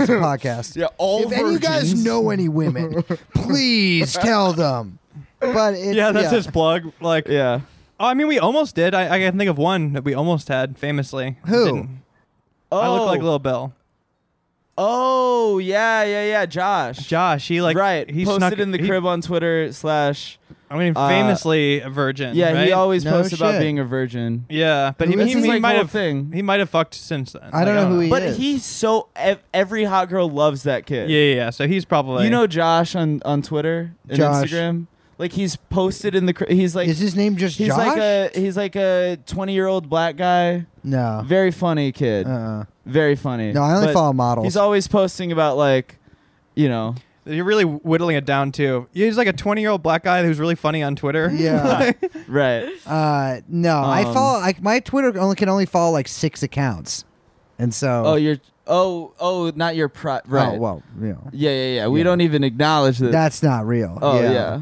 Speaker 3: <laughs>
Speaker 2: it's a podcast.
Speaker 3: Yeah, all
Speaker 2: if any of you guys
Speaker 3: virgins.
Speaker 2: know
Speaker 3: <laughs>
Speaker 2: any women, please tell them. But it's,
Speaker 1: yeah, that's his plug. Like,
Speaker 3: Yeah.
Speaker 1: oh, I mean, we almost did. I, I can think of one that we almost had famously.
Speaker 2: Who?
Speaker 1: Didn't.
Speaker 3: Oh,
Speaker 1: I look like Little Bill.
Speaker 3: Oh yeah, yeah, yeah. Josh.
Speaker 1: Josh, he like
Speaker 3: right.
Speaker 1: He
Speaker 3: posted
Speaker 1: snuck
Speaker 3: in the
Speaker 1: he-
Speaker 3: crib on Twitter slash.
Speaker 1: I mean,
Speaker 3: uh,
Speaker 1: famously a virgin.
Speaker 3: Yeah, he
Speaker 1: right?
Speaker 3: always
Speaker 2: No
Speaker 3: posts about
Speaker 2: shit.
Speaker 3: being a virgin.
Speaker 1: Yeah, but he,
Speaker 2: Who is
Speaker 1: he,
Speaker 2: this,
Speaker 1: he
Speaker 3: like,
Speaker 1: might
Speaker 3: whole
Speaker 1: have
Speaker 3: thing?
Speaker 1: He might have fucked since then.
Speaker 2: I don't know who he
Speaker 3: But
Speaker 2: is.
Speaker 3: he's so ev- every hot girl loves that kid.
Speaker 1: Yeah, yeah, yeah. So he's probably
Speaker 3: You know Josh on on Twitter and
Speaker 2: Josh.
Speaker 3: Instagram. Like he's posted in the. cr- He's like
Speaker 2: Is his name just
Speaker 3: he's
Speaker 2: Josh?
Speaker 3: like a he's like a twenty year old black guy.
Speaker 2: no.
Speaker 3: Very funny kid.
Speaker 2: Uh-uh.
Speaker 3: Very funny.
Speaker 2: No, I only
Speaker 3: But
Speaker 2: follow models.
Speaker 3: He's always posting about like, you know,
Speaker 1: You're really whittling it down too. He's like a 20 year old black guy who's really funny on Twitter. <laughs>
Speaker 2: yeah.
Speaker 3: right.
Speaker 2: uh, no, I
Speaker 3: Um,
Speaker 2: follow. Like my Twitter only can only follow like six accounts, and so
Speaker 3: Oh, you're. Oh, oh, not your pro. Right.
Speaker 2: oh, well, you know,
Speaker 3: Yeah, yeah, yeah. We
Speaker 2: Yeah.
Speaker 3: don't even acknowledge that.
Speaker 2: that's not real.
Speaker 3: oh yeah, yeah.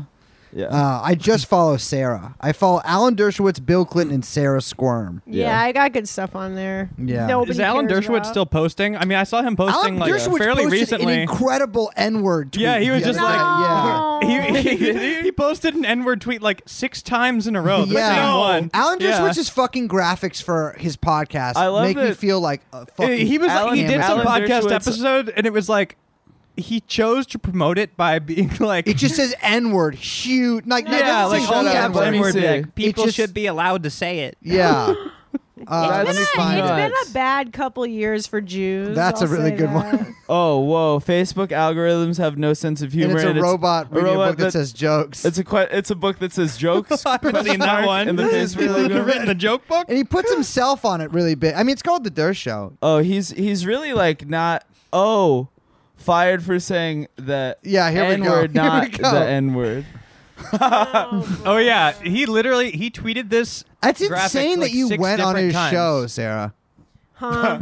Speaker 2: Uh, I just follow Sarah. I follow Alan Dershowitz, Bill Clinton, and Sarah Squirm.
Speaker 4: Yeah,
Speaker 3: Yeah.
Speaker 4: I got good stuff on there.
Speaker 2: Yeah.
Speaker 4: Nobody
Speaker 1: Is Alan
Speaker 4: cares
Speaker 1: Dershowitz
Speaker 4: about.
Speaker 1: still posting? I mean, I saw him posting
Speaker 2: Alan
Speaker 1: like
Speaker 2: Dershowitz
Speaker 1: fairly
Speaker 2: posted an
Speaker 1: recently.
Speaker 2: incredible N-word. Tweet
Speaker 1: Yeah, he was
Speaker 2: the
Speaker 1: just
Speaker 4: No.
Speaker 1: like-
Speaker 3: <laughs>
Speaker 2: other day. yeah.
Speaker 1: he, <laughs> he, he posted an N word tweet like six times in a row. Oh, The
Speaker 2: Yeah.
Speaker 1: same one.
Speaker 2: Alan
Speaker 1: Yeah.
Speaker 2: Dershowitz's fucking graphics for his podcast
Speaker 3: I love
Speaker 2: make me
Speaker 3: that-
Speaker 2: feel like a
Speaker 1: Uh,
Speaker 2: fucking.
Speaker 1: he was like,
Speaker 3: Alan-
Speaker 1: he did some
Speaker 3: Alan
Speaker 1: podcast
Speaker 3: Dershowitz-
Speaker 1: episode, and it was like he chose to promote it by being <laughs> like,
Speaker 2: It just says N-word, huge. Like no, it
Speaker 1: yeah,
Speaker 2: doesn't
Speaker 1: like
Speaker 2: say
Speaker 1: all
Speaker 3: shut up,
Speaker 1: caps
Speaker 2: N-word.
Speaker 3: let me
Speaker 1: N word.
Speaker 3: see.
Speaker 1: like, People
Speaker 2: just-
Speaker 1: should be allowed to say it. <laughs>
Speaker 2: Yeah. Uh,
Speaker 4: It's
Speaker 2: let
Speaker 4: been,
Speaker 2: me
Speaker 4: a,
Speaker 2: find
Speaker 4: it's
Speaker 2: it.
Speaker 4: been
Speaker 3: nuts.
Speaker 4: a bad couple years for Jews.
Speaker 2: That's a
Speaker 4: I'll
Speaker 2: really
Speaker 4: say
Speaker 2: good
Speaker 4: that.
Speaker 2: one.
Speaker 3: Oh, whoa! Facebook algorithms have no sense of humor.
Speaker 2: And it's a robot reading a
Speaker 3: robot
Speaker 2: book that,
Speaker 3: that-
Speaker 2: says jokes.
Speaker 3: It's a que- it's a book that says
Speaker 2: <laughs>
Speaker 3: jokes. <laughs>
Speaker 1: I haven't
Speaker 3: question
Speaker 1: seen that
Speaker 3: mark,
Speaker 1: one.
Speaker 3: And the
Speaker 1: He's
Speaker 3: Facebook
Speaker 1: really
Speaker 3: logo.
Speaker 1: written a joke book.
Speaker 2: and he puts himself on it really big. I mean, it's called the Durst Show.
Speaker 3: Oh, he's he's really like not. Oh, fired for saying that.
Speaker 2: Yeah, here we go.
Speaker 3: N-word,
Speaker 2: <laughs> Here we
Speaker 3: not
Speaker 2: go.
Speaker 3: the N
Speaker 2: <laughs>
Speaker 3: word.
Speaker 1: <laughs> Oh yeah, he literally he tweeted this.
Speaker 2: That's
Speaker 1: graphic,
Speaker 2: insane
Speaker 1: like,
Speaker 2: that you
Speaker 1: six
Speaker 2: went on
Speaker 1: different
Speaker 2: his
Speaker 1: times.
Speaker 2: show, Sarah.
Speaker 4: Huh?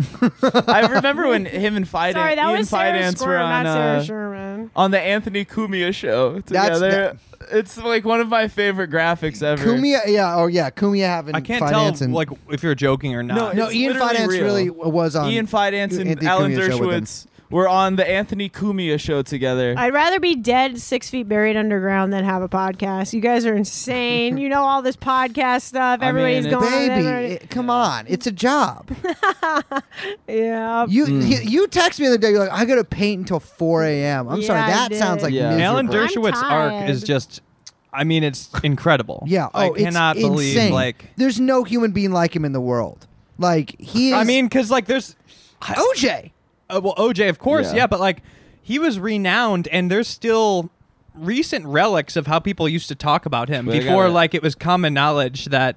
Speaker 3: I remember when him and Fidan,
Speaker 4: Sorry, that
Speaker 3: he
Speaker 4: was
Speaker 3: and
Speaker 4: Sarah
Speaker 3: Fidance were
Speaker 4: Squirm,
Speaker 3: on
Speaker 4: not Sarah
Speaker 3: uh,
Speaker 4: Sherman.
Speaker 3: on the Anthony Cumia show
Speaker 2: That's
Speaker 3: together. it's like one of my favorite graphics ever.
Speaker 2: Kumia, yeah, oh yeah, Kumia having
Speaker 1: I can't
Speaker 2: finance
Speaker 1: tell
Speaker 2: and
Speaker 1: like if you're joking or not.
Speaker 2: no,
Speaker 3: it's
Speaker 2: Ian
Speaker 3: literally
Speaker 2: Finance
Speaker 3: real.
Speaker 2: really was on.
Speaker 3: Ian Fidance and
Speaker 2: Anthony
Speaker 3: Alan
Speaker 2: Cumia's show with him.
Speaker 3: Dershowitz were on the Anthony Cumia show together.
Speaker 4: I'd rather be dead six feet buried underground than have a podcast. You guys
Speaker 1: <laughs>
Speaker 4: are insane. you know all this podcast stuff.
Speaker 3: I mean,
Speaker 4: Everybody's
Speaker 3: it's-
Speaker 4: going. on
Speaker 2: Baby,
Speaker 4: everybody-
Speaker 2: it- come on, it's a job.
Speaker 4: yeah.
Speaker 2: You he- you text me the other day. You're like, I gotta paint until 4 a.m. I'm
Speaker 4: Yeah,
Speaker 2: sorry,
Speaker 4: I
Speaker 2: that
Speaker 4: did.
Speaker 2: sounds like
Speaker 3: Yeah.
Speaker 2: miserable.
Speaker 1: Alan
Speaker 4: I'm
Speaker 1: Dershowitz's arc
Speaker 4: tired.
Speaker 1: is just. I mean, it's incredible.
Speaker 2: Yeah,
Speaker 1: I
Speaker 2: oh,
Speaker 1: cannot
Speaker 2: it's
Speaker 1: believe
Speaker 2: insane.
Speaker 1: like.
Speaker 2: there's no human being like him in the world. Like he is. Oh,
Speaker 1: I mean, because like there's,
Speaker 2: OJ.
Speaker 1: uh, well, OJ of course,
Speaker 3: Yeah.
Speaker 1: yeah. but like he was renowned, and there's still recent relics of how people used to talk about him
Speaker 3: Well, I
Speaker 1: before,
Speaker 3: gotta-
Speaker 1: like it was common knowledge that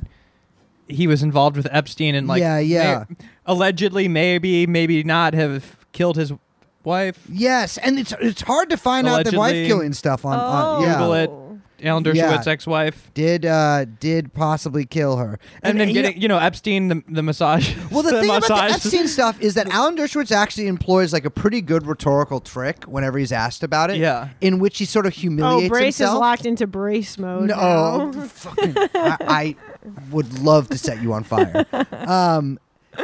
Speaker 1: he was involved with Epstein and like
Speaker 2: Yeah, yeah.
Speaker 1: may- allegedly maybe maybe not have killed his wife.
Speaker 2: Yes, and it's it's hard to find out the wife
Speaker 1: Allegedly. Oh.
Speaker 2: killing stuff on. on
Speaker 4: Oh.
Speaker 2: yeah.
Speaker 1: Google it. Alan Dershowitz's
Speaker 2: Yeah.
Speaker 1: ex-wife.
Speaker 2: Did uh did possibly kill her,
Speaker 1: and then
Speaker 2: you know-
Speaker 1: getting you know Epstein the, <laughs> the massage.
Speaker 2: Well, the, thing about the
Speaker 1: massage-
Speaker 2: Epstein stuff is that Alan Dershowitz actually employs like a pretty good rhetorical trick whenever he's asked about it.
Speaker 1: Yeah.
Speaker 2: In which he sort of humiliates
Speaker 4: Oh, brace
Speaker 2: himself.
Speaker 4: is locked into brace mode.
Speaker 2: no,
Speaker 4: now.
Speaker 2: fucking, I, I would love to set you on fire. Um,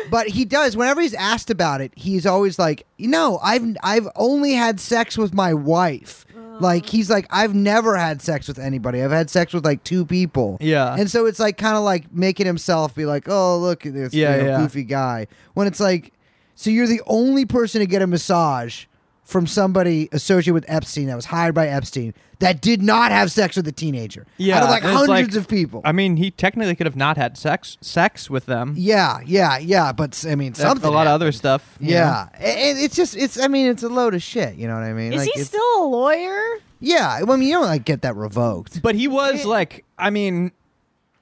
Speaker 2: but he does. Whenever he's asked about it, he's always like, "No, I've I've only had sex with my wife." Like he's like, "I've never had sex with anybody. I've had sex with like two people."
Speaker 1: Yeah.
Speaker 2: and so it's like kind of like making himself be like, "Oh, look at this,
Speaker 1: Yeah,
Speaker 2: you know,
Speaker 1: yeah.
Speaker 2: goofy guy." When it's like, so you're the only person to get a massage. From somebody associated with Epstein that was hired by Epstein that did not have sex with a teenager
Speaker 1: Yeah,
Speaker 2: out of like
Speaker 1: and it's
Speaker 2: hundreds
Speaker 1: like-
Speaker 2: of people.
Speaker 1: I mean, he technically could have not had sex sex with them.
Speaker 2: yeah, yeah, yeah. But s- I mean,
Speaker 1: That's
Speaker 2: something.
Speaker 1: a lot of
Speaker 2: happened.
Speaker 1: other stuff. you know?
Speaker 2: Yeah, and it's just it's. I mean, it's a load of shit. You know what I mean?
Speaker 4: Is
Speaker 2: like,
Speaker 4: he
Speaker 2: it's-
Speaker 4: still a lawyer?
Speaker 2: Yeah, I mean, you don't like get that revoked.
Speaker 1: But he was like, I mean,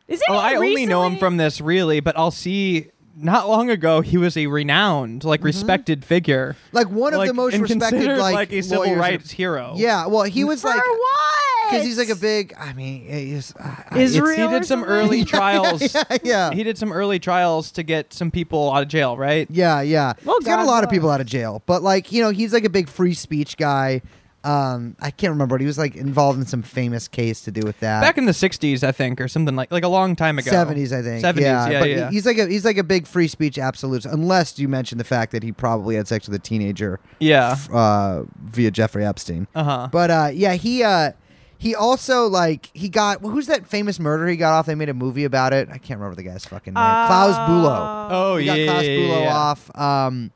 Speaker 4: Is
Speaker 1: oh,
Speaker 4: it?
Speaker 1: I only know him from this really, but I'll see. Not long ago, he was a renowned, like respected figure,
Speaker 2: Like Mm-hmm. one of
Speaker 1: Like,
Speaker 2: the most
Speaker 1: and
Speaker 2: respected,
Speaker 1: considered,
Speaker 2: like,
Speaker 1: a civil
Speaker 2: lawyers in-
Speaker 1: rights hero.
Speaker 2: Yeah, well, he was
Speaker 4: for
Speaker 2: like
Speaker 4: what?
Speaker 2: because he's like a big. I mean, he's, I- I- it's-
Speaker 4: Is
Speaker 1: he
Speaker 4: Real or
Speaker 1: did some
Speaker 4: something?
Speaker 1: early
Speaker 2: <laughs> Yeah,
Speaker 1: trials.
Speaker 2: yeah, <laughs> yeah.
Speaker 1: he did some early trials to get some people out of jail, right?
Speaker 2: Yeah, yeah.
Speaker 4: Well,
Speaker 2: he's got a
Speaker 4: God
Speaker 2: lot of
Speaker 4: bless.
Speaker 2: people out of jail, but like you know, he's like a big free speech guy. Um, I can't remember, but he was like involved in some famous case to do with that.
Speaker 1: back in the 60s i think or something like like a long time ago
Speaker 2: 70s, I think.
Speaker 1: 70s yeah,
Speaker 2: yeah,
Speaker 1: yeah,
Speaker 2: but he- he's like a he's like a big free speech absolutist, unless you mention the fact that he probably had sex with a teenager
Speaker 1: Yeah.
Speaker 2: f- uh, via Jeffrey Epstein.
Speaker 1: Uh-huh.
Speaker 2: But uh, yeah, he uh, he also like he got who's that famous murder he got off? They made a movie about it. I can't remember the guy's fucking name. Klaus
Speaker 4: Uh,
Speaker 2: Bulow.
Speaker 1: oh
Speaker 2: he
Speaker 1: yeah,
Speaker 2: got
Speaker 1: yeah,
Speaker 2: Klaus
Speaker 1: yeah,
Speaker 2: Bulow
Speaker 1: yeah.
Speaker 2: off. Um,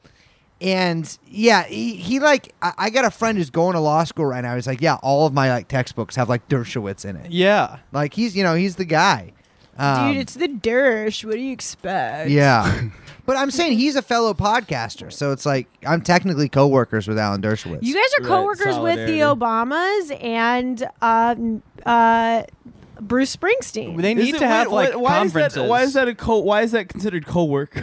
Speaker 2: and yeah, he, he like I, I got a friend who's going to law school right now. He's like, yeah, all of my like textbooks have like Dershowitz in it.
Speaker 1: yeah
Speaker 2: Like he's you know he's the guy. Um,
Speaker 4: Dude, it's the Dersh. What do you
Speaker 1: <laughs>
Speaker 4: expect?
Speaker 2: yeah. But I'm saying he's a fellow podcaster, so it's like I'm technically co-workers with Alan Dershowitz.
Speaker 4: You guys are
Speaker 3: Right,
Speaker 4: coworkers with the
Speaker 3: solidarity.
Speaker 4: Obamas and um, uh, Bruce Springsteen.
Speaker 1: They
Speaker 3: Is
Speaker 1: need
Speaker 3: it-
Speaker 1: to have
Speaker 3: wait,
Speaker 1: like
Speaker 3: what- why is that-
Speaker 1: conferences.
Speaker 3: why is that a co? Why is that considered
Speaker 2: <laughs>
Speaker 3: coworker?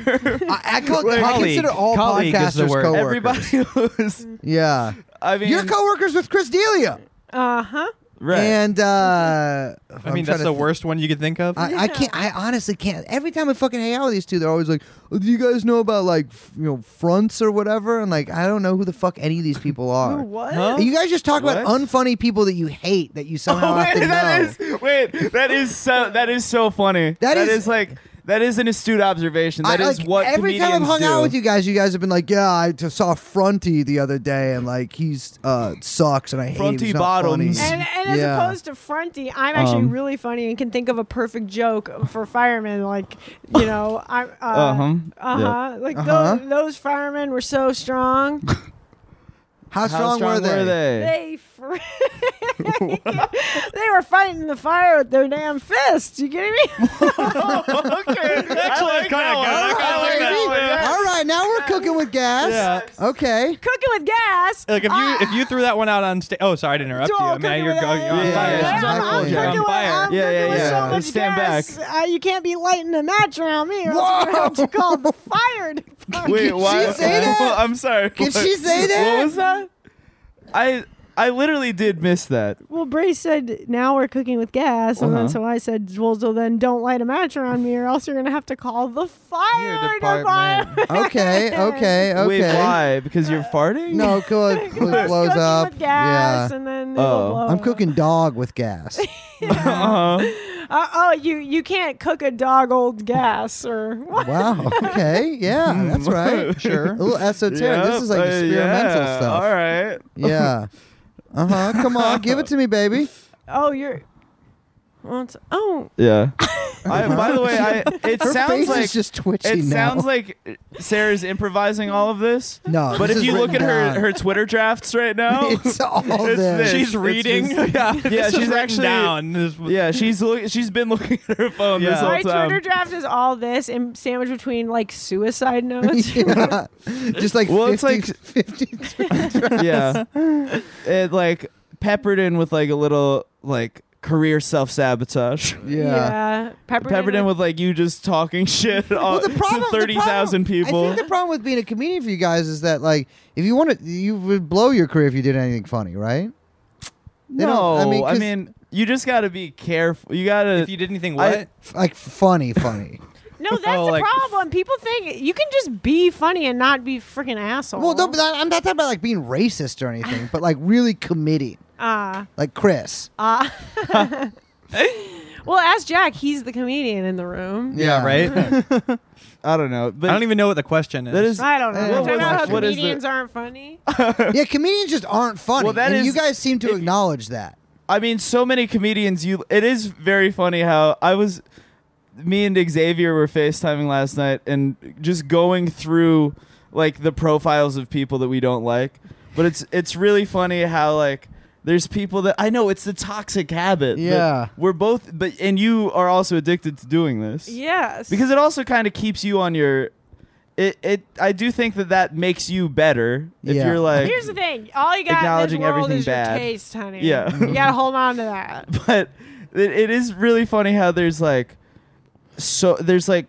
Speaker 2: I, I, call, I
Speaker 1: Colleague.
Speaker 2: consider all
Speaker 1: Colleague is the
Speaker 2: podcasters
Speaker 1: word.
Speaker 2: coworkers.
Speaker 3: Everybody was.
Speaker 1: <laughs>
Speaker 2: Yeah.
Speaker 3: I mean,
Speaker 2: You're coworkers with Chris Delia.
Speaker 4: Uh huh.
Speaker 3: right. <laughs>
Speaker 2: And uh
Speaker 1: I mean, that's the worst one you could think of.
Speaker 2: I, I can't. I honestly can't. Every time I fucking hang out with these two, they're always like, oh, "Do you guys know about like f- you know fronts or whatever?" And like, I don't know who the fuck any of these people
Speaker 4: Who,
Speaker 2: are.
Speaker 4: What?
Speaker 1: Huh?
Speaker 2: You guys just talk about
Speaker 3: What?
Speaker 2: unfunny people that you hate that you somehow have to
Speaker 3: wait,
Speaker 2: know.
Speaker 3: that is wait, that is so that is so funny.
Speaker 2: That
Speaker 3: that
Speaker 2: is-
Speaker 3: is, like that is an astute observation. That is
Speaker 2: I, like,
Speaker 3: what
Speaker 2: every time I've
Speaker 3: comedians
Speaker 2: hung
Speaker 3: do.
Speaker 2: out with you guys, you guys have been like, "Yeah, I just saw Fronty the other day, and like he's uh sucks, and I hate him.
Speaker 3: Fronty
Speaker 2: He's not
Speaker 3: bottoms.
Speaker 2: funny."
Speaker 4: And, and as
Speaker 2: Yeah.
Speaker 4: opposed to Fronty, I'm actually
Speaker 3: Um.
Speaker 4: really funny and can think of a perfect joke for firemen. Like, you know, I'm. Uh,
Speaker 3: Uh-huh.
Speaker 4: Uh-huh. Like
Speaker 2: Uh-huh.
Speaker 4: Those, those firemen were so strong.
Speaker 2: How strong,
Speaker 3: How strong
Speaker 2: were they?
Speaker 1: <laughs>
Speaker 4: They fr- <laughs> they were fighting the fire with their damn fists. You kidding me? <laughs>
Speaker 3: okay, actually,
Speaker 1: I kinda got it. I kinda like that one,
Speaker 3: that
Speaker 2: All right, now we're cooking with gas.
Speaker 1: Yeah.
Speaker 2: Okay.
Speaker 4: Cooking with gas.
Speaker 1: Like if you
Speaker 4: Ah.
Speaker 1: if you threw that one out on stage. Oh, sorry to interrupt you.
Speaker 4: Oh,
Speaker 1: I mean,
Speaker 4: cooking
Speaker 1: you're
Speaker 4: with
Speaker 1: going
Speaker 4: that-
Speaker 1: you're on
Speaker 3: yeah,
Speaker 1: fire.
Speaker 3: yeah,
Speaker 4: I'm-
Speaker 3: yeah.
Speaker 4: I'm
Speaker 2: Absolutely.
Speaker 1: You're on
Speaker 4: cooking with-
Speaker 1: fire.
Speaker 4: I'm
Speaker 3: Yeah,
Speaker 4: cooking
Speaker 3: yeah,
Speaker 4: with so
Speaker 3: yeah.
Speaker 4: much
Speaker 3: Stand
Speaker 4: gas, uh, you can't be lighting a match around me. Or else we're gonna have to call
Speaker 1: <laughs>
Speaker 4: the fire department.
Speaker 3: Wait, why?
Speaker 2: she say that?
Speaker 3: <laughs> Well, I'm sorry.
Speaker 2: Did
Speaker 3: What-
Speaker 2: she say that?
Speaker 3: What was that? I I literally did miss that.
Speaker 4: Well, Bray said now we're cooking with gas, and then
Speaker 3: Uh-huh.
Speaker 4: so I said, well, so then don't light a match around me, or else you're gonna have to call the fire
Speaker 1: department.
Speaker 3: <laughs>
Speaker 4: department.
Speaker 2: Okay. Okay. Okay.
Speaker 3: Wait, why? Because
Speaker 1: <laughs>
Speaker 3: you're farting?
Speaker 2: No, cool. It
Speaker 4: I was
Speaker 2: blows
Speaker 4: cooking
Speaker 2: up.
Speaker 4: With gas,
Speaker 2: yeah.
Speaker 4: and then
Speaker 3: Oh.
Speaker 4: it'll blow
Speaker 2: I'm
Speaker 4: up.
Speaker 2: cooking dog
Speaker 3: <laughs>
Speaker 2: with gas.
Speaker 3: <laughs> Uh-huh.
Speaker 4: Uh, oh, you you can't cook a dog old gas or what?
Speaker 2: wow. Okay. Yeah,
Speaker 3: <laughs>
Speaker 2: that's right.
Speaker 1: Sure.
Speaker 2: A little esoteric.
Speaker 3: Yep,
Speaker 2: this is like
Speaker 3: uh,
Speaker 2: experimental
Speaker 3: yeah,
Speaker 2: stuff.
Speaker 3: All right.
Speaker 2: <laughs> Yeah. Uh huh. Come on, give it to
Speaker 3: <laughs>
Speaker 2: me, baby.
Speaker 4: <laughs> Oh, you're. Well, it's, oh,
Speaker 3: Yeah. I, by the way, I, it
Speaker 2: Her
Speaker 3: sounds
Speaker 2: face
Speaker 3: like
Speaker 2: is just twitchy
Speaker 3: it
Speaker 2: now. <laughs>
Speaker 3: sounds like Sarah's improvising all of this.
Speaker 2: no,
Speaker 3: But if
Speaker 2: this is
Speaker 3: you look at
Speaker 2: written
Speaker 3: her
Speaker 2: down.
Speaker 3: her Twitter drafts right
Speaker 2: <laughs>
Speaker 3: now,
Speaker 2: it's all
Speaker 3: it's
Speaker 2: this.
Speaker 3: this.
Speaker 1: She's
Speaker 3: It's
Speaker 1: reading.
Speaker 3: just-
Speaker 1: yeah,
Speaker 3: <laughs> Yeah,
Speaker 1: <laughs> this is
Speaker 3: she's
Speaker 1: written
Speaker 3: actually-
Speaker 1: down. This-
Speaker 3: yeah, she's look, she's been looking at her phone
Speaker 1: Yeah.
Speaker 3: this whole
Speaker 4: my
Speaker 3: time.
Speaker 4: Twitter draft is all this and sandwiched between like suicide
Speaker 2: <laughs>
Speaker 4: notes. <laughs>
Speaker 2: Yeah. Just like
Speaker 3: Well, it's
Speaker 2: 50,
Speaker 3: like- <laughs>
Speaker 2: 50 <laughs>
Speaker 3: yeah, it like peppered in with like a little like career self sabotage.
Speaker 2: yeah.
Speaker 4: Peppered,
Speaker 3: Peppered in with like you just talking <laughs> shit all,
Speaker 2: Well, the problem,
Speaker 3: to
Speaker 2: the
Speaker 3: thirty thousand
Speaker 2: problem- I
Speaker 3: people.
Speaker 2: think the problem with being a comedian for you guys is that, like, if you want to, you would blow your career if you did anything funny, right? They
Speaker 3: no,
Speaker 2: don't- I
Speaker 3: I
Speaker 2: mean,
Speaker 3: mean,
Speaker 2: 'cause-
Speaker 3: you just got to be careful. You got to
Speaker 1: If you did anything,
Speaker 3: I-
Speaker 1: what?
Speaker 2: F- Like
Speaker 3: <laughs>
Speaker 2: funny, funny.
Speaker 4: No, that's
Speaker 1: Oh,
Speaker 4: the
Speaker 1: like-
Speaker 4: problem. People think you can just be funny and not be freaking asshole.
Speaker 2: well, no, but I- I'm not talking about like being racist or anything, but like really committing,
Speaker 4: Ah,
Speaker 2: like Chris.
Speaker 4: ah. <laughs> Well, ask Jack. He's the comedian in the room.
Speaker 1: Yeah, right. I
Speaker 3: I don't know. But
Speaker 1: don't even know what the question is.
Speaker 3: That is
Speaker 4: I don't know.
Speaker 2: Uh,
Speaker 4: We're
Speaker 2: what
Speaker 4: talking
Speaker 2: was
Speaker 4: about how
Speaker 2: the- what
Speaker 3: is the-
Speaker 4: comedians aren't funny.
Speaker 2: <laughs> yeah, comedians just aren't funny,
Speaker 3: Well, that is-
Speaker 2: and you guys seem to
Speaker 3: if-
Speaker 2: acknowledge that.
Speaker 3: I mean, so many comedians. You, it is very funny how I was. Me and Xavier were FaceTiming last night and just going through like the profiles of people that we don't like. But it's it's really funny how like there's people that I know it's the toxic habit. that
Speaker 2: Yeah.
Speaker 3: we're both, but and you are also addicted to doing this.
Speaker 4: yes.
Speaker 3: because it also kind of keeps you on your. It, it I do think that that makes you better if
Speaker 2: Yeah.
Speaker 3: you're like
Speaker 4: Here's the thing. All you got in this
Speaker 3: Acknowledging
Speaker 4: world
Speaker 3: everything
Speaker 4: is
Speaker 3: bad.
Speaker 4: your taste, honey.
Speaker 3: Yeah.
Speaker 4: you gotta hold on to that.
Speaker 3: but it, it is really funny how there's like so there's like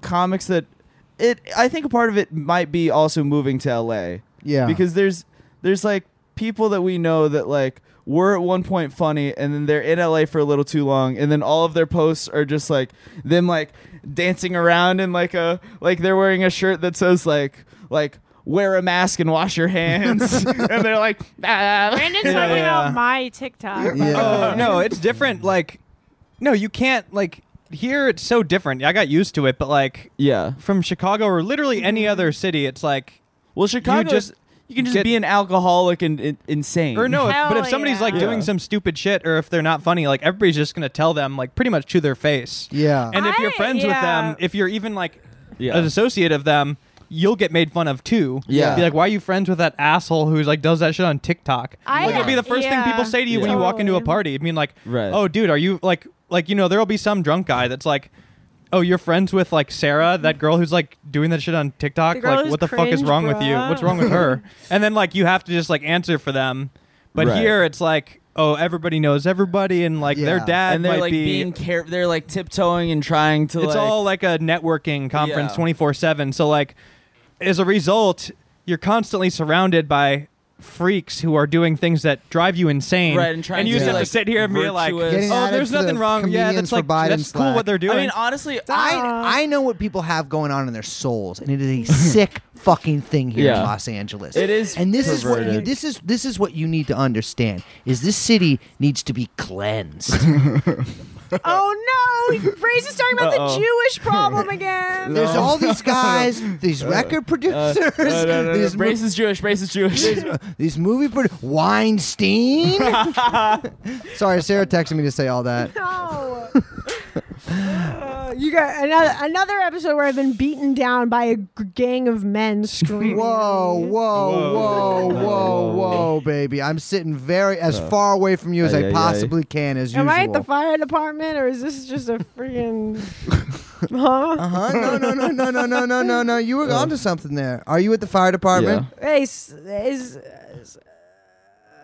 Speaker 3: comics that it i think a part of it might be also moving to la
Speaker 2: Yeah,
Speaker 3: because there's there's like people that we know that like were at one point funny and then they're in la for a little too long and then all of their posts are just like them like dancing around and like a like they're wearing a shirt that says like like wear a mask and wash your hands and they're like ah.
Speaker 4: Brandon's
Speaker 3: You know,
Speaker 4: talking
Speaker 3: like,
Speaker 1: yeah.
Speaker 4: about my TikTok.
Speaker 2: Yeah.
Speaker 1: Oh no, it's different. Like, no, you can't. Like here, it's so different. I got used to it, but like
Speaker 3: yeah
Speaker 1: from Chicago or literally any other city, it's like
Speaker 3: Well, Chicago you
Speaker 1: just
Speaker 3: just you can just
Speaker 1: get-
Speaker 3: be an alcoholic and, and insane.
Speaker 1: or no. If, but if
Speaker 4: Hell
Speaker 1: somebody's like
Speaker 4: yeah.
Speaker 1: doing
Speaker 3: Yeah.
Speaker 1: some stupid shit, or if they're not funny, like everybody's just gonna tell them like pretty much to their face.
Speaker 2: yeah,
Speaker 1: And if you're
Speaker 4: I-
Speaker 1: friends with
Speaker 4: yeah.
Speaker 1: them, if you're even like
Speaker 3: Yeah.
Speaker 1: an associate of them, you'll get made fun of too.
Speaker 3: Yeah.
Speaker 1: Be like, why are you friends with that asshole who's like does that shit on TikTok?
Speaker 4: I-
Speaker 1: like it'd be the first
Speaker 4: yeah.
Speaker 1: thing people say to you when you walk into a
Speaker 4: Totally.
Speaker 1: party. I mean, like,
Speaker 3: Right.
Speaker 1: oh, dude, are you like, like you know, there'll be some drunk guy that's like. Oh, you're friends with like Sarah, that girl who's like doing that shit on TikTok.
Speaker 4: The girl
Speaker 1: Like,
Speaker 4: who's
Speaker 1: what the fuck is
Speaker 4: cringe,
Speaker 1: wrong with you?
Speaker 4: bruh.
Speaker 1: What's wrong with her?
Speaker 4: <laughs>
Speaker 1: and then like you have to just like answer for them. But
Speaker 3: Right.
Speaker 1: here it's like, oh, everybody knows everybody, and like their
Speaker 2: Yeah.
Speaker 1: dad
Speaker 3: and they're
Speaker 1: might
Speaker 3: like
Speaker 1: be
Speaker 3: being care. They're like tiptoeing and trying to.
Speaker 1: it's
Speaker 3: like,
Speaker 1: all like a networking conference
Speaker 3: Yeah.
Speaker 1: 24-7 so like as a result you're constantly surrounded by freaks who are doing things that drive you insane
Speaker 3: Right, and trying
Speaker 1: you
Speaker 3: to
Speaker 1: just
Speaker 3: do,
Speaker 1: have
Speaker 3: like,
Speaker 1: to sit here and be like
Speaker 3: virtuous- Getting
Speaker 1: oh
Speaker 2: added
Speaker 1: there's
Speaker 2: to the
Speaker 1: nothing wrong yeah
Speaker 2: comedians
Speaker 1: that's
Speaker 2: for
Speaker 1: like
Speaker 2: Biden
Speaker 1: that's cool
Speaker 2: Slack.
Speaker 1: what they're doing
Speaker 3: I mean, honestly, <laughs>
Speaker 2: I, I know what people have going on in their souls, and it is
Speaker 4: <laughs>
Speaker 2: a sick fucking thing here
Speaker 3: Yeah.
Speaker 2: in Los Angeles.
Speaker 3: It is
Speaker 2: and this is what you
Speaker 3: perverted.
Speaker 2: this is this is what you need to understand is this city needs to be
Speaker 3: <laughs>
Speaker 2: cleansed.
Speaker 4: oh no, Brace is talking about
Speaker 1: Uh-oh.
Speaker 4: the Jewish problem again.
Speaker 3: <laughs>
Speaker 2: There's
Speaker 3: No. Uh,
Speaker 2: all these guys, these record producers,
Speaker 3: no, no, no, no.
Speaker 2: these, mo-
Speaker 3: Brace is Jewish. Brace is Jewish. <laughs>
Speaker 2: these movie producers, Weinstein. Sorry, Sarah texted me to say all that.
Speaker 4: No. Uh, you got another another episode where I've been beaten down by a g- gang of
Speaker 2: <laughs>
Speaker 4: men screaming.
Speaker 2: Whoa, whoa,
Speaker 1: Whoa.
Speaker 2: whoa, whoa, whoa, baby! I'm sitting very as far away from you as
Speaker 3: Uh, Ay, ay,
Speaker 2: I
Speaker 3: ay.
Speaker 2: possibly can, as
Speaker 4: Am
Speaker 2: usual.
Speaker 4: I at the fire department or is this just a freaking? <laughs> huh?
Speaker 2: Huh? No, no, no, no, no, no, no, no, no. You were onto something there. Are you at the fire department?
Speaker 4: Hey, s- is is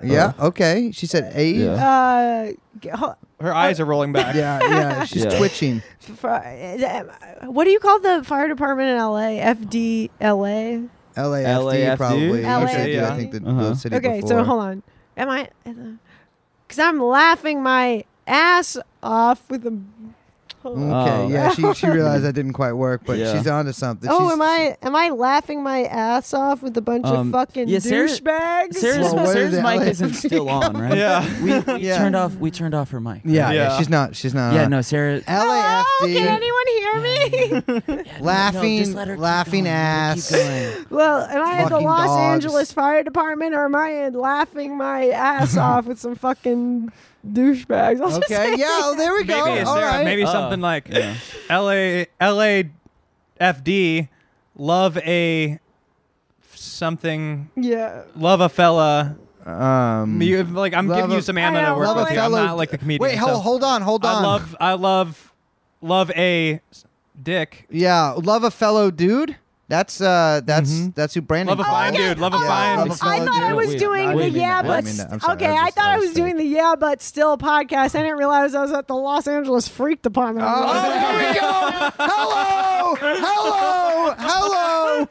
Speaker 2: Yeah.
Speaker 1: Uh-huh.
Speaker 2: Okay. She said eight.
Speaker 3: Yeah.
Speaker 2: Yeah,
Speaker 4: uh. g- ho-
Speaker 1: her eyes are rolling back
Speaker 2: yeah. She's
Speaker 3: Yeah.
Speaker 2: twitching.
Speaker 4: fr- uh, is- am- What do you call the fire department in LA? FDLA.
Speaker 2: LAFD,
Speaker 3: LAFD?
Speaker 2: probably.
Speaker 4: LAFD.
Speaker 2: Which I do, I think the,
Speaker 3: Uh-huh.
Speaker 2: the city
Speaker 4: Okay, so
Speaker 2: before.
Speaker 4: hold on. Am I? Because I'm laughing my ass off with the.
Speaker 2: Okay.
Speaker 3: Oh.
Speaker 2: Yeah. She she realized that didn't quite work, but
Speaker 3: Yeah.
Speaker 2: she's onto something.
Speaker 4: Oh,
Speaker 2: she's,
Speaker 4: am I am I laughing my ass off with a bunch
Speaker 3: Um,
Speaker 4: of fucking
Speaker 3: yeah, Sarah-
Speaker 4: douchebags?
Speaker 3: Sarah's,
Speaker 2: Well, <laughs> where
Speaker 3: Sarah's
Speaker 2: the
Speaker 3: mic
Speaker 2: LA
Speaker 3: isn't
Speaker 2: <laughs>
Speaker 3: still on,
Speaker 1: <laughs>
Speaker 3: right?
Speaker 1: Yeah.
Speaker 3: We, we
Speaker 2: Yeah.
Speaker 3: turned off. We turned off her mic.
Speaker 2: Yeah, yeah.
Speaker 1: Yeah.
Speaker 2: She's not. She's not.
Speaker 3: Yeah.
Speaker 2: on.
Speaker 3: No, Sarah.
Speaker 2: LAFD.
Speaker 4: Hello, oh, can anyone hear
Speaker 2: <laughs>
Speaker 4: me? <laughs>
Speaker 3: No,
Speaker 2: laughing,
Speaker 3: just let her keep
Speaker 2: laughing
Speaker 3: going. Let her keep
Speaker 2: ass.
Speaker 3: going.
Speaker 4: well, am I at the
Speaker 2: Fucking
Speaker 4: Los
Speaker 2: dogs.
Speaker 4: Angeles Fire Department or am I laughing
Speaker 2: <laughs>
Speaker 4: my ass off with some fucking douchebags? <laughs> I'll <laughs> just
Speaker 2: Okay.
Speaker 4: say-
Speaker 2: Yeah. Oh, there we
Speaker 1: maybe
Speaker 2: go.
Speaker 1: is
Speaker 2: All
Speaker 1: there
Speaker 2: right.
Speaker 1: maybe
Speaker 3: Oh,
Speaker 1: something like
Speaker 3: yeah.
Speaker 1: la lafd love a something
Speaker 4: Yeah.
Speaker 1: love a fella
Speaker 2: Um.
Speaker 1: You- like i'm
Speaker 2: Love
Speaker 1: giving
Speaker 2: a-
Speaker 1: you some ammo
Speaker 4: I
Speaker 1: to
Speaker 4: know,
Speaker 1: work
Speaker 4: love a
Speaker 1: with here. i'm
Speaker 2: fellow-
Speaker 1: not like the comedian
Speaker 2: Wait.
Speaker 1: so-
Speaker 2: Hold. Hold on. Hold on.
Speaker 1: I love I love love a s- dick.
Speaker 2: Yeah, love a fellow dude. That's uh, that's that's who Brandon.
Speaker 1: Mm-hmm. Love a
Speaker 2: calls.
Speaker 1: fine dude. Love a
Speaker 4: Oh,
Speaker 1: fine.
Speaker 2: Love a
Speaker 4: I
Speaker 2: fellow
Speaker 4: thought I
Speaker 2: dude.
Speaker 4: was
Speaker 3: Wait,
Speaker 4: doing
Speaker 3: I
Speaker 4: the
Speaker 3: didn't mean
Speaker 4: yeah,
Speaker 3: that. I
Speaker 4: but
Speaker 2: didn't mean that. I'm
Speaker 4: st-
Speaker 2: sorry.
Speaker 4: okay.
Speaker 2: I
Speaker 4: I,
Speaker 2: just-
Speaker 4: thought
Speaker 2: I
Speaker 4: I
Speaker 2: was
Speaker 4: was doing the yeah, but still podcast. I didn't realize I was at the Los Angeles Freak Department. I'm
Speaker 2: Oh,
Speaker 4: like,
Speaker 2: there we go. Hello, hello, hello.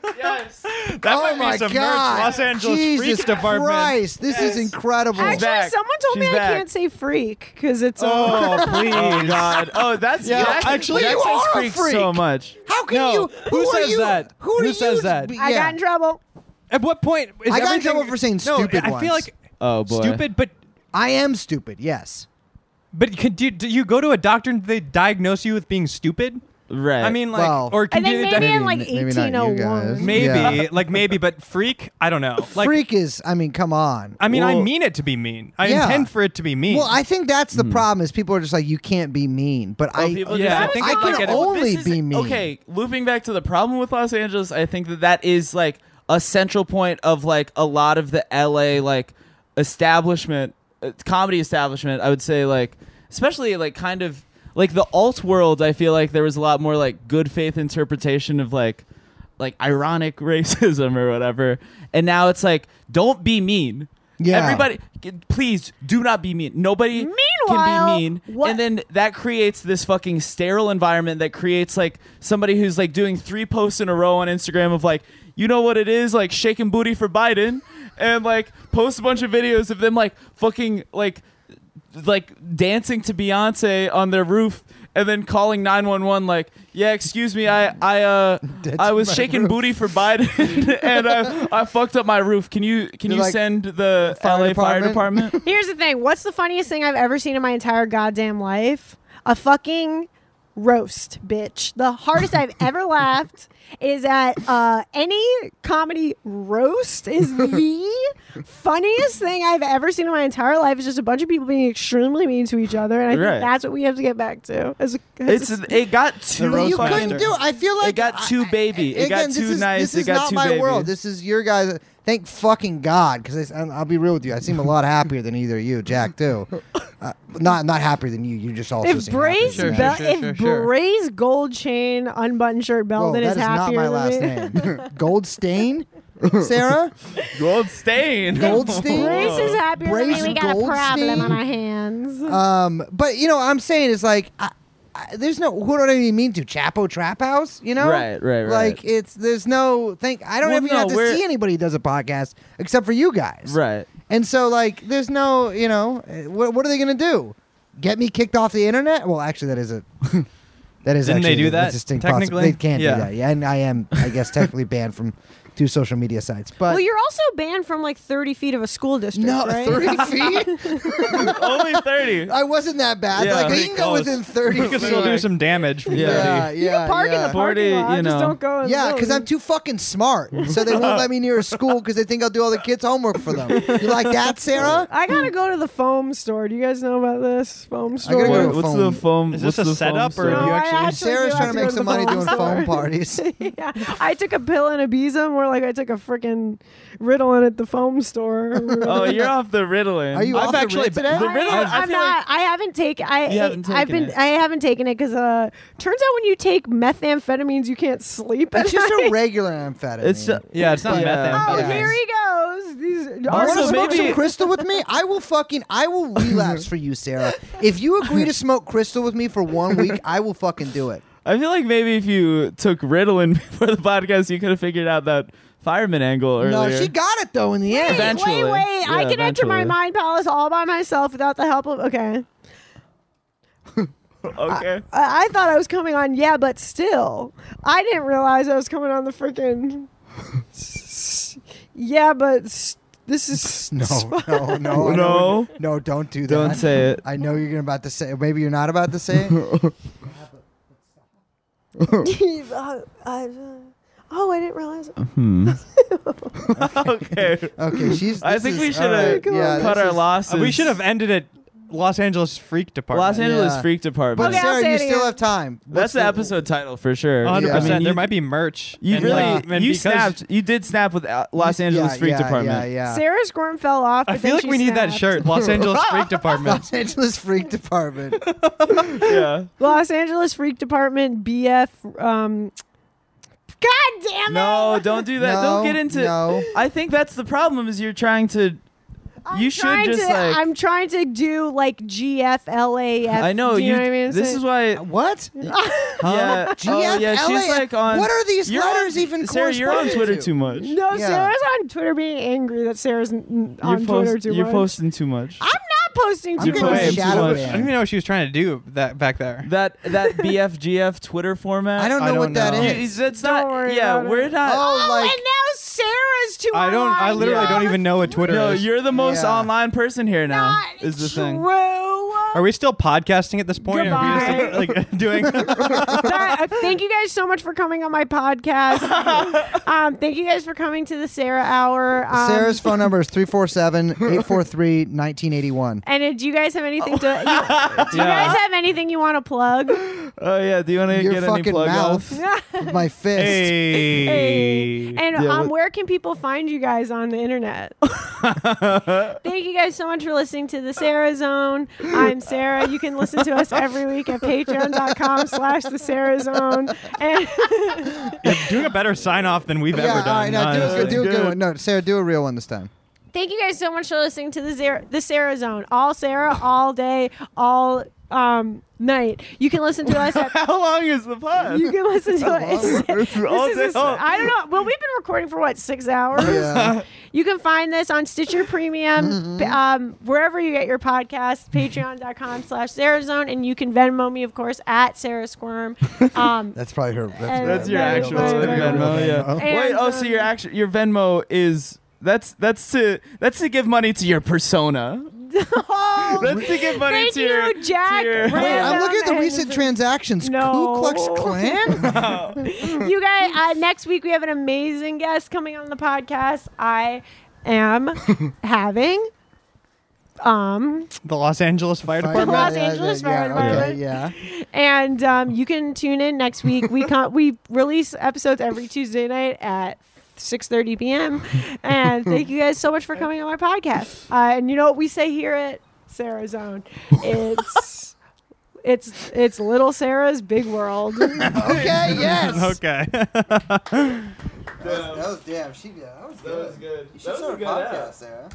Speaker 1: That
Speaker 2: oh
Speaker 1: might
Speaker 2: my
Speaker 1: be some
Speaker 2: God.
Speaker 1: merch. Los Angeles
Speaker 2: Jesus
Speaker 1: Freaks Department.
Speaker 2: Christ, this is incredible.
Speaker 4: Actually,
Speaker 3: back.
Speaker 4: someone told
Speaker 3: She's
Speaker 4: me
Speaker 3: back.
Speaker 4: I can't say freak because it's. uh,
Speaker 1: <laughs> Oh please.
Speaker 3: Oh God. Oh, that's
Speaker 1: Yeah,
Speaker 3: that-
Speaker 1: actually,
Speaker 3: that
Speaker 2: you
Speaker 3: says
Speaker 2: are a
Speaker 3: freak
Speaker 2: freak.
Speaker 3: so much.
Speaker 2: How can
Speaker 1: No,
Speaker 2: you?
Speaker 1: who
Speaker 2: are
Speaker 1: says
Speaker 2: you-
Speaker 1: that?
Speaker 2: Who are
Speaker 1: Who
Speaker 2: you?
Speaker 1: says that?
Speaker 4: I
Speaker 2: Yeah.
Speaker 4: got in trouble.
Speaker 1: At what point is
Speaker 2: I got in
Speaker 1: everything-
Speaker 2: trouble for saying
Speaker 1: no,
Speaker 2: stupid
Speaker 1: I
Speaker 2: once.
Speaker 1: feel like
Speaker 3: Oh boy.
Speaker 1: stupid, but
Speaker 2: I am stupid. Yes.
Speaker 1: but can, do, do you go to a doctor and they diagnose you with being stupid?
Speaker 3: Right.
Speaker 1: I mean, like,
Speaker 2: Well-
Speaker 1: or can
Speaker 4: I think
Speaker 1: you-
Speaker 4: maybe in
Speaker 2: Maybe-
Speaker 4: like
Speaker 2: maybe not you
Speaker 4: 1801.
Speaker 2: guys.
Speaker 1: maybe <laughs>
Speaker 2: Yeah.
Speaker 1: like maybe, but freak, I don't know. Like,
Speaker 2: Freak is. I mean, come on.
Speaker 1: I mean, I
Speaker 3: Well-
Speaker 1: mean it to be mean. I
Speaker 2: Yeah.
Speaker 1: intend for it to be mean.
Speaker 2: Well, I think that's
Speaker 1: Hmm.
Speaker 2: the problem is people are just like you can't be mean, but
Speaker 3: Oh,
Speaker 2: I
Speaker 3: people
Speaker 1: yeah,
Speaker 3: just
Speaker 1: I
Speaker 3: like-
Speaker 1: think
Speaker 2: I
Speaker 1: it's
Speaker 2: can
Speaker 1: like an-
Speaker 2: only
Speaker 3: This is-
Speaker 2: be mean.
Speaker 3: Okay, looping back to the problem with Los Angeles, I think that that is like a central point of like a lot of the LA like establishment, uh, comedy establishment. I would say like especially like kind of like the alt world. I feel like there was a lot more like good faith interpretation of like like ironic <laughs> racism or whatever, and now it's like don't be mean.
Speaker 2: Yeah.
Speaker 3: Everybody, g- please do not be mean. Nobody can
Speaker 4: Meanwhile,
Speaker 3: be mean.
Speaker 4: what-
Speaker 3: And then and that creates this fucking sterile environment that creates like somebody who's like doing three posts in a row on Instagram of like, you know what it is, like shaking booty for Biden, and like post a bunch of videos of them like fucking like like dancing to Beyonce on their roof and then calling 911 like yeah excuse me I I
Speaker 2: <laughs>
Speaker 3: uh I was shaking booty for Biden <laughs> and I, I fucked up my roof can you can
Speaker 2: They're
Speaker 3: you
Speaker 2: like,
Speaker 3: send the
Speaker 2: "Fire
Speaker 3: LA fire
Speaker 2: department?"
Speaker 3: department
Speaker 4: Here's the thing. What's the funniest thing I've ever seen in my entire goddamn life? A fucking roast, bitch. The hardest I've
Speaker 2: <laughs>
Speaker 4: ever laughed is at uh, any comedy
Speaker 2: <laughs>
Speaker 4: roast is the funniest thing I've ever seen in my entire life. It's just a bunch of people being extremely mean to each other, and I
Speaker 3: Right.
Speaker 4: think that's what we have to get back to. As a, as
Speaker 3: It's
Speaker 4: a-
Speaker 3: it got too
Speaker 2: But you
Speaker 1: roast
Speaker 2: couldn't
Speaker 1: master.
Speaker 2: do. I feel like
Speaker 3: It got too
Speaker 2: I-
Speaker 3: baby. It got
Speaker 2: again,
Speaker 3: too
Speaker 2: this is,
Speaker 3: nice.
Speaker 2: This
Speaker 3: It
Speaker 2: is
Speaker 3: got
Speaker 2: not
Speaker 3: too
Speaker 2: my
Speaker 3: baby.
Speaker 2: world. This is your guys. Thank fucking God, because I'll be real with you. I seem a lot happier than either of you, Jack.
Speaker 4: <laughs>
Speaker 2: Too. Uh, not not happier than you. You just also.
Speaker 4: if
Speaker 2: seem happier
Speaker 4: Bray's
Speaker 2: than
Speaker 1: Sure,
Speaker 2: me.
Speaker 1: sure,
Speaker 4: Bel-
Speaker 1: sure,
Speaker 4: if
Speaker 1: sure, sure.
Speaker 4: Bray's gold chain unbuttoned shirt
Speaker 2: Whoa,
Speaker 4: Belvin
Speaker 2: that
Speaker 4: is,
Speaker 2: is not
Speaker 4: happier
Speaker 2: my
Speaker 4: than
Speaker 2: last
Speaker 4: me.
Speaker 2: name. <laughs>
Speaker 4: <laughs>
Speaker 2: Goldstein, Sarah.
Speaker 3: Gold stain.
Speaker 2: Goldstein?
Speaker 4: Brace is happier than
Speaker 2: Brace
Speaker 4: me. We got a
Speaker 2: Goldstein?
Speaker 4: problem on our hands.
Speaker 2: Um, but you know, I'm saying is like, I, I, there's no. Who do I even mean to Chapo Trap House? You know,
Speaker 3: Right, right, right.
Speaker 2: Like it's there's no. Think I don't
Speaker 3: Well,
Speaker 2: even
Speaker 3: no,
Speaker 2: have to
Speaker 3: we're-
Speaker 2: see anybody who does a podcast except for you guys.
Speaker 3: Right.
Speaker 2: And so like, there's no. You know, eh, what what are they gonna do? Get me kicked off the internet? Well, actually, that is a. <laughs> That is
Speaker 1: Didn't they
Speaker 2: actually
Speaker 1: do
Speaker 2: a
Speaker 1: that,
Speaker 2: distinct possi-
Speaker 1: technically?
Speaker 2: They can't
Speaker 1: Yeah.
Speaker 2: do that. Yeah, and I am,
Speaker 1: <laughs>
Speaker 2: I guess, technically banned from two social media sites. But
Speaker 4: well, you're also banned from like 30 feet of a school district.
Speaker 2: no,
Speaker 3: <laughs>
Speaker 4: right? <laughs>
Speaker 2: thirty feet.
Speaker 3: <laughs> Only thirty.
Speaker 2: I wasn't that bad.
Speaker 3: Yeah,
Speaker 2: like
Speaker 3: pretty
Speaker 2: you can go
Speaker 3: close.
Speaker 2: within thirty.
Speaker 1: You
Speaker 2: feet.
Speaker 1: could still do some damage. From
Speaker 2: <laughs> Yeah,
Speaker 1: yeah.
Speaker 2: yeah,
Speaker 4: You can park in
Speaker 2: yeah.
Speaker 4: the
Speaker 3: Forty,
Speaker 4: parking lot.
Speaker 3: you know.
Speaker 4: Just don't go. In
Speaker 2: Yeah,
Speaker 4: the
Speaker 2: because I'm
Speaker 4: building.
Speaker 2: too fucking smart, so they won't let me near a school because they think I'll do all the kids' homework for them. You like that, Sarah?
Speaker 4: I gotta go to the foam store. Do you guys know about this foam
Speaker 2: I gotta
Speaker 4: store?
Speaker 2: go to
Speaker 3: What, what's the
Speaker 2: Foam.
Speaker 3: foam?
Speaker 1: Is
Speaker 3: what's
Speaker 1: this a
Speaker 3: the foam
Speaker 1: setup or
Speaker 3: story?
Speaker 1: you
Speaker 4: No,
Speaker 2: <laughs>
Speaker 4: I
Speaker 1: actually-
Speaker 4: actually
Speaker 2: Sarah's
Speaker 4: do
Speaker 2: trying to
Speaker 4: have
Speaker 2: make
Speaker 4: go the
Speaker 2: some money doing
Speaker 4: store. <laughs>
Speaker 2: foam parties.
Speaker 4: yeah, I took a pill in Ibiza, more like I took a freaking Ritalin at the
Speaker 2: <laughs>
Speaker 4: foam store.
Speaker 3: Oh, you're off the Ritalin.
Speaker 2: Are you
Speaker 1: I've
Speaker 2: off the
Speaker 1: actually
Speaker 2: rid today?
Speaker 1: been-
Speaker 3: the
Speaker 1: I-
Speaker 3: Ritalin? I
Speaker 4: I'm
Speaker 3: feel
Speaker 4: not. I haven't taken. I
Speaker 3: You haven't
Speaker 4: I've
Speaker 3: taken
Speaker 4: been.
Speaker 3: it.
Speaker 4: I haven't taken it because uh, turns out when you take methamphetamines, you can't sleep. at
Speaker 2: It's just a
Speaker 4: night.
Speaker 2: regular amphetamine.
Speaker 3: It's uh, ju-
Speaker 1: Yeah, it's not
Speaker 3: Yeah.
Speaker 4: Oh,
Speaker 1: methamphetamine.
Speaker 2: Yeah.
Speaker 4: here he goes. These
Speaker 2: I want to
Speaker 3: Also,
Speaker 4: artificial-
Speaker 2: smoke some
Speaker 3: maybe-
Speaker 2: crystal with me. I will fucking I will relapse for you, Sarah. If you agree to smoke crystal with me for one week, I will fucking do it.
Speaker 3: I feel like maybe if you took Ritalin <laughs> before the podcast, you could have figured out that fireman angle earlier.
Speaker 2: No, she got it though in the end.
Speaker 3: Event-
Speaker 4: Wait,
Speaker 3: Eventually.
Speaker 4: wait,
Speaker 3: Yeah,
Speaker 4: I can enter my
Speaker 3: eventually.
Speaker 4: mind palace all by myself without the help of. Okay.
Speaker 3: <laughs> okay.
Speaker 4: I, I thought I was coming on, yeah, but still. I didn't realize I was coming on
Speaker 3: <laughs>
Speaker 4: the freaking. yeah, but s-
Speaker 3: <laughs>
Speaker 4: this is.
Speaker 2: <laughs>
Speaker 4: <laughs>
Speaker 2: No, no, no, Oh, I
Speaker 3: No.
Speaker 2: don't- no! Don't do that.
Speaker 3: Don't say it.
Speaker 2: I know you're gonna about to say. Maybe you're not about to say
Speaker 3: <laughs>
Speaker 2: it.
Speaker 4: Uh, I- uh, oh, I didn't realize.
Speaker 3: okay.
Speaker 2: <laughs> Okay,
Speaker 3: <laughs>
Speaker 2: she's.
Speaker 3: I
Speaker 2: this
Speaker 3: think
Speaker 2: is-
Speaker 3: we should
Speaker 2: all
Speaker 3: have
Speaker 2: right, yeah,
Speaker 3: cut
Speaker 2: this
Speaker 3: our
Speaker 2: is-
Speaker 1: Uh,
Speaker 3: losses.
Speaker 1: we should have ended at Los Angeles Freak Department.
Speaker 3: Los Angeles
Speaker 2: Yeah.
Speaker 3: Freak Department.
Speaker 2: But
Speaker 4: Okay, I'll
Speaker 2: Sarah,
Speaker 4: say
Speaker 2: you
Speaker 4: it
Speaker 2: still
Speaker 4: again.
Speaker 2: have time.
Speaker 3: That's
Speaker 2: What's
Speaker 3: the episode title for sure.
Speaker 1: 100.
Speaker 2: Yeah. I
Speaker 1: percent
Speaker 3: mean,
Speaker 1: There
Speaker 3: you-
Speaker 1: might be merch.
Speaker 3: You
Speaker 1: and,
Speaker 3: really
Speaker 4: um,
Speaker 1: uh, and
Speaker 3: you
Speaker 1: because-
Speaker 3: snapped. You did snap with uh, Los Angeles
Speaker 2: yeah,
Speaker 3: Freak
Speaker 2: yeah,
Speaker 3: Department.
Speaker 2: Yeah, yeah.
Speaker 4: Sarah's Gorm fell off.
Speaker 1: I
Speaker 4: but
Speaker 1: feel
Speaker 4: then
Speaker 1: like
Speaker 4: she
Speaker 1: we need that
Speaker 4: snapped.
Speaker 1: shirt. <laughs> Los
Speaker 2: <laughs>
Speaker 1: Angeles Freak Department.
Speaker 2: Los Angeles Freak Department. <laughs>
Speaker 3: yeah.
Speaker 4: Los Angeles Freak Department BF. Um, God damn it!
Speaker 3: No, don't do <laughs> that.
Speaker 2: No,
Speaker 3: don't get into.
Speaker 2: no.
Speaker 3: I think that's the problem. Is you're trying to.
Speaker 4: I'm
Speaker 3: you should
Speaker 4: trying
Speaker 3: just
Speaker 4: to,
Speaker 3: like.
Speaker 4: I'm trying to do like GFLAF.
Speaker 3: I know
Speaker 4: Do you.
Speaker 3: you.
Speaker 4: know what I mean?
Speaker 3: This
Speaker 4: So-
Speaker 3: is why.
Speaker 2: What?
Speaker 3: Yeah. oh, yeah. She's
Speaker 2: GFLAF?
Speaker 3: like on.
Speaker 2: What are these
Speaker 3: You're on-
Speaker 2: letters even
Speaker 3: Sarah, you're on
Speaker 2: corresponding
Speaker 3: Twitter
Speaker 2: to?
Speaker 3: too much.
Speaker 4: No,
Speaker 2: Yeah.
Speaker 4: Sarah's on Twitter being angry that Sarah's n-
Speaker 3: You're
Speaker 4: on Twitter
Speaker 3: post-
Speaker 4: too
Speaker 3: You're
Speaker 4: much.
Speaker 3: posting too much.
Speaker 4: I'm not posting
Speaker 2: I'm
Speaker 4: too
Speaker 3: You're
Speaker 2: getting
Speaker 3: playing
Speaker 4: much.
Speaker 3: too much.
Speaker 2: shadow
Speaker 1: I don't even
Speaker 3: <laughs>
Speaker 2: banned.
Speaker 1: know what she was trying to do that back there.
Speaker 3: That that BFGF Twitter format.
Speaker 2: I don't know
Speaker 1: I don't
Speaker 2: what that
Speaker 1: know.
Speaker 3: It's,
Speaker 2: is.
Speaker 3: it's
Speaker 4: Don't
Speaker 3: not.
Speaker 4: worry
Speaker 3: yeah,
Speaker 4: about it.
Speaker 3: we're not.
Speaker 2: Oh,
Speaker 4: Oh,
Speaker 2: like
Speaker 4: and now Sarah's too.
Speaker 1: I don't. I
Speaker 4: online.
Speaker 1: literally
Speaker 4: You're
Speaker 1: don't even know
Speaker 2: <laughs>
Speaker 1: what Twitter
Speaker 3: no,
Speaker 1: is.
Speaker 3: you're the most
Speaker 2: Yeah.
Speaker 3: online person here now.
Speaker 4: Not
Speaker 3: is the
Speaker 4: true.
Speaker 3: thing.
Speaker 1: Are we still podcasting at this point? Are we just <laughs>
Speaker 2: <laughs>
Speaker 1: like, like doing?
Speaker 3: <laughs>
Speaker 4: That- uh, thank you guys so much for coming on my podcast. um, thank you guys for coming to the Sarah Hour. Um,
Speaker 2: Sarah's phone number is 347-843-1981.
Speaker 4: And uh, do you guys have anything to?
Speaker 3: <laughs>
Speaker 4: You, do you guys have anything you want to plug?
Speaker 3: Oh yeah. Do you want to
Speaker 2: Your
Speaker 3: get any
Speaker 2: fucking
Speaker 3: plug
Speaker 2: mouth.
Speaker 3: off?
Speaker 2: with my fist.
Speaker 1: Hey.
Speaker 4: Hey. And
Speaker 3: Yeah,
Speaker 4: um,
Speaker 3: what-
Speaker 4: where can people find you guys on
Speaker 3: <laughs>
Speaker 4: the internet? Thank you guys so much for listening to the Sarah Zone. I'm Sarah. You can listen to us every week at patreon.com slash the Sarah Zone. And <laughs>
Speaker 1: You're doing a better sign off than we've
Speaker 2: Yeah,
Speaker 1: ever
Speaker 2: all
Speaker 1: done.
Speaker 2: right, no, do, a
Speaker 1: honestly.
Speaker 2: good, do a good one. No, Sarah, do a real one this
Speaker 3: <laughs>
Speaker 2: time.
Speaker 4: thank you guys so much for listening to the Sarah, the Sarah Zone. All Sarah, all day, all um, night. You can listen to us
Speaker 3: <laughs>
Speaker 4: at
Speaker 3: How long is the pod?
Speaker 4: You can listen
Speaker 3: <laughs>
Speaker 4: to it. It's-
Speaker 3: It's all
Speaker 4: this is
Speaker 3: day long.
Speaker 4: I don't know. Well, we've been recording for what six hours.
Speaker 2: Yeah.
Speaker 4: You can find this on Stitcher Premium, p- um, wherever you get your podcast, Patreon.com/slash Sarazone, and you can Venmo me, of course, at Sarah Squirm.
Speaker 2: <laughs>
Speaker 4: Um, <laughs>
Speaker 2: That's probably her.
Speaker 4: And-
Speaker 2: her-
Speaker 3: That's your
Speaker 4: Right,
Speaker 3: actual
Speaker 4: right, right,
Speaker 3: Venmo.
Speaker 2: right.
Speaker 3: Yeah.
Speaker 2: And,
Speaker 3: Wait. Oh, so your
Speaker 4: um,
Speaker 3: actual your Venmo is that's that's to that's to give money to your persona.
Speaker 4: oh,
Speaker 3: Let's take it funny
Speaker 4: thank
Speaker 3: tier.
Speaker 4: you, Jack.
Speaker 3: tier.
Speaker 4: Wait,
Speaker 2: Wait, I'm
Speaker 4: Random
Speaker 2: looking at the
Speaker 4: and-
Speaker 2: recent transactions.
Speaker 4: No.
Speaker 2: Ku Klux <laughs> Klan?
Speaker 4: you guys, uh, next week we have an amazing guest coming on the podcast. I am having um
Speaker 1: The Los Angeles Fire
Speaker 2: Fire
Speaker 1: Department.
Speaker 4: Los
Speaker 2: department?
Speaker 4: Angeles
Speaker 2: yeah,
Speaker 4: Fire
Speaker 2: yeah,
Speaker 4: Department.
Speaker 2: okay, yeah.
Speaker 4: and um, you can tune in next week. We con- we release episodes every Tuesday night at 6:30 p.m. And thank you guys so much for coming on my podcast. Uh, and you know what we say here at Sarah's Zone? It's it's it's little Sarah's big world.
Speaker 2: Okay, yes.
Speaker 1: <laughs> Okay.
Speaker 2: That was damn. She that was good.
Speaker 3: good.
Speaker 2: You should start a podcast, Sarah.